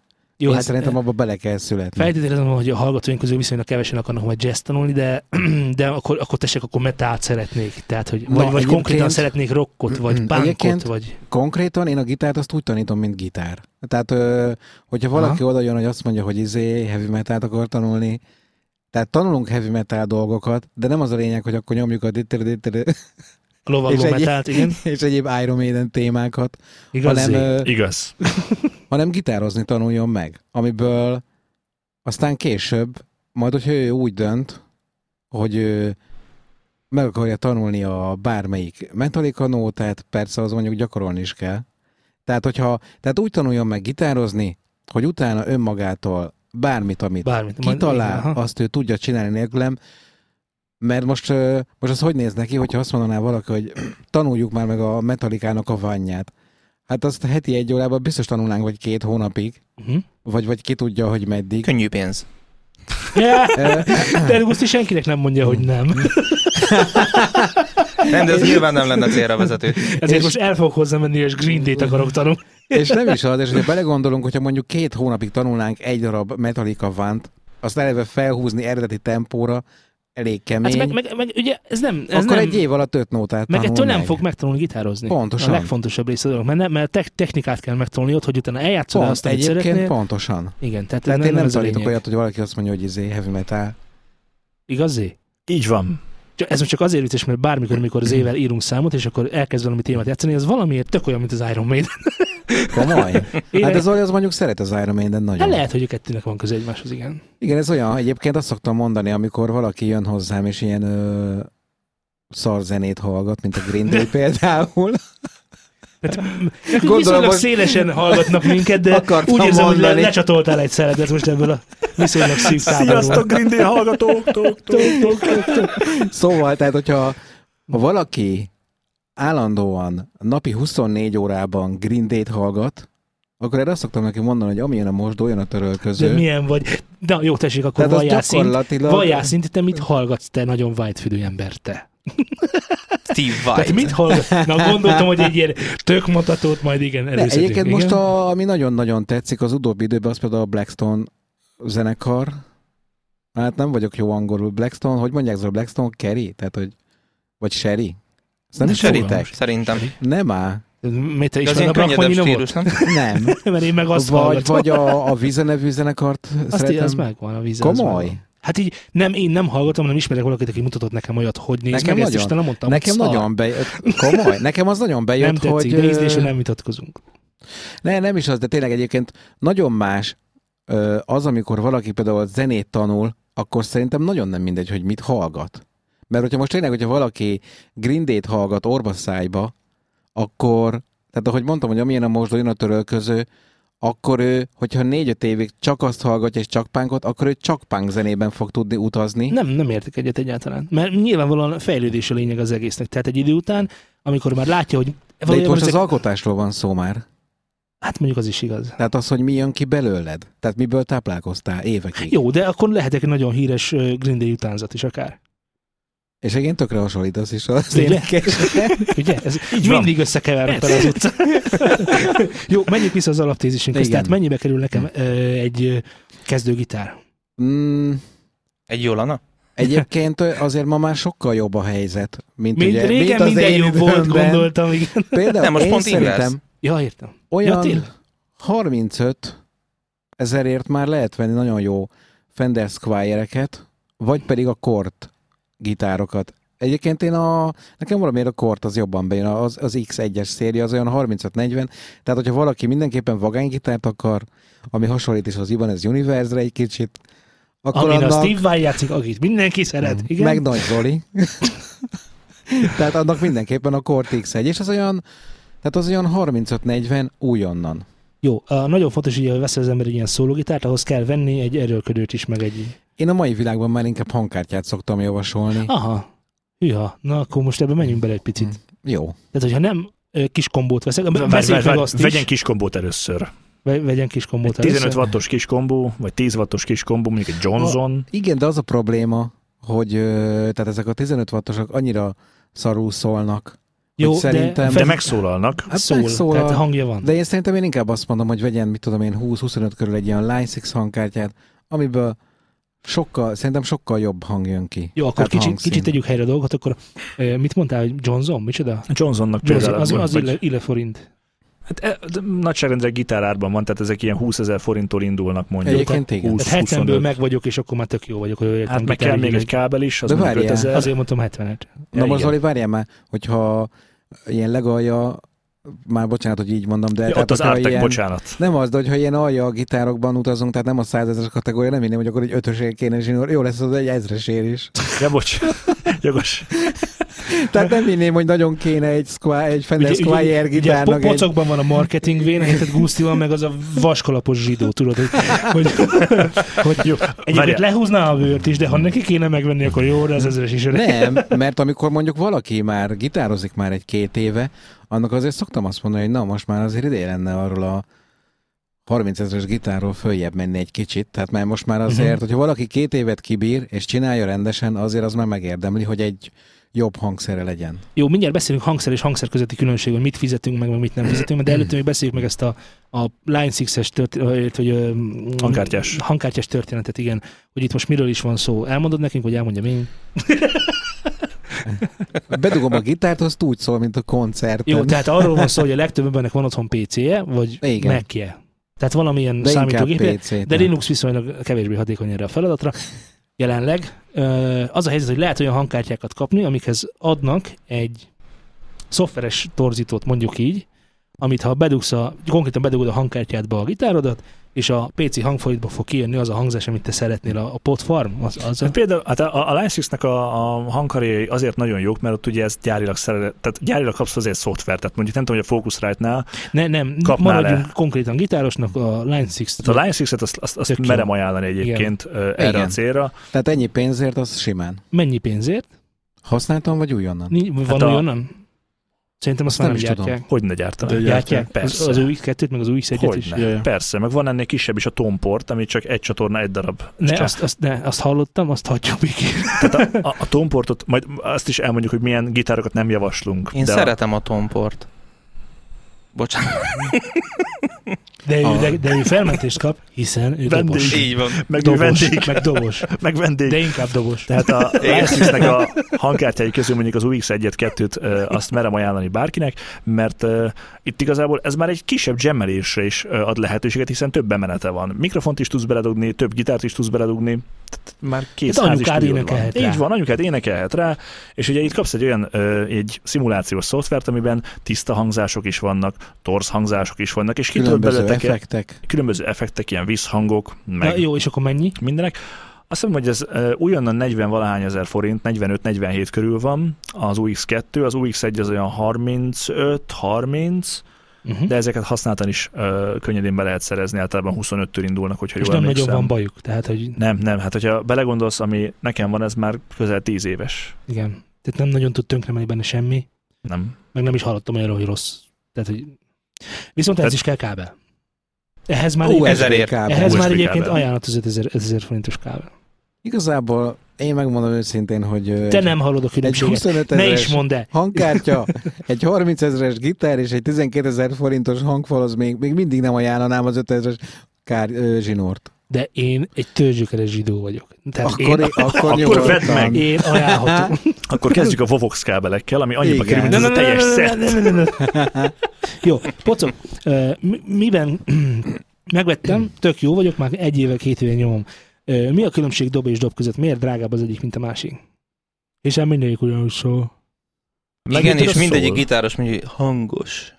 Speaker 6: Jó, Én hát szerintem abba bele kell születni.
Speaker 2: Feltételezem, hogy a hallgatóink közül viszonylag kevesen akarnak majd jazz tanulni, de, de akkor, akkor tessék, akkor metált szeretnék. Tehát, hogy
Speaker 6: Na,
Speaker 2: vagy, vagy
Speaker 6: egyébként-
Speaker 2: konkrétan szeretnék rockot, vagy punkot,
Speaker 6: Egyébként-
Speaker 2: vagy...
Speaker 6: Konkrétan én a gitárt azt úgy tanítom, mint gitár. Tehát, ö, hogyha valaki oda jön, hogy azt mondja, hogy izé, heavy metal akar tanulni, tehát tanulunk heavy metal dolgokat, de nem az a lényeg, hogy akkor nyomjuk a dittir- dittir-
Speaker 2: Lovagló
Speaker 6: egy-
Speaker 2: metált, igen.
Speaker 6: és egyéb Iron Maiden témákat,
Speaker 2: Igaz,
Speaker 6: hanem, ö,
Speaker 3: Igaz.
Speaker 6: hanem gitározni tanuljon meg, amiből aztán később, majd hogyha ő úgy dönt, hogy ő meg akarja tanulni a bármelyik Metallica nótát, persze az mondjuk gyakorolni is kell. Tehát, hogyha, tehát úgy tanuljon meg gitározni, hogy utána önmagától bármit, amit
Speaker 2: bármit. Majd-
Speaker 6: kitalál,
Speaker 2: aha.
Speaker 6: azt ő tudja csinálni nélkülem, mert most, ö, most az hogy néz neki, hogyha azt mondaná valaki, hogy tanuljuk már meg a metalikának a vanyját. Hát azt heti egy órában biztos tanulnánk, vagy két hónapig,
Speaker 2: Mhm.
Speaker 6: vagy, vagy ki tudja, hogy meddig.
Speaker 5: Könnyű pénz.
Speaker 2: Ja. De Auguszti senkinek nem mondja, hogy nem.
Speaker 5: Nem, de ez nyilván nem lenne célra vezető.
Speaker 2: Ezért
Speaker 6: És-
Speaker 2: most el fogok hozzá menni, és Green Day-t akarok tanulni.
Speaker 6: És nem is az, és ha belegondolunk, hogyha mondjuk két hónapig tanulnánk egy darab Metallica vánt, azt eleve felhúzni eredeti tempóra, elég
Speaker 2: Hát
Speaker 6: kemény,
Speaker 2: meg, meg, meg, ugye ez nem... Ez
Speaker 6: akkor
Speaker 2: nem...
Speaker 6: egy év alatt öt nótát
Speaker 2: Meg
Speaker 6: tanul
Speaker 2: ettől nem
Speaker 6: meg.
Speaker 2: fog megtanulni gitározni.
Speaker 6: Pontosan.
Speaker 2: A legfontosabb része a dolog, mert, nem, mert te- technikát kell megtanulni ott, hogy utána eljátszod szóval
Speaker 6: Pont,
Speaker 2: azt, amit
Speaker 6: egyébként
Speaker 2: szeretnél.
Speaker 6: pontosan.
Speaker 2: Igen, tehát,
Speaker 6: Tehát
Speaker 2: nem,
Speaker 6: én nem
Speaker 2: ez a
Speaker 6: tanítok
Speaker 2: lényeg.
Speaker 6: olyat, hogy valaki azt mondja, hogy izé heavy metal.
Speaker 2: Igazé?
Speaker 3: Így van.
Speaker 2: Csak, ez most csak azért vicces, mert bármikor, amikor
Speaker 6: Mhm.
Speaker 2: az évvel írunk számot, és akkor elkezd valami témát játszani, az valamiért tök olyan, mint az Iron Maiden.
Speaker 6: Komoly.
Speaker 2: Én,
Speaker 6: Hát ez olyan, az mondjuk szeret az Iron Maiden
Speaker 2: hát
Speaker 6: nagyon.
Speaker 2: lehet, hogy a kettőnek van köze egymáshoz, igen.
Speaker 6: Igen, ez olyan, egyébként azt szoktam mondani, amikor valaki jön hozzám, és ilyen ö, szar zenét hallgat, mint a Green Day például.
Speaker 2: Gondolom, hát viszonylag
Speaker 6: hogy-
Speaker 2: szélesen hallgatnak minket, de
Speaker 6: Akartam
Speaker 2: úgy érzem, hogy le,
Speaker 6: mondani.
Speaker 2: lecsatoltál egy szeledet most ebből a viszonylag szűk táborból.
Speaker 3: Green Day hallgatók! tók, tók.
Speaker 6: Szóval, tehát hogyha ha valaki állandóan napi 24 órában Green Day-t hallgat, akkor erre azt szoktam neki mondani, hogy amilyen a mosdó, olyan a
Speaker 2: De
Speaker 6: törölköző.
Speaker 2: milyen vagy? Na jó, tessék, akkor
Speaker 6: Tehát
Speaker 2: valljál
Speaker 6: az
Speaker 2: szint.
Speaker 6: gyakorlatilag...
Speaker 2: Valljál szint, te mit hallgatsz, te nagyon whitefülű ember, te.
Speaker 5: Steve
Speaker 2: Tehát
Speaker 5: White.
Speaker 2: mit hallgat? Na gondoltam, hogy egy ilyen tök mutatót majd igen
Speaker 6: Ne,
Speaker 2: előszedünk.
Speaker 6: egyébként
Speaker 2: igen?
Speaker 6: most, a, ami nagyon-nagyon tetszik az utóbbi időben, az például a Blackstone zenekar. Hát nem vagyok jó angolul. Blackstone, hogy mondják ez a Blackstone? Kerry? Tehát, hogy... Vagy Sherry? Ezt nem
Speaker 2: Nem
Speaker 6: is
Speaker 2: Sherry.
Speaker 6: veritek?
Speaker 5: Szerintem.
Speaker 6: Nem á.
Speaker 2: Miért te
Speaker 5: De az ilyen
Speaker 2: ismered a
Speaker 5: könnyedebb
Speaker 2: Brakonyi
Speaker 5: stílus,
Speaker 2: nomot?
Speaker 5: nem?
Speaker 6: Nem.
Speaker 2: Mert én meg azt
Speaker 6: vagy,
Speaker 2: hallgatom.
Speaker 6: vagy a, a Vize nevű zenekart
Speaker 2: Azt így,
Speaker 6: szeretem.
Speaker 2: az megvan a víz. az megvan.
Speaker 6: Komoly.
Speaker 2: Hát így nem, én nem hallgatom, hanem ismerek valakit, aki mutatott nekem olyat, hogy néz
Speaker 6: Nekem
Speaker 2: meg, ezt
Speaker 6: nagyon.
Speaker 2: is te nem mondtam. hogy
Speaker 6: Nekem
Speaker 2: szar.
Speaker 6: nagyon bejött. Komoly. Nekem az nagyon bejött,
Speaker 2: nem tetszik,
Speaker 6: hogy...
Speaker 2: de ízlésre
Speaker 6: ö,
Speaker 2: nem vitatkozunk.
Speaker 6: Ne, nem is az, de tényleg egyébként nagyon más ö, az, amikor valaki például zenét tanul, akkor szerintem nagyon nem mindegy, hogy mit hallgat. Mert hogyha most tényleg, hogyha valaki grindét hallgat orbaszájba, akkor, tehát ahogy mondtam, hogy amilyen a mosdó, jön a törölköző, akkor ő, hogyha négy-öt évig csak azt hallgatja és csak pánkot, akkor ő csak pánk zenében fog tudni utazni.
Speaker 2: Nem, nem értek egyet egyáltalán. Mert nyilvánvalóan a fejlődés a lényeg az egésznek. Tehát egy idő után, amikor már látja, hogy
Speaker 6: De itt
Speaker 2: valójában
Speaker 6: most az
Speaker 2: ezek-
Speaker 6: alkotásról van szó már.
Speaker 2: Hát mondjuk az is igaz.
Speaker 6: Tehát az, hogy mi jön ki belőled. Tehát miből táplálkoztál évekig.
Speaker 2: Jó, de akkor lehetek egy nagyon híres ö, Green Day utánzat is akár.
Speaker 6: És egyébként tökre hasonlítasz is az
Speaker 2: Ugye?
Speaker 6: énekes.
Speaker 2: Ugye? Ez Így
Speaker 3: van.
Speaker 2: mindig összekevernek fel az utca. Jó, menjünk vissza az alaptézisünkhez.
Speaker 6: Igen.
Speaker 2: Tehát mennyibe kerül nekem ö, egy ö, kezdőgitár?
Speaker 6: Mm,
Speaker 5: Egy Jolana?
Speaker 6: egyébként azért ma már sokkal jobb a helyzet, mint,
Speaker 2: Mint
Speaker 6: ugye,
Speaker 2: régen
Speaker 6: mint az
Speaker 2: minden
Speaker 6: én
Speaker 2: jobb volt,
Speaker 6: időmben.
Speaker 2: gondoltam. Igen.
Speaker 6: Például
Speaker 5: Nem, most
Speaker 6: én
Speaker 5: pont inverse.
Speaker 6: szerintem
Speaker 2: Ja, értem. Ja,
Speaker 6: olyan
Speaker 2: tényleg.
Speaker 6: 35 ezerért már lehet venni nagyon jó Fender Squire-eket, vagy pedig a Kort gitárokat. Egyébként én a, nekem valamiért a Kort az jobban bejön, az, az X1-es széria az olyan 35-40, tehát hogyha valaki mindenképpen vagánygitárt akar, ami hasonlít is az Ibanez Universe-re egy kicsit, akkor
Speaker 2: Amin a
Speaker 6: annak...
Speaker 2: Steve Vai játszik, akit mindenki szeret. Igen?
Speaker 6: Hát Meg Nagy Zoli. tehát annak mindenképpen a Cortex 1, és az olyan, tehát az olyan 35-40 újonnan.
Speaker 2: Jó, a, nagyon fontos, ugye, hogy veszel az ember egy ilyen szólógitárt, ahhoz kell venni egy erőlködőt is, meg egy...
Speaker 6: Én a mai világban már inkább hangkártyát szoktam javasolni.
Speaker 2: Aha, hűha, na akkor most ebbe menjünk bele egy picit.
Speaker 6: Hm. Jó.
Speaker 2: Tehát, hogyha nem ö, kis kombót veszek,
Speaker 3: Hmm. Várj,
Speaker 2: beszéljük
Speaker 3: várj,
Speaker 2: meg
Speaker 3: várj,
Speaker 2: azt
Speaker 3: vegyen
Speaker 2: is.
Speaker 3: kis kombót először.
Speaker 2: Ve- Vegyen kis kombót.
Speaker 3: 15
Speaker 2: először.
Speaker 3: wattos kis kombó, vagy 10 wattos kis kombó, mondjuk egy Johnson.
Speaker 6: Igen, de az a probléma, hogy ö, tehát ezek a 15 wattosok annyira szarul szólnak.
Speaker 2: Jó,
Speaker 6: hogy szerintem...
Speaker 2: de,
Speaker 3: De
Speaker 2: fel-
Speaker 3: megszólalnak.
Speaker 6: Hát
Speaker 2: szól,
Speaker 6: megszólal,
Speaker 2: tehát hangja van.
Speaker 6: De én szerintem én inkább azt mondom, hogy vegyen, mit tudom én, 20-25 körül egy ilyen Lysix hangkártyát, amiből sokkal, szerintem sokkal jobb hang jön ki.
Speaker 2: Jó, akkor
Speaker 6: Tehát
Speaker 2: kicsit,
Speaker 6: Hát hangszín.
Speaker 2: kicsit tegyük helyre a dolgot, akkor ö, mit mondtál, hogy Johnson, micsoda?
Speaker 3: Johnsonnak
Speaker 2: Johnson,
Speaker 3: például,
Speaker 2: az, az
Speaker 3: vagy-
Speaker 2: ille, ille forint.
Speaker 3: Hát e, de nagyságrendileg gitárárban van, tehát ezek ilyen 20 ezer forinttól indulnak mondjuk.
Speaker 6: Egyébként
Speaker 3: Tehát
Speaker 6: igen.
Speaker 3: 20,
Speaker 2: Tehát 70-ből
Speaker 3: 25.
Speaker 2: meg vagyok, és akkor már tök jó vagyok. Hogy értem,
Speaker 3: Hát meg kell még egy kábel is, az
Speaker 6: De
Speaker 3: mondjuk
Speaker 6: várjál.
Speaker 3: 5000.
Speaker 2: Azért mondtam 70-et.
Speaker 6: Na most
Speaker 3: Igen.
Speaker 6: Zoli, várjál már, hogyha ilyen legalja, már bocsánat, hogy így mondom, de...
Speaker 3: Ja,
Speaker 6: tehát
Speaker 3: ott az
Speaker 6: hogyha
Speaker 3: ártek,
Speaker 6: ilyen,
Speaker 3: bocsánat.
Speaker 6: Nem az, de hogyha ilyen alja a gitárokban utazunk, tehát nem a százezeres kategória, nem hinném, hogy akkor egy ötösér kéne zsinór, jó lesz az egy ezresér is.
Speaker 3: Ja, bocs. Jogos.
Speaker 6: Tehát nem hinném, hogy nagyon kéne egy, squá, egy Fender
Speaker 2: Ugye- ugye-
Speaker 6: Squire
Speaker 2: Ugye a po-
Speaker 6: gitárnak egy...
Speaker 2: pocokban van a marketing vén, tehát Guszti van meg az a vaskalapos zsidó, tudod, hogy, hogy, hogy
Speaker 3: Jó,
Speaker 2: egyébként
Speaker 3: várjál.
Speaker 2: lehúzná a bőrt is, de ha neki kéne megvenni, akkor jó, de az ezres is öreg.
Speaker 6: Nem, mert amikor mondjuk valaki már gitározik már egy-két éve, annak azért szoktam azt mondani, hogy na most már azért idén lenne arról a 30 ezeres gitárról följebb menni egy kicsit, tehát már most már azért,
Speaker 2: Mhm.
Speaker 6: uh-huh. hogyha valaki két évet kibír, és csinálja rendesen, azért az már megérdemli, hogy egy jobb hangszere legyen.
Speaker 2: Jó, mindjárt beszélünk hangszer és hangszer közötti különbség, hogy mit fizetünk meg, meg mit nem fizetünk,
Speaker 6: Mm.
Speaker 2: de előtte még beszéljük meg ezt a, a Line 6-es történet, vagy ö,
Speaker 3: Hangkártyás.
Speaker 2: hangkártyás történetet, igen, hogy itt most miről is van szó. Elmondod nekünk, hogy elmondjam én?
Speaker 6: Bedugom a gitárt, azt úgy szól, mint a koncert.
Speaker 2: Jó, tehát arról van szó, hogy a legtöbb embernek van otthon PC-je, vagy
Speaker 6: Igen.
Speaker 2: mac Tehát valamilyen
Speaker 6: de inkább
Speaker 2: számítógépje,
Speaker 6: PC.
Speaker 2: de Linux viszonylag kevésbé hatékony erre a feladatra. Jelenleg Ö, az a helyzet, hogy lehet olyan hangkártyákat kapni, amikhez adnak egy szoftveres torzítót, mondjuk így, amit ha bedugsz a, konkrétan bedugod a hangkártyádba a gitárodat, és a PC hangfordítba fog kijönni az a hangzás, amit te szeretnél, a, a potfarm, az, az a...
Speaker 3: Hát például hát a, a Line 6-nak a, a hangkarjai azért nagyon jók, mert ott ugye ez gyárilag, szere, tehát gyárilag kapsz hozzá egy szoftvert, tehát mondjuk nem tudom, hogy a Focusrite-nál,
Speaker 2: Ne, nem,
Speaker 3: Kapnál
Speaker 2: maradjunk konkrétan gitárosnak, a Line 6
Speaker 3: tehát Hát a Line 6-et azt, azt, azt
Speaker 2: Tök jó.
Speaker 3: merem ajánlani egyébként Igen. erre
Speaker 6: Igen.
Speaker 3: a célra.
Speaker 6: Tehát ennyi pénzért az simán.
Speaker 2: mennyi pénzért?
Speaker 6: Használtam, vagy újonnan?
Speaker 2: Ni- Van hát
Speaker 3: a-
Speaker 2: olyanan? Szerintem azt
Speaker 6: Azt
Speaker 2: már nem,
Speaker 6: nem is
Speaker 2: gyártják.
Speaker 6: tudom.
Speaker 3: Hogy ne gyártanak?
Speaker 4: De
Speaker 2: Gyártják?
Speaker 3: Persze.
Speaker 2: Az, az új X2-t, meg az új X1-et is.
Speaker 3: Hogyne.
Speaker 4: Jaj, jaj.
Speaker 3: Persze, meg van ennél kisebb is a tomport, ami csak egy csatorna, egy darab.
Speaker 2: Ne,
Speaker 3: Csak-
Speaker 2: azt, azt, ne, azt hallottam, azt hagyjuk békén.
Speaker 3: Tehát a, a, a tomportot, majd azt is elmondjuk, hogy milyen gitárokat nem javaslunk.
Speaker 5: Én
Speaker 3: de a-
Speaker 5: szeretem a tomport. Bocsánat.
Speaker 2: De ő,
Speaker 6: Ah.
Speaker 2: de, de ő felmentést kap, hiszen ő
Speaker 3: Vendég.
Speaker 2: dobos.
Speaker 5: Így van.
Speaker 3: Meg
Speaker 2: Dobos,
Speaker 3: vendég.
Speaker 2: meg dobos.
Speaker 3: Meg vendég.
Speaker 2: De inkább dobos.
Speaker 3: Tehát Hát a Lysix-nek a hangkártyái közül mondjuk az UX1-et, 2-t azt merem ajánlani bárkinek, mert ö, itt igazából ez már egy kisebb jammelésre is ö, ad lehetőséget, hiszen több bemenete van. Mikrofont is tudsz beledugni, több gitárt is tudsz beledugni, tehát már két
Speaker 2: Tehát
Speaker 3: házi
Speaker 2: anyukád
Speaker 3: stúdiód van.
Speaker 2: énekelhet rá.
Speaker 3: Így van, anyukád énekelhet rá, és ugye itt kapsz egy olyan ö, egy szimulációs szoftvert, amiben tiszta hangzások is vannak, torz hangzások is vannak, és ki tud
Speaker 6: Különböző
Speaker 3: belőle ke-
Speaker 6: effektek.
Speaker 3: különböző effektek, ilyen visszhangok, meg
Speaker 2: Na, jó, és akkor mennyi?
Speaker 3: mindenek. Azt mondom, hogy ez ö, újonnan 40 valahány ezer forint, 45-47 körül van az UX2, az UX1 az olyan 35-30,
Speaker 2: Uh-huh.
Speaker 3: de ezeket használtan is ö, könnyedén be lehet szerezni, általában 25-től indulnak, hogyha
Speaker 2: és
Speaker 3: jól
Speaker 2: nem
Speaker 3: emlékszem.
Speaker 2: nagyon van bajuk. Tehát, hogy
Speaker 3: Nem, nem, hát hogyha belegondolsz, ami nekem van, ez már közel 10 éves.
Speaker 2: igen. Tehát nem nagyon tud tönkre menni benne semmi,
Speaker 3: Nem.
Speaker 2: meg nem is hallottam erről, hogy rossz. Tehát, hogy... Viszont ez
Speaker 3: Tehát-
Speaker 2: is kell kábel. Ehhez már,
Speaker 6: Ú,
Speaker 2: egyébként-
Speaker 5: ezerért.
Speaker 6: kábel.
Speaker 2: ehhez már
Speaker 3: USB
Speaker 2: egyébként
Speaker 3: kábel.
Speaker 2: ajánlat az 5000 5000 forintos kábel.
Speaker 6: Igazából én megmondom őszintén, hogy ö,
Speaker 2: Te nem hallod a
Speaker 6: egy
Speaker 2: különbséget.
Speaker 6: 25
Speaker 2: Ne is
Speaker 6: ezeres
Speaker 2: mondd el.
Speaker 6: hangkártya, egy 30 ezeres gitár és egy 12 ezer forintos hangfal, az még, még mindig nem ajánlanám az 5 ezeres kár, ö, zsinort.
Speaker 2: De én egy törzsükeres zsidó vagyok. Tehát
Speaker 6: Akkor,
Speaker 2: én,
Speaker 6: én, akkor, Hát,
Speaker 3: Akkor vedd meg.
Speaker 2: én ajánlhatom.
Speaker 3: Akkor kezdjük a Vovox kábelekkel, ami annyiba kerül,
Speaker 6: Igen.
Speaker 3: mint ez a teljes szett.
Speaker 2: Jó, pocok, ö, mi- miben megvettem, tök jó vagyok, már egy éve, két éve nyomom. Ö, Mi a különbség dob és dob között? Miért drágább az egyik, mint a másik? És hát mindegyik ugyanúgy szól.
Speaker 5: Igen,
Speaker 3: mitől
Speaker 5: és
Speaker 3: szól?
Speaker 5: mindegyik gitáros mondja, hogy hangos.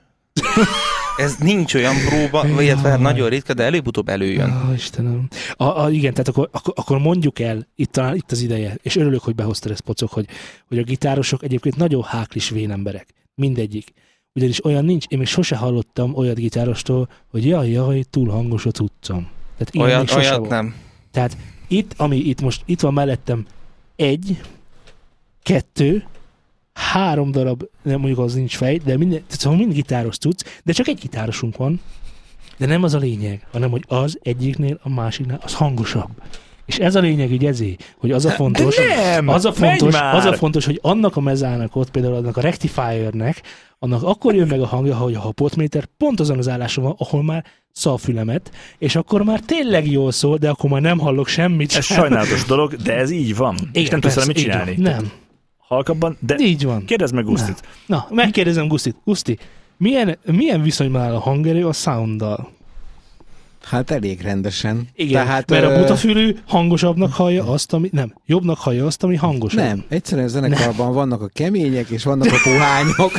Speaker 5: Ez nincs olyan próba, vagy illetve hát nagyon ritka, de előbb-utóbb előjön.
Speaker 2: Ó, Istenem. A, a, igen, tehát akkor, akkor, akkor, mondjuk el, itt talán itt az ideje, és örülök, hogy behoztad ezt, pocok, hogy, hogy a gitárosok egyébként nagyon háklis vén emberek. Mindegyik. Ugyanis olyan nincs, én még sose hallottam olyat gitárostól, hogy jaj, jaj, túl hangos a cuccom. Tehát ilyen még
Speaker 5: Olyat,
Speaker 2: sose
Speaker 5: olyat
Speaker 2: volt.
Speaker 5: nem.
Speaker 2: Itt, ami itt most itt van mellettem, egy, kettő, három darab, nem mondjuk az nincs fej, de minden, tehát szóval mind gitáros tudsz, de csak egy gitárosunk van. De nem az a lényeg, hanem hogy az egyiknél a másiknál az hangosabb. És ez a lényeg, hogy ezé, hogy az a fontos,
Speaker 3: Hát, nem!
Speaker 2: az a
Speaker 3: Menj
Speaker 2: fontos,
Speaker 3: már!
Speaker 2: az a fontos, hogy annak a mezának ott, például annak a rectifiernek, annak akkor jön meg a hangja, hogy ha a potméter pont azon az álláson van, ahol már szalfülemet, és akkor már tényleg jól szól, de akkor már nem hallok semmit.
Speaker 3: Ez
Speaker 2: sem.
Speaker 3: sajnálatos dolog, de ez így van. és nem tudsz
Speaker 2: persze,
Speaker 3: vele mit csinálni.
Speaker 2: Így van. Nem, Hát
Speaker 3: Halkabban, de
Speaker 2: így van.
Speaker 3: kérdezd meg Gusztit.
Speaker 2: Na, megkérdezem Gusztit. Guszti, milyen, milyen viszonyban áll a hangerő a sounddal?
Speaker 6: Hát elég rendesen.
Speaker 2: Igen,
Speaker 6: Tehát,
Speaker 2: Tehát, mert
Speaker 6: ö,
Speaker 2: a butafülű hangosabbnak hallja azt, ami... Nem, jobbnak hallja azt, ami hangosabb.
Speaker 6: Nem, egyszerűen zenekarban nem. vannak a kemények, és vannak a puhányok.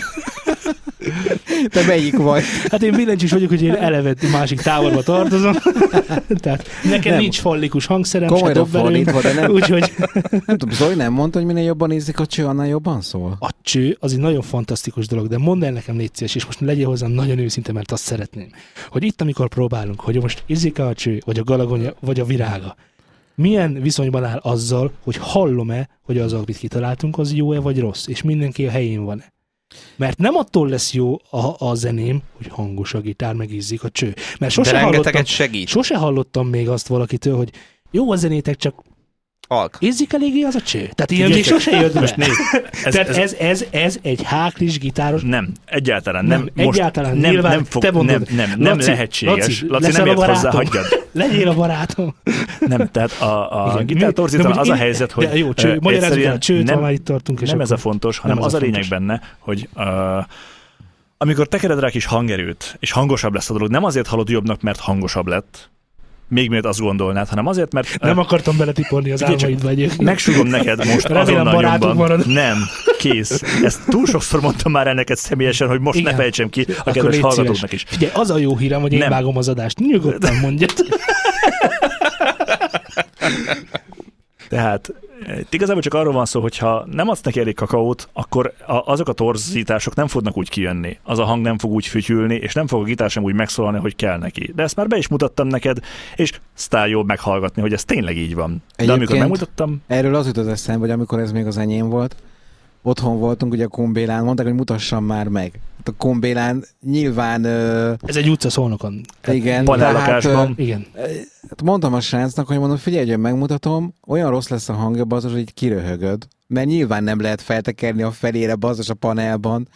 Speaker 6: Te melyik vagy?
Speaker 2: Hát én billentyűs vagyok, hogy én eleve másik táborba tartozom. Tehát nekem
Speaker 6: Nem.
Speaker 2: nincs fallikus hangszerem, se
Speaker 6: Komolyra
Speaker 2: dobverőm.
Speaker 6: fordítva, de nem,
Speaker 2: Úgyhogy
Speaker 6: nem tudom, Zoli nem mondta, hogy minél jobban ízik a cső, annál jobban szól.
Speaker 2: a cső az egy nagyon fantasztikus dolog, de mondd el nekem légy szíves, és most legyél hozzám nagyon őszinte, mert azt szeretném, hogy itt, amikor próbálunk, hogy most izzik a cső, vagy a galagonya, vagy a virága, milyen viszonyban áll azzal, hogy hallom-e, hogy az, amit kitaláltunk, az jó-e vagy rossz, és mindenki a helyén van-e? Mert nem attól lesz jó a, a zeném, hogy hangos a gitár, meg ízzik a cső. Mert
Speaker 5: De
Speaker 2: sose hallottam,
Speaker 5: rengeteget segít.
Speaker 2: sose hallottam még azt valakitől, hogy jó a zenétek, csak
Speaker 5: Alk.
Speaker 2: ízzik eléggé az a cső. Tehát ilyen még
Speaker 3: Figyeljetek,
Speaker 2: sose jött
Speaker 3: Most
Speaker 2: be.
Speaker 3: nézd, ez,
Speaker 2: Tehát
Speaker 3: ez,
Speaker 2: ez, ez, ez egy háklis gitáros
Speaker 3: nem, egyáltalán nem.
Speaker 2: Nem, egyáltalán,
Speaker 3: nem,
Speaker 2: nyilván,
Speaker 3: nem, fog,
Speaker 2: te
Speaker 3: nem, nem,
Speaker 2: mondod.
Speaker 3: nem,
Speaker 2: Laci,
Speaker 3: lehetséges.
Speaker 2: Laci,
Speaker 3: Laci, nem
Speaker 2: leszel a
Speaker 3: ért hozzá,
Speaker 2: barátom.
Speaker 3: hagyjad.
Speaker 2: Legyél a barátom.
Speaker 3: Nem, tehát a, a
Speaker 2: Igen, mi-
Speaker 3: gitártorzítónál
Speaker 2: de
Speaker 3: az a
Speaker 2: ugye-
Speaker 3: helyzet, hogy
Speaker 2: de jó,
Speaker 3: ö,
Speaker 2: cső, magyarázz
Speaker 3: egyszerűen
Speaker 2: el, csőt,
Speaker 3: nem-
Speaker 2: ha már itt tartunk. És
Speaker 3: nem ez a
Speaker 2: akkor-
Speaker 3: fontos, hanem
Speaker 2: nem
Speaker 3: az,
Speaker 2: ez
Speaker 3: a
Speaker 2: a
Speaker 3: lényeg
Speaker 2: fontos.
Speaker 3: benne, hogy uh, amikor tekered rá kis hangerőt, és hangosabb lesz a dolog, nem azért hallod jobbnak, mert hangosabb lett, még miért azt gondolnád, hanem azért, mert ö,
Speaker 2: Nem akartam beletiporni az
Speaker 3: Figyelj csak,
Speaker 2: álmaidba egyébként.
Speaker 3: Megsugom neked most
Speaker 2: Remélem,
Speaker 3: azonnal
Speaker 2: barátunk
Speaker 3: nyomban.
Speaker 2: marad.
Speaker 3: Nem, kész. Ezt túl sokszor mondtam már el neked személyesen, hogy most ne
Speaker 2: Igen.
Speaker 3: fejtsem ki a
Speaker 2: Akkor
Speaker 3: kedves
Speaker 2: légy
Speaker 3: hallgatóknak
Speaker 2: szíves.
Speaker 3: is.
Speaker 2: Figyelj, az a jó hírem, hogy én
Speaker 3: Nem.
Speaker 2: vágom az adást. Nyugodtan mondja.
Speaker 3: Tehát eh, itt igazából csak arról van szó, hogy ha nem adsz neki elég kakaót, akkor a, azok a torzítások nem fognak úgy kijönni. Az a hang nem fog úgy fütyülni, és nem fog a gitár sem úgy megszólalni, hogy kell neki. De ezt már be is mutattam neked, és sztál jobb meghallgatni, hogy ez tényleg így van. De amikor
Speaker 6: Egyébként-
Speaker 3: megmutattam,
Speaker 6: Erről az jutott eszembe, hogy amikor ez még az enyém volt, otthon voltunk, ugye a Kombélán, mondták, hogy mutassam már meg. Hát A Kombélán nyilván, ö,
Speaker 2: Ez egy utca szolnokon.
Speaker 6: igen, tehát, ö,
Speaker 3: panellakásban,
Speaker 2: Igen.
Speaker 6: hát mondtam a srácnak, hogy mondom, figyelj, hogy megmutatom, olyan rossz lesz a hangja, bazos, hogy kiröhögöd, mert nyilván nem lehet feltekerni a felére, bazos a panelban.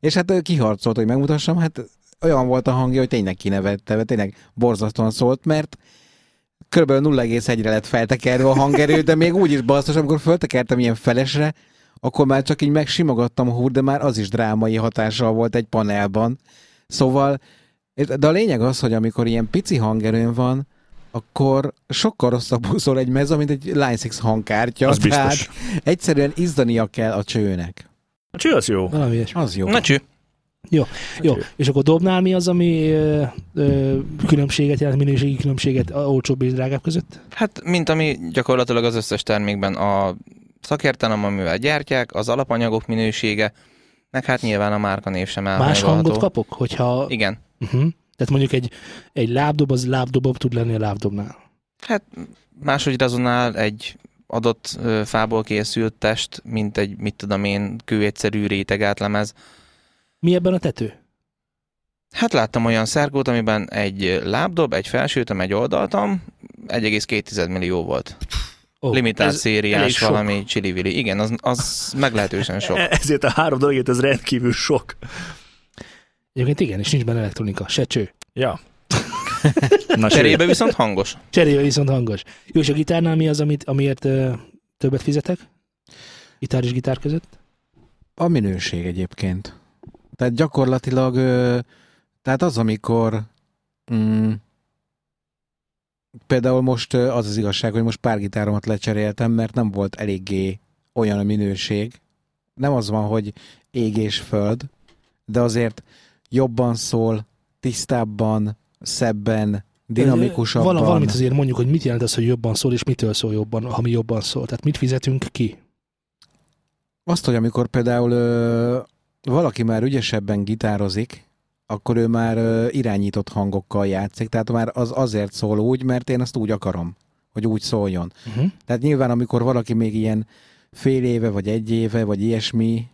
Speaker 6: És hát ő kiharcolt, hogy megmutassam, hát olyan volt a hangja, hogy tényleg kinevette, mert tényleg borzasztóan szólt, mert kb. 0,1-re lett feltekerve a hangerő, de még úgy is basztos, amikor föltekertem ilyen felesre, akkor már csak így megsimogattam a húr, de már az is drámai hatással volt egy panelban. Szóval, és- de a lényeg az, hogy amikor ilyen pici hangerőn van, akkor sokkal rosszabbul szól egy mezzo, mint egy Line 6 hangkártya.
Speaker 3: az
Speaker 6: tehát
Speaker 3: biztos.
Speaker 6: egyszerűen izdania kell a csőnek.
Speaker 3: A cső az jó.
Speaker 2: Valami ilyesmi.
Speaker 6: Az jó.
Speaker 5: Na cső.
Speaker 2: Jó, és akkor dobnál mi az, ami ö, ö, különbséget jelent, minőségi különbséget a olcsóbb és drágább között?
Speaker 5: Hát, mint ami gyakorlatilag az összes termékben a szakértelem, amivel gyártják, az alapanyagok minősége, meg hát nyilván a márkanév sem
Speaker 2: Más hangot
Speaker 5: elhanyagolható.
Speaker 2: kapok, hogyha...
Speaker 5: Igen.
Speaker 2: Uh-huh. Tehát mondjuk egy, egy lábdob, az lábdobabb tud lenni a lábdobnál.
Speaker 5: Hát máshogy razonál egy adott ö, fából készült test, mint egy, mit tudom én, kőegyszerű réteg átlemez.
Speaker 2: Mi ebben a tető?
Speaker 5: Hát láttam olyan szerkót, amiben egy lábdob, egy felsőtöm, egy oldaltam, 1,2 millió volt.
Speaker 2: Ó,
Speaker 5: Oh, Limitált
Speaker 3: ez elég
Speaker 5: szériás
Speaker 3: sok.
Speaker 5: valami csili-vili. Igen, az, az meglehetősen sok.
Speaker 3: E- Ezért a három dologért ez rendkívül sok.
Speaker 2: Egyébként igen, és nincs benne elektronika, se cső.
Speaker 3: Ja. Na, sőt.
Speaker 5: Cserébe viszont hangos.
Speaker 2: Cserébe viszont hangos. Jó, és a gitárnál mi az, amit, amiért ö, többet fizetek? Gitár és gitár között?
Speaker 6: A minőség egyébként. Tehát gyakorlatilag, ö, tehát az, amikor mm, például most ö, az az igazság, hogy most pár gitáromat lecseréltem, mert nem volt eléggé olyan a minőség. Nem az van, hogy ég és föld, de azért jobban szól, tisztábban, szebben, dinamikusabban.
Speaker 2: Val- valamit azért mondjuk, hogy mit jelent az, hogy jobban szól, és mitől szól jobban, ami jobban szól. Tehát mit fizetünk ki?
Speaker 6: Azt, hogy amikor például ö, valaki már ügyesebben gitározik, akkor ő már ö, irányított hangokkal játszik, tehát már az azért szól úgy, mert én azt úgy akarom, hogy úgy szóljon.
Speaker 2: Uh-huh.
Speaker 6: Tehát nyilván, amikor valaki még ilyen fél éve, vagy egy éve, vagy ilyesmi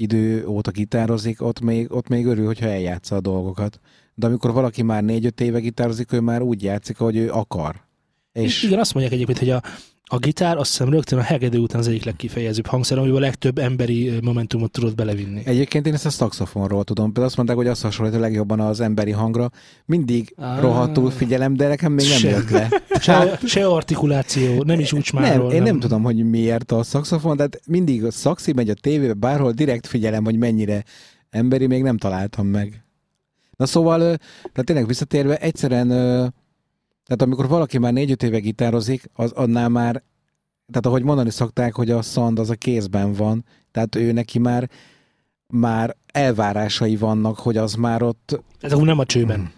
Speaker 6: idő óta gitározik, ott még, ott még örül, hogyha eljátsza a dolgokat. De amikor valaki már négy-öt éve gitározik, ő már úgy játszik, ahogy ő akar.
Speaker 2: És...
Speaker 6: És
Speaker 2: Igen, azt mondják egyébként, hogy a, a gitár azt hiszem rögtön a hegedű után az egyik legkifejezőbb hangszer, amiből a legtöbb emberi ö, momentumot tudod belevinni.
Speaker 6: Egyébként én ezt a szaxofonról tudom. Például azt mondták, hogy az hasonlít a legjobban az emberi hangra. Mindig
Speaker 2: Á.
Speaker 6: rohadtul figyelem, de nekem még nem
Speaker 2: Se.
Speaker 6: jött le.
Speaker 2: Se, se artikuláció, nem is
Speaker 6: Hát- Nem,
Speaker 2: úcsmáról.
Speaker 6: én nem, tudom, hogy miért a szaxofon, tehát mindig a szaxi megy a tévébe, bárhol direkt figyelem, hogy mennyire emberi, még nem találtam meg. Na szóval, ö, tehát tényleg visszatérve, egyszerűen, ö, tehát amikor valaki már négy-öt éve gitározik, az annál már, tehát ahogy mondani szokták, hogy a szand az a kézben van, tehát ő neki már már elvárásai vannak, hogy az már ott,
Speaker 2: Ez akkor nem a csőben.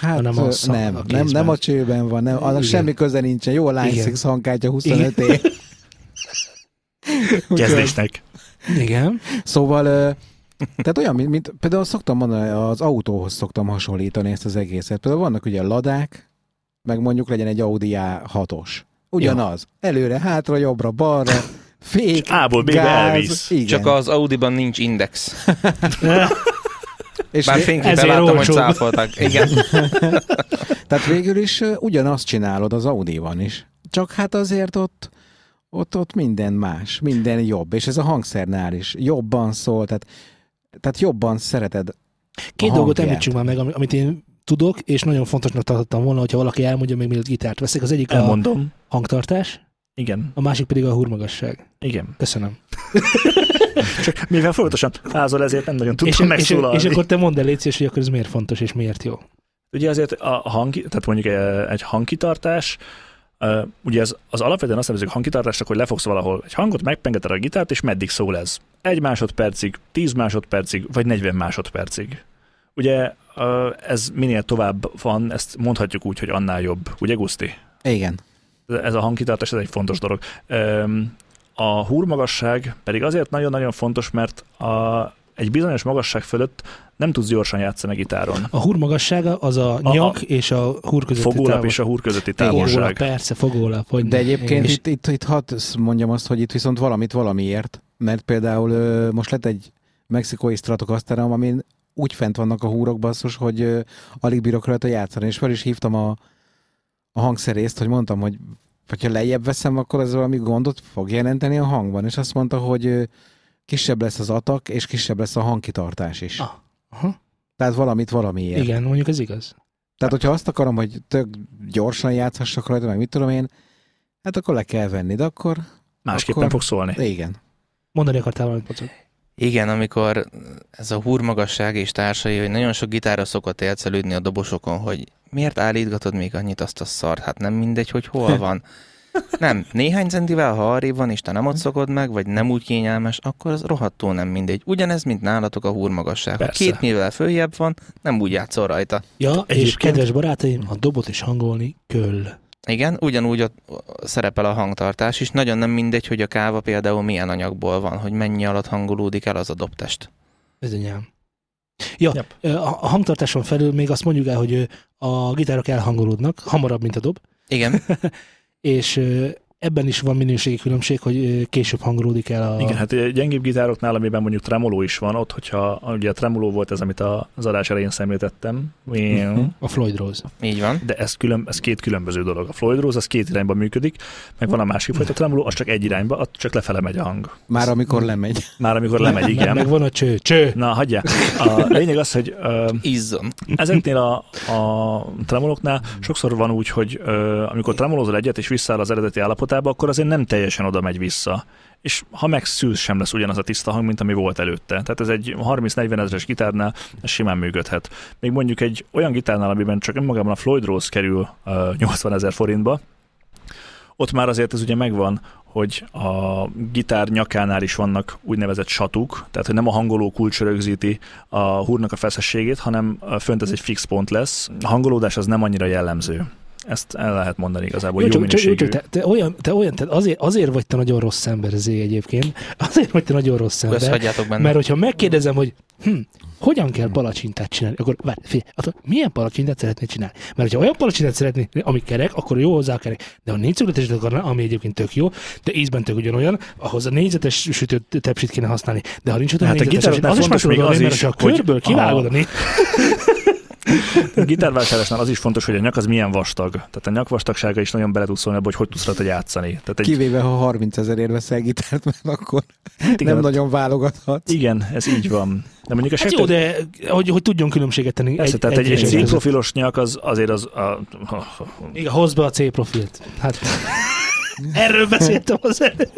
Speaker 6: hát
Speaker 2: Hanem a
Speaker 6: ö,
Speaker 2: szand- a
Speaker 6: nem, nem,
Speaker 2: kézben.
Speaker 6: nem a csőben van, nem, annak
Speaker 2: Igen.
Speaker 6: semmi köze nincsen, jó a Line
Speaker 2: Igen.
Speaker 6: 6 hangkártya 25 év. Úgyhogy-
Speaker 3: Kezdésnek.
Speaker 6: Hmm.
Speaker 2: Igen.
Speaker 6: Szóval, ö, tehát olyan, mint, mint például szoktam mondani, az autóhoz szoktam hasonlítani ezt az egészet. Például vannak ugye ladák, meg mondjuk legyen egy Audi A6-os. Ugyanaz. Előre, hátra, jobbra, balra, fék,
Speaker 3: A-ból B-be
Speaker 6: gáz,
Speaker 3: elvisz.
Speaker 6: Igen.
Speaker 5: Csak az Audi-ban nincs index.
Speaker 6: és
Speaker 5: Bár
Speaker 6: vé-
Speaker 5: fényképpen
Speaker 2: ezért
Speaker 5: láttam, hogy
Speaker 2: olcsóbb.
Speaker 5: cáfoltak. Igen.
Speaker 6: Tehát végül is ö, ugyanazt csinálod az Audi-ban is. Csak hát azért ott, ott, ott minden más, minden jobb. És ez a hangszernál is jobban szól, tehát, tehát jobban szereted.
Speaker 2: Két
Speaker 6: a
Speaker 2: dolgot
Speaker 6: hangját.
Speaker 2: említsünk már meg, ami- amit én tudok, és nagyon fontosnak tartottam volna, hogyha valaki elmondja még mielőtt gitárt veszik. Az egyik a
Speaker 3: Elmondom.
Speaker 2: hangtartás,
Speaker 3: Igen,
Speaker 2: a másik pedig a hurmagasság.
Speaker 3: igen.
Speaker 2: Köszönöm.
Speaker 3: Csak mivel folyamatosan fázol, ezért nem nagyon
Speaker 2: és, és,
Speaker 3: tudtam megszólalni.
Speaker 2: és, akkor te mondd el, légy szíves, hogy akkor ez miért fontos és miért jó.
Speaker 3: Ugye azért a hang, tehát mondjuk eh, egy hangkitartás, eh, ugye az, az alapvetően azt nevezzük hangkitartásnak, hogy lefogsz valahol egy hangot, megpengeted a gitárt, és meddig szól ez? Egy másodpercig, tíz másodpercig, vagy 40 másodpercig. Ugye eh, ez minél tovább van, ezt mondhatjuk úgy, hogy annál jobb. Ugye, Guszti?
Speaker 6: Igen.
Speaker 3: ez a hangkitartás, ez egy fontos dolog. Öm, A húrmagasság pedig azért nagyon-nagyon fontos, mert a, egy bizonyos magasság fölött nem tudsz gyorsan játszani a gitáron.
Speaker 2: A hurmagassága az a
Speaker 3: a-
Speaker 2: nyak és a húr közötti
Speaker 3: Fogólap
Speaker 2: távol.
Speaker 3: és a húr közötti
Speaker 2: Fogólap,
Speaker 3: távolság.
Speaker 2: persze, fogólap. Hogy
Speaker 6: De egyébként
Speaker 2: és
Speaker 6: itt, itt, itt hadd mondjam azt, hogy itt viszont valamit valamiért, mert például ö, most lett egy mexikói stratokasterom, amin úgy fent vannak a húrok basszus, hogy ö, alig bírok rajta játszani, és fel is hívtam a, a hangszerészt, hogy mondtam, hogy hogyha lejjebb veszem, akkor ez valami gondot fog jelenteni a hangban, és azt mondta, hogy ö, kisebb lesz az atak, és kisebb lesz a hangkitartás is.
Speaker 2: Ah, aha.
Speaker 6: Tehát valamit valamiért.
Speaker 2: igen, mondjuk ez igaz.
Speaker 6: Tehát, hogyha azt akarom, hogy tök gyorsan játszhassak rajta, meg mit tudom én, hát akkor le kell venni, de akkor
Speaker 3: Másképpen
Speaker 6: Akkor-
Speaker 3: fog szólni.
Speaker 6: igen.
Speaker 2: Mondani akartál valamit, Pocok?
Speaker 5: Igen, amikor ez a húrmagasság és társai, hogy nagyon sok gitára szokott élcelődni a dobosokon, hogy miért állítgatod még annyit azt a szart? Hát nem mindegy, hogy hol van. Nem, néhány centivel, ha arrébb van, és te nem ott szokod meg, vagy nem úgy kényelmes, akkor az rohadtul nem mindegy. Ugyanez, mint nálatok a húrmagasság. Ha
Speaker 3: Persze.
Speaker 5: két mivel följebb van, nem úgy játszol rajta.
Speaker 2: Ja, és
Speaker 3: Egyébként-
Speaker 2: kedves barátaim, a dobot is hangolni köll.
Speaker 5: Igen, ugyanúgy ott szerepel a hangtartás is. Nagyon nem mindegy, hogy a káva például milyen anyagból van, hogy mennyi alatt hangolódik el az a dobtest.
Speaker 2: Bizonyám. Ja,
Speaker 3: Yep.
Speaker 2: ö, a a hangtartáson felül még azt mondjuk el, hogy ö, a gitárok elhangolódnak, hamarabb, mint a dob,
Speaker 5: Igen,
Speaker 2: és ö, ebben is van minőségi különbség, hogy ö, később hangolódik el a...
Speaker 3: Igen, hát ugye gyengébb gitároknál, amiben mondjuk tremoló is van, ott, hogyha ugye a tremoló volt ez, amit a- az adás elején szemléltettem, Miau.
Speaker 2: A Floyd Rose.
Speaker 5: így van.
Speaker 3: de ez, külön, ez két különböző dolog. A Floyd Rose az két irányba működik, meg van a másik fajta tremoló, az csak egy irányba, az csak lefele megy a hang.
Speaker 6: Már amikor lemegy.
Speaker 3: Már amikor lemegy,
Speaker 2: Meg,
Speaker 3: igen.
Speaker 2: meg van a cső. Cső!
Speaker 3: Na, hagyja. A lényeg az, hogy ö,
Speaker 5: Izzom.
Speaker 3: ezeknél a, a tremoloknál sokszor van úgy, hogy ö, amikor tremolozol egyet, és visszáll az eredeti állapotába, akkor azért nem teljesen oda megy vissza. És ha megszűz, sem lesz ugyanaz a tiszta hang, mint ami volt előtte. Tehát ez egy 30-40 ezres gitárnál ez simán működhet. Még mondjuk egy olyan gitárnál, amiben csak önmagában a Floyd Rose kerül ö, 80 ezer forintba, ott már azért ez ugye megvan, hogy a gitár nyakánál is vannak úgynevezett satuk, tehát hogy nem a hangoló kulcs rögzíti, a húrnak a feszességét, hanem ö, fönt ez egy fix pont lesz. A hangolódás az nem annyira jellemző. Ezt el lehet mondani igazából, jó, jó minőségű.
Speaker 2: csak te, te, olyan, te olyan, te azért, azért vagy te nagyon rossz ember, Zé, egyébként. Azért vagy te nagyon rossz
Speaker 5: Ezt
Speaker 2: ember.
Speaker 5: hagyjátok benne.
Speaker 2: Mert hogyha megkérdezem, hogy hm, hogyan kell palacsintát csinálni, akkor várj, figyelj, attól, milyen palacsintát szeretnél csinálni? Mert ha olyan palacsintát szeretnél, ami kerek, akkor jó hozzá a kerek. De ha négyszögletes akarnál, ami egyébként tök jó, de ízben tök ugyanolyan, ahhoz a négyzetes sütőt tepsit kéne használni. De ha nincs ott
Speaker 3: Hát a gitároknál
Speaker 2: az is más
Speaker 3: fontos még
Speaker 2: probléma,
Speaker 3: az
Speaker 2: mert
Speaker 3: is,
Speaker 2: ha a
Speaker 3: hogy
Speaker 2: körből
Speaker 3: a-
Speaker 2: kivágod a négy...
Speaker 3: A Gitárvásárlásnál az is fontos, hogy a nyak az milyen vastag. Tehát a nyak vastagsága is nagyon bele tud szólni abba, hogy hogy tudsz rajta játszani. Tehát egy,
Speaker 6: Kivéve, ha 30 ezerért veszel gitárt, mert akkor
Speaker 3: hát igen,
Speaker 6: nem
Speaker 3: ott-
Speaker 6: nagyon válogathatsz.
Speaker 3: Igen, ez így van. De mondjuk a
Speaker 2: Hát jó, de hogy, hogy tudjon különbséget tenni.
Speaker 3: Persze, egy, tehát egy, egy,
Speaker 2: és között.
Speaker 3: C-profilos nyak az azért az... A,
Speaker 2: Igen, hozd be a C profilt. Hát, erről beszéltem az előbb.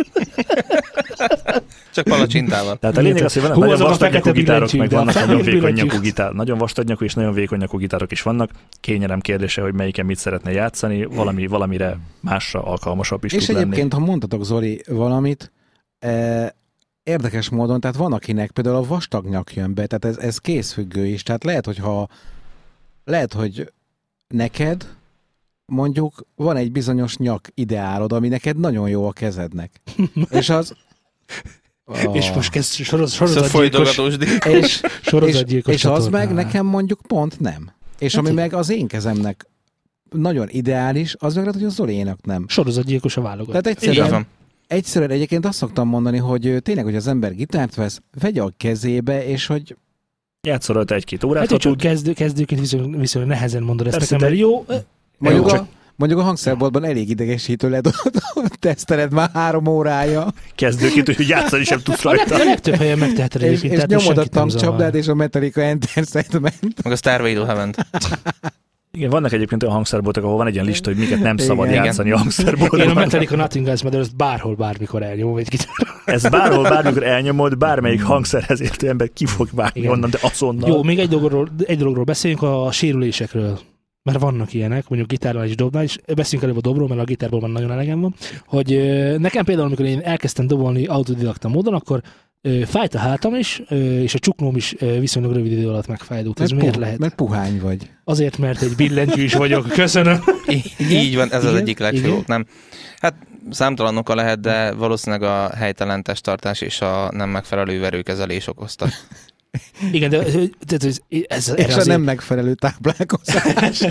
Speaker 5: Csak palacsintával.
Speaker 3: Tehát a lényeg az, hogy vannak
Speaker 2: Hú,
Speaker 3: nagyon
Speaker 2: azok a
Speaker 3: vastag nyakú
Speaker 2: fekete
Speaker 3: gitárok,
Speaker 2: billentyűk,
Speaker 3: meg
Speaker 2: de a
Speaker 3: vannak
Speaker 2: fehér
Speaker 3: nagyon vékony
Speaker 2: billentyűk.
Speaker 3: nyakú gitár, nagyon vastag nyakú és nagyon vékony nyakú gitárok is vannak. Kényelem kérdése, hogy melyiken mit szeretne játszani, valami, valamire másra alkalmasabb is
Speaker 6: És
Speaker 3: tud lenni.
Speaker 6: egyébként, ha mondtatok Zoli valamit, e, érdekes módon, tehát van akinek például a vastag nyak jön be, tehát ez, ez készfüggő is, tehát lehet, hogy ha lehet, hogy neked mondjuk van egy bizonyos nyak ideálod, ami neked nagyon jó a kezednek. És az...
Speaker 2: Oh. És most kezd soroz,
Speaker 5: Ah. Szóval
Speaker 2: sorozatgyilkos,
Speaker 5: folytogatósdi.
Speaker 6: és, Ah. és,
Speaker 2: sorozatgyilkos
Speaker 6: és az meg
Speaker 2: csatornán.
Speaker 6: nekem mondjuk pont nem. És
Speaker 2: Hát
Speaker 6: ami
Speaker 2: így.
Speaker 6: meg az én kezemnek nagyon ideális, az meg lehet, hogy az Zolénak nem.
Speaker 2: Sorozatgyilkos a válogat.
Speaker 6: Tehát
Speaker 5: Így
Speaker 6: egyszerűen
Speaker 5: van.
Speaker 6: egyszerűen egyébként azt szoktam mondani, hogy ö, tényleg, hogy az ember gitárt vesz, vegye a kezébe, és hogy
Speaker 3: Játszol rajta egy-két órát,
Speaker 2: Hát,
Speaker 3: ha
Speaker 2: hogy csak
Speaker 3: tud.
Speaker 2: kezdő, kezdőként viszonylag, viszonylag nehezen mondod ezt
Speaker 3: Persze,
Speaker 2: nekem, mert
Speaker 3: de-
Speaker 2: jó,
Speaker 6: mondjuk,
Speaker 3: Jó,
Speaker 6: a, mondjuk a hangszerboltban elég idegesítő lehet, ott teszteled már három órája,
Speaker 3: Kezdőként, hogy játszani sem tudsz
Speaker 2: a, leg,
Speaker 3: rajta.
Speaker 2: a legtöbb helyen megteheted
Speaker 6: és,
Speaker 2: egyébként,
Speaker 6: és
Speaker 2: tehát és
Speaker 6: nyomod a
Speaker 2: senkit nem zavar.
Speaker 6: tankcsapdát, és a Metallica Enter Sandman.
Speaker 5: Meg a Starway to heaven
Speaker 3: Igen, vannak egyébként olyan hangszerboltok, ahol van egy ilyen lista, hogy miket nem szabad
Speaker 6: Igen.
Speaker 3: játszani a
Speaker 6: hát-
Speaker 2: Én a
Speaker 3: hangszerboltban.
Speaker 2: Metallica Nothing Else Matters bárhol, bármikor elnyomom egy gitár.
Speaker 3: Ez bárhol, bármikor elnyomod, bármelyik hangszerhez értő ember ki fog vágni
Speaker 2: Igen.
Speaker 3: onnan, de azonnal.
Speaker 2: Jó, még egy dologról, egy dologról beszéljünk, a sérülésekről. Mert vannak ilyenek, mondjuk gitárral és dobnál, és beszéljünk előbb a dobról, mert a gitárból már nagyon elegem van, hogy ö, nekem például, amikor én elkezdtem dobolni autodidakta módon, akkor ö, fájt a hátam is, ö, és a csuknóm is ö, viszonylag rövid idő alatt megfájdult. Ez miért
Speaker 6: pu-
Speaker 2: lehet?
Speaker 6: mert puhány vagy.
Speaker 2: Azért, mert egy billentyű is vagyok. Köszönöm.
Speaker 5: Így van, ez az
Speaker 2: Igen,
Speaker 5: egyik legfőbb
Speaker 2: igen.
Speaker 5: ok, nem? Hát számtalan oka lehet, de valószínűleg a helytelen testtartás és a nem megfelelő verőkezelés okozta.
Speaker 2: Igen, de ö, tehát ez, ez, erre,
Speaker 6: És a
Speaker 2: azért,
Speaker 6: nem megfelelő táplálkozás.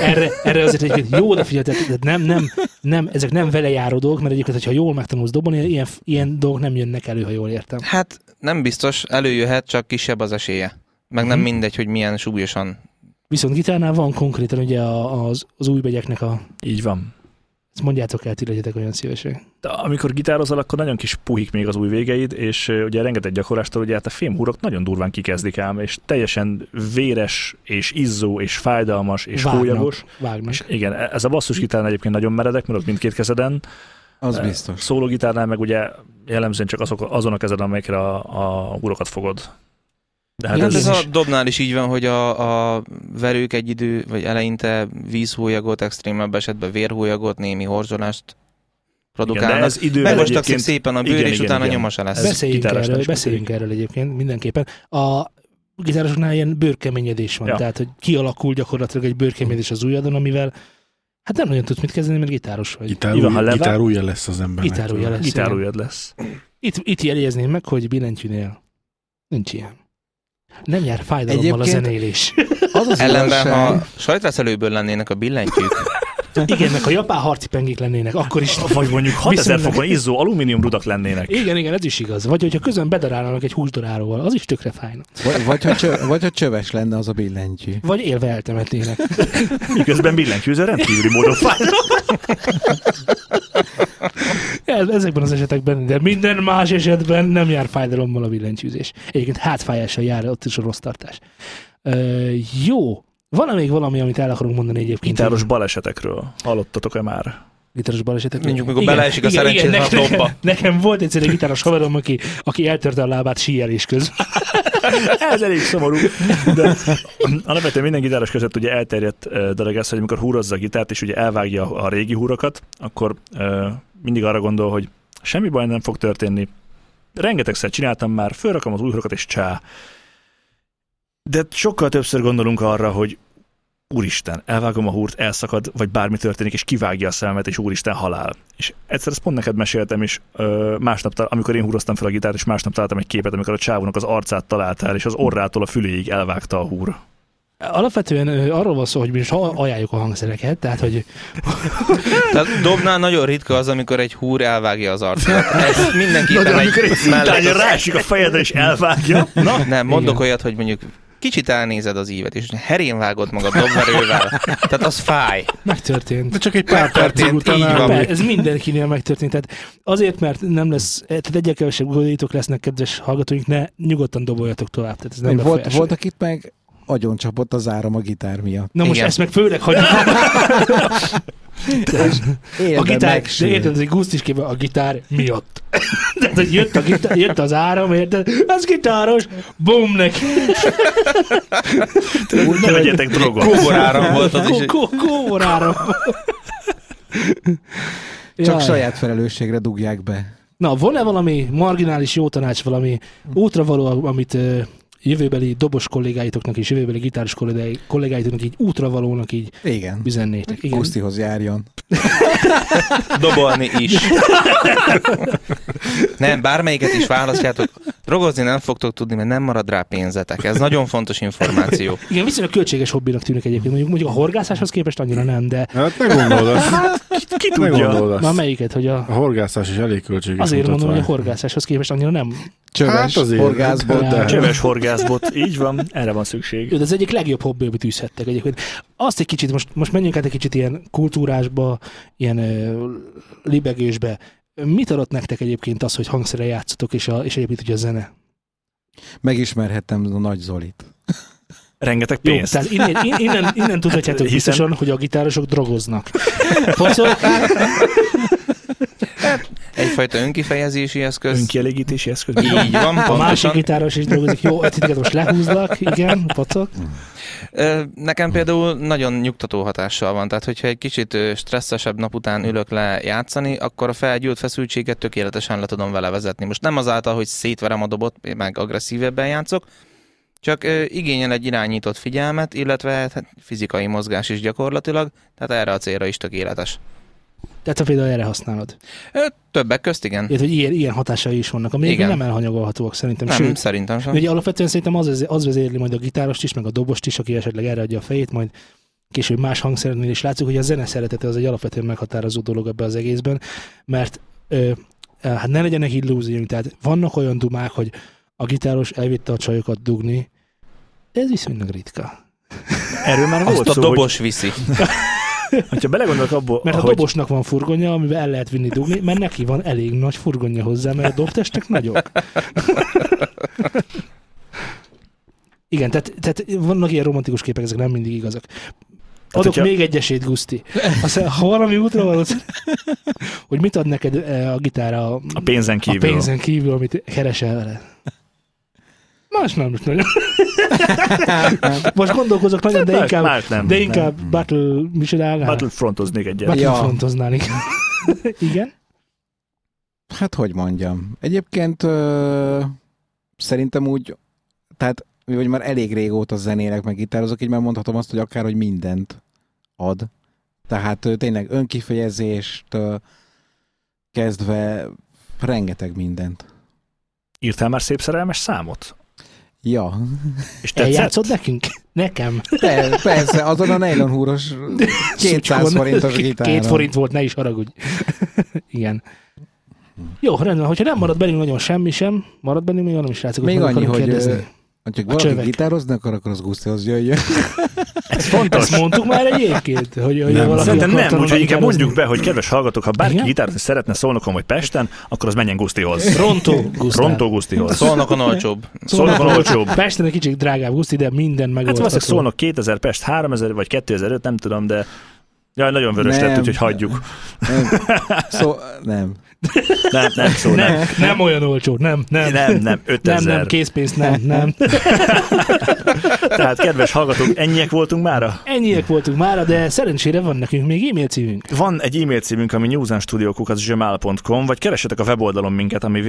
Speaker 2: erre, erre azért egyébként jó odafigyel, tehát tehát nem, nem, nem, ezek nem vele járó dolgok, mert egyébként, hogyha jól megtanulsz dobolni, ilyen, ilyen dolgok nem jönnek elő, ha jól értem.
Speaker 5: Hát nem biztos, előjöhet, csak kisebb az esélye. Meg nem
Speaker 2: Mhm.
Speaker 5: mindegy, hogy milyen súlyosan.
Speaker 2: Viszont gitárnál van konkrétan ugye a- az, az új begyeknek a...
Speaker 3: Így van.
Speaker 2: Ezt mondjátok el, ti legyetek olyan szívesek.
Speaker 3: De amikor gitározol, akkor nagyon kis puhik még az új végeid, és ö, ugye rengeteg gyakorlástól ugye hát a fémhúrok nagyon durván kikezdik ám, és teljesen véres, és izzó, és fájdalmas, és
Speaker 2: Vágnak.
Speaker 3: hólyagos.
Speaker 2: Vágnak.
Speaker 3: És igen, e- ez a basszus gitár egyébként nagyon meredek, mert ott mindkét kezeden.
Speaker 6: Az
Speaker 3: Eh,
Speaker 6: biztos.
Speaker 3: Szóló gitárnál meg ugye jellemzően csak azok, azon a kezeden, amelyekre a, a húrokat fogod. De hát
Speaker 2: Igen,
Speaker 5: Hát
Speaker 3: ez,
Speaker 5: ez
Speaker 2: is-
Speaker 5: a dobnál is így van, hogy a, a verők egy idő, vagy eleinte vízhólyagot, extrémebb esetben vérhólyagot, némi horzsolást
Speaker 3: igen, de
Speaker 5: produkálnak.
Speaker 3: ez idővel
Speaker 5: Megvastagszik
Speaker 3: egyébként
Speaker 5: szépen a bőr,
Speaker 3: igen,
Speaker 5: és
Speaker 3: igen,
Speaker 5: utána
Speaker 3: igen.
Speaker 5: nyomasa lesz.
Speaker 3: Ez
Speaker 2: Beszéljünk
Speaker 3: gitárosnál
Speaker 2: erről,
Speaker 3: is
Speaker 2: beszéljünk erről egyébként mindenképpen. A gitárosoknál ilyen bőrkeményedés van, ja.
Speaker 3: Ja.
Speaker 2: tehát hogy kialakul gyakorlatilag egy bőrkeményedés az ujjadon, amivel hát nem nagyon tudsz mit kezdeni, mert gitáros vagy.
Speaker 4: Gitár,
Speaker 3: Így van, ha
Speaker 4: új,
Speaker 3: levá-
Speaker 4: gitár újja lesz az embernek.
Speaker 2: Gitár újja lesz. igen.
Speaker 3: gitárújad lesz.
Speaker 2: Itt, itt jegyezném meg, hogy billentyűnél nincs ilyen. Nem jár fájdalommal Egyébként... a
Speaker 6: Egyébként-
Speaker 2: zenélés.
Speaker 6: Az az
Speaker 5: Ellenben,
Speaker 6: igazság-
Speaker 5: ha sajtrászelőből lennének a billentyűk,
Speaker 2: Hát Igen, meg a japán harci pengék lennének, akkor is.
Speaker 3: Vagy mondjuk 6000
Speaker 2: Viszonylag-
Speaker 3: fokon izzó alumínium rudak lennének.
Speaker 2: Igen, igen, ez is igaz. Vagy hogyha közben bedarálnak egy húsdaráróval, az is tökre fájna.
Speaker 6: Vagy, vagy, ha csö, vagy ha csöves lenne az a billentyű.
Speaker 2: Vagy élve eltemetnének.
Speaker 3: Miközben billentyűző rendkívüli módon fájdalmas.
Speaker 2: Ez- Ezekben az esetekben, de minden más esetben nem jár fájdalommal a billentyűzés. Egyébként hátfájással jár, ott is a rossz tartás. Ö, jó. Van még valami, amit el akarunk mondani egyébként?
Speaker 3: Gitáros balesetekről hallottatok-e már?
Speaker 2: gitáros balesetek.
Speaker 5: Mondjuk, mikor beleesik a szerencsétlen a
Speaker 2: nekem,
Speaker 5: domba.
Speaker 2: nekem, nekem volt egyszer egy gitáros haverom, aki, aki eltörte a lábát síelés közben.
Speaker 3: Ez elég szomorú, de alapvetően minden gitáros között ugye elterjedt ö, dolog ez, hogy amikor húrozza a gitárt, és ugye elvágja a régi húrokat, akkor ö, mindig arra gondol, hogy semmi baj nem fog történni, rengetegszer csináltam már, fölrakom az új húrokat, és csá. De sokkal többször gondolunk arra, hogy Úristen, elvágom a húrt, elszakad, vagy bármi történik, és kivágja a szememet, és úristen, halál. És egyszer ezt pont neked meséltem is, ö, másnap, tal- amikor én húroztam fel a gitárt, és másnap találtam egy képet, amikor a csávónak az arcát találtál, és az orrától a füléig elvágta a húr.
Speaker 2: Alapvetően ö, arról van szó, hogy mi is ha- ajánljuk a hangszereket, tehát hogy
Speaker 5: Tehát dobnál nagyon ritka az, amikor egy húr elvágja az arcát. Ez mindenképpen egy mellett.
Speaker 3: Tányra
Speaker 5: az-
Speaker 3: rásik a fejedre, és elvágja. Na,
Speaker 5: Nem, mondok
Speaker 2: Igen.
Speaker 5: olyat, hogy mondjuk kicsit elnézed az ívet, és herén vágod magad dobverővel. Tehát az fáj.
Speaker 2: megtörtént.
Speaker 4: De csak egy pár percig
Speaker 5: Történt, így
Speaker 4: után
Speaker 5: van.
Speaker 4: áll.
Speaker 2: Be, Hát ez mindenkinél megtörtént. Tehát azért, mert nem lesz, tehát egyre kevesebb gondolítók lesznek, kedves hallgatóink, ne nyugodtan doboljatok tovább. Tehát ez nem
Speaker 6: Volt,
Speaker 2: befolyásolja.
Speaker 6: volt, akit meg agyon csapott az áram a gitár miatt.
Speaker 2: Na most
Speaker 5: Igen.
Speaker 2: ezt meg főleg hagyjuk.
Speaker 6: Élve
Speaker 2: a gitár, de
Speaker 6: megsül.
Speaker 2: érted, ez egy gusztiskében a gitár miatt. Tehát, hogy jött, a gitár, jött az áram, érted? Ez gitáros, bum neki.
Speaker 3: ne vegyetek drogot.
Speaker 5: Kóboráram volt Hát az is.
Speaker 2: Kó- kó- Kóbor áram.
Speaker 6: Csak
Speaker 2: Jaj.
Speaker 6: saját felelősségre dugják be.
Speaker 2: Na, van-e valami marginális jó tanács, valami útra való, amit ö, jövőbeli dobos kollégáitoknak és jövőbeli gitáros kollégái- kollégáitoknak így útra valónak így
Speaker 6: Igen.
Speaker 2: üzennétek? Igen.
Speaker 6: Pusztihoz járjon.
Speaker 5: Dobolni is. Nem, bármelyiket is választjátok. Drogozni nem fogtok tudni, mert nem marad rá pénzetek. Ez nagyon fontos információ.
Speaker 2: Igen, viszonylag költséges hobbinak tűnik egyébként, mondjuk, mondjuk a horgászáshoz képest annyira nem, de
Speaker 4: Hát ne gondold azt.
Speaker 3: Ki
Speaker 4: Ne
Speaker 3: tudja?
Speaker 4: gondold
Speaker 2: na
Speaker 4: azt.
Speaker 2: melyiket, hogy a
Speaker 4: A horgászás is elég költséges
Speaker 2: Azért mondom, hogy a
Speaker 4: mutatvány.
Speaker 2: horgászáshoz képest annyira nem.
Speaker 6: Csöves,
Speaker 4: Hát
Speaker 6: hát
Speaker 4: azért.
Speaker 6: horgászból,
Speaker 2: de-
Speaker 3: Csöves horgászbot, így van, erre van szükség.
Speaker 2: Ő az egyik legjobb hobbi, amit tűzhettek egyébként. Azt egy kicsit, most, most menjünk át egy kicsit ilyen kultúrásba, ilyen ö, libegősbe. Mit adott nektek egyébként az, hogy hangszere játszotok, és, a, és egyébként ugye a zene?
Speaker 6: megismerhettem a nagy Zolit.
Speaker 3: Rengeteg
Speaker 2: Jó,
Speaker 3: pénzt.
Speaker 2: tehát innen, in- innen,
Speaker 5: Hát,
Speaker 2: innen tudhatjátok
Speaker 3: Hiszen-
Speaker 2: biztosan, hogy a gitárosok drogoznak. Pocok,
Speaker 5: Egyfajta önkifejezési eszköz.
Speaker 3: Önkielégítési eszköz.
Speaker 5: Így van,
Speaker 2: a másik
Speaker 5: pontosan.
Speaker 2: gitáros is drogozik. Jó, titeket most lehúzlak, igen, pocok.
Speaker 5: Ö, Nekem például nagyon nyugtató hatással van, tehát hogyha egy kicsit ö, stresszesebb nap után ülök le játszani, akkor a felgyűlt feszültséget tökéletesen le tudom vele vezetni. Most nem azáltal, hogy szétverem a dobot, én meg agresszívebben játszok, csak ö, igényel egy irányított figyelmet, illetve hát, fizikai mozgás is gyakorlatilag, tehát erre a célra is tökéletes.
Speaker 2: Tehát te például erre használod.
Speaker 5: Ö, Többek közt igen.
Speaker 2: Illetve, hogy ilyen, ilyen hatásai is vannak, amik
Speaker 5: Igen.
Speaker 2: nem elhanyagolhatóak szerintem.
Speaker 5: Nem,
Speaker 2: Sőt,
Speaker 5: szerintem sem.
Speaker 2: Ugye alapvetően szerintem az, az vezérli majd a gitárost is, meg a dobost is, aki esetleg erre adja a fejét, majd később más hangszernél is látjuk, hogy a zene szeretete az egy alapvetően meghatározó dolog ebbe az egészben, mert ö, hát ne legyenek illúzióink, tehát vannak olyan dumák, hogy a gitáros elvitte a csajokat dugni, de ez viszonylag ritka.
Speaker 3: Erről már volt
Speaker 5: Azt a
Speaker 3: szó,
Speaker 5: dobos viszi.
Speaker 3: hogy ha belegondolok abból,
Speaker 2: Mert a
Speaker 3: hogy
Speaker 2: dobosnak van furgonja, amiben el lehet vinni dugni, mert neki van elég nagy furgonja hozzá, mert a dobtestek nagyok. Igen, tehát, tehát vannak ilyen romantikus képek, ezek nem mindig igazak. Adok
Speaker 3: Hát, hogyha-
Speaker 2: még egy esélyt, Guszti. Aztán, ha valami útra van, az- hogy mit ad neked eh, a gitára a,
Speaker 3: a pénzen kívül.
Speaker 2: a pénzen kívül, amit keresel vele. Más nem is nagyon. Most gondolkozok nagyon, de
Speaker 3: Más-
Speaker 2: inkább,
Speaker 3: más nem,
Speaker 2: de
Speaker 3: nem.
Speaker 2: inkább battle, mi csinálnál?
Speaker 3: Battlefrontoznék egyet.
Speaker 6: Bat-
Speaker 2: Battlefrontoznának. Igen.
Speaker 6: Hát hogy mondjam. Egyébként ö, szerintem úgy, tehát mi vagy már elég régóta zenélek, meg gitározok, így már mondhatom azt, hogy akár, hogy mindent ad. Tehát ö, tényleg önkifejezést ö, kezdve rengeteg mindent.
Speaker 3: Írtál már szép szerelmes számot?
Speaker 6: Ja,
Speaker 3: És tetszett?
Speaker 2: Eljátszod nekünk? Nekem.
Speaker 6: Per- persze, azon a nylon húros 200
Speaker 2: Szutyukon.
Speaker 6: forintos
Speaker 2: K-
Speaker 6: gitáron.
Speaker 2: Két forint volt, ne is haragudj. Igen. Jó, rendben, hogyha nem marad bennünk nagyon semmi sem, marad bennünk még valami srácok,
Speaker 6: Még
Speaker 2: meg
Speaker 6: annyi,
Speaker 2: akarunk
Speaker 6: hogy, ö,
Speaker 2: kérdezni.
Speaker 6: Hogyha
Speaker 2: A
Speaker 6: valaki
Speaker 2: csövek.
Speaker 6: gitározni akar, akkor az Gusztihoz jöjjön.
Speaker 3: Ez fontos.
Speaker 2: Ezt mondtuk már egyébként, hogy, hogy
Speaker 4: Nem.
Speaker 2: valaki
Speaker 3: Szerintem
Speaker 2: akar
Speaker 3: nem,
Speaker 2: tanulni
Speaker 3: úgyhogy inkább
Speaker 2: gitározni.
Speaker 3: mondjuk be, hogy kedves hallgatók, ha bárki
Speaker 2: Igen?
Speaker 3: gitározni szeretne szólnokon vagy Pesten, akkor az menjen Gusztihoz.
Speaker 2: Rontó, Gusztáv. Szóval
Speaker 3: Rontó Gusztihoz. Hát
Speaker 5: Szolnokon olcsóbb.
Speaker 3: Szolnokon olcsóbb.
Speaker 2: Pesten egy kicsit drágább, Guszti, de minden
Speaker 3: Hát
Speaker 2: megoldható.
Speaker 3: valószínűleg szólnak 2000 Pest, 3000 vagy 2005, nem tudom, de Jaj, nagyon vörös
Speaker 6: Nem.
Speaker 3: lett, úgyhogy hagyjuk.
Speaker 6: Nem. Szó, nem.
Speaker 3: Nem, nem, szó, nem.
Speaker 2: nem, nem olyan olcsó, nem, nem.
Speaker 3: Nem, nem, 5000.
Speaker 2: Nem, nem, készpénz, nem, nem.
Speaker 3: Tehát kedves hallgatók, ennyiek voltunk mára.
Speaker 2: Ennyiek voltunk mára, de szerencsére van nekünk még e-mail címünk.
Speaker 3: Van egy e-mail címünk, ami newsandstudio.com, vagy keressetek a weboldalon minket, ami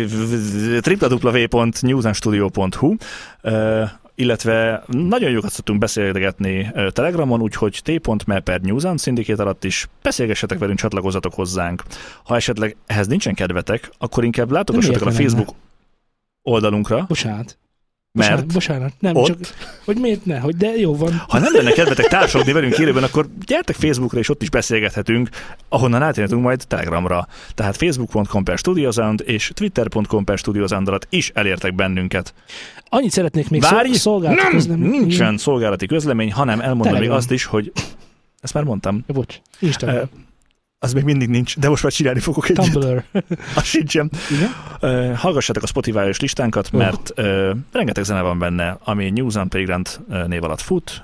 Speaker 3: www.newsandstudio.hu, ö, illetve nagyon jókat szoktunk beszélgetni ö, Telegramon, úgyhogy t.me e per newsand szindikét alatt is beszélgessetek velünk, csatlakozzatok hozzánk. Ha esetleg ehhez nincsen kedvetek, akkor inkább látogassatok el a
Speaker 2: miért ne lenne?
Speaker 3: Facebook oldalunkra,
Speaker 2: Bocsánat.
Speaker 3: mert
Speaker 2: Bocsánat, bocsánat. nem,
Speaker 3: ott-
Speaker 2: csak, hogy miért ne, hogy de jó van.
Speaker 3: Ha nem lenne kedvetek társadni velünk élőben, akkor gyertek Facebookra, és ott is beszélgethetünk, ahonnan átérhetünk majd Telegramra. Tehát facebook.com per Studiosound és twitter.com per Studiosound alatt is elértek bennünket.
Speaker 2: Annyit szeretnék még
Speaker 3: Várj!
Speaker 2: szol- szolgált
Speaker 3: Nem!
Speaker 2: közlemény-
Speaker 3: Nincsen szolgálati közlemény, hanem elmondom még
Speaker 2: Telegram.
Speaker 3: azt is, hogy ezt már mondtam.
Speaker 2: Ja, bocs, Instagram,
Speaker 3: Eh, Az még mindig nincs, de most már csinálni fogok egyet.
Speaker 2: Tumblr.
Speaker 3: Az sincsen.
Speaker 2: Igen?
Speaker 3: Ö, hallgassátok a Spotify-os listánkat,
Speaker 2: Ó.
Speaker 3: mert ö, rengeteg zene van benne, ami News on Playground ö, név alatt fut,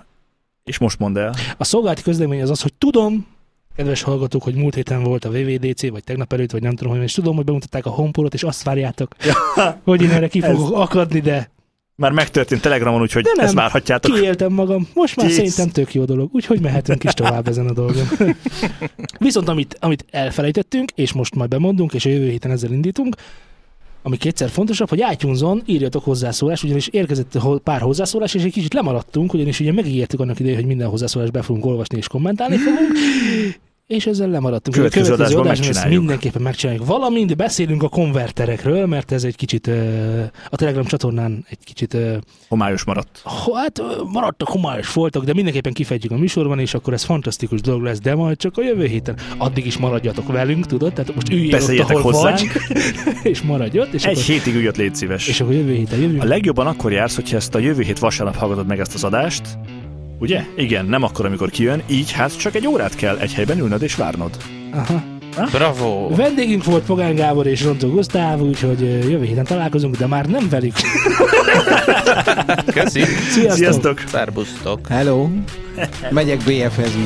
Speaker 3: és most mondd el.
Speaker 2: A szolgálati közlemény az az, hogy tudom, kedves hallgatók, hogy múlt héten volt a VVDC, vagy tegnap előtt, vagy nem tudom, hogy és tudom, hogy bemutatták a homepolot, és azt várjátok, hogy én erre ki
Speaker 3: Ez-
Speaker 2: fogok akadni, de
Speaker 3: Már megtörtént Telegramon, úgyhogy
Speaker 2: De nem.
Speaker 3: ezt várhatjátok.
Speaker 2: kiéltem magam. Most már
Speaker 3: Tíz.
Speaker 2: szerintem tök jó dolog, úgyhogy mehetünk is tovább ezen a dolgon. Viszont amit, amit elfelejtettünk, és most majd bemondunk, és a jövő héten ezzel indítunk, ami kétszer fontosabb, hogy iTunes-on írjatok hozzászólást, ugyanis érkezett ho- pár hozzászólás, és egy kicsit lemaradtunk, ugyanis ugye megígértük annak idején, hogy minden hozzászólást be fogunk olvasni és kommentálni fogunk, és ezzel lemaradtunk.
Speaker 3: Következő
Speaker 2: a következő
Speaker 3: adásban
Speaker 2: adásban ezt
Speaker 3: megcsináljuk.
Speaker 2: mindenképpen megcsináljuk. Valamint beszélünk a konverterekről, mert ez egy kicsit ö, a Telegram csatornán egy kicsit ö,
Speaker 3: Homályos maradt.
Speaker 2: ho- hát ö, maradtak homályos foltok, de mindenképpen kifejtjük a műsorban, és akkor ez fantasztikus dolog lesz, de majd csak a jövő héten. Addig is maradjatok velünk, tudod? Tehát most üljél ott,
Speaker 3: Beszéljetek
Speaker 2: ahol
Speaker 3: hozzánk.
Speaker 2: vagy, és maradj ott, és
Speaker 3: Egy
Speaker 2: akkor,
Speaker 3: hétig ügyet légy szíves.
Speaker 2: és akkor jövő héten jövünk.
Speaker 3: A legjobban akkor jársz, hogyha ezt a jövő hét vasárnap hallgatod meg ezt az adást, ugye? Igen, nem akkor, amikor kijön, így hát csak egy órát kell egy helyben ülnöd és várnod.
Speaker 2: Aha.
Speaker 5: Bravo!
Speaker 2: Vendégünk volt Pogán Gábor és Rontó Gusztáv, úgyhogy ö, jövő héten találkozunk, de már nem velük.
Speaker 5: Köszi!
Speaker 2: Sziasztok!
Speaker 3: Sziasztok!
Speaker 5: Szerbusztok!
Speaker 6: Hello! Megyek BF-ezni.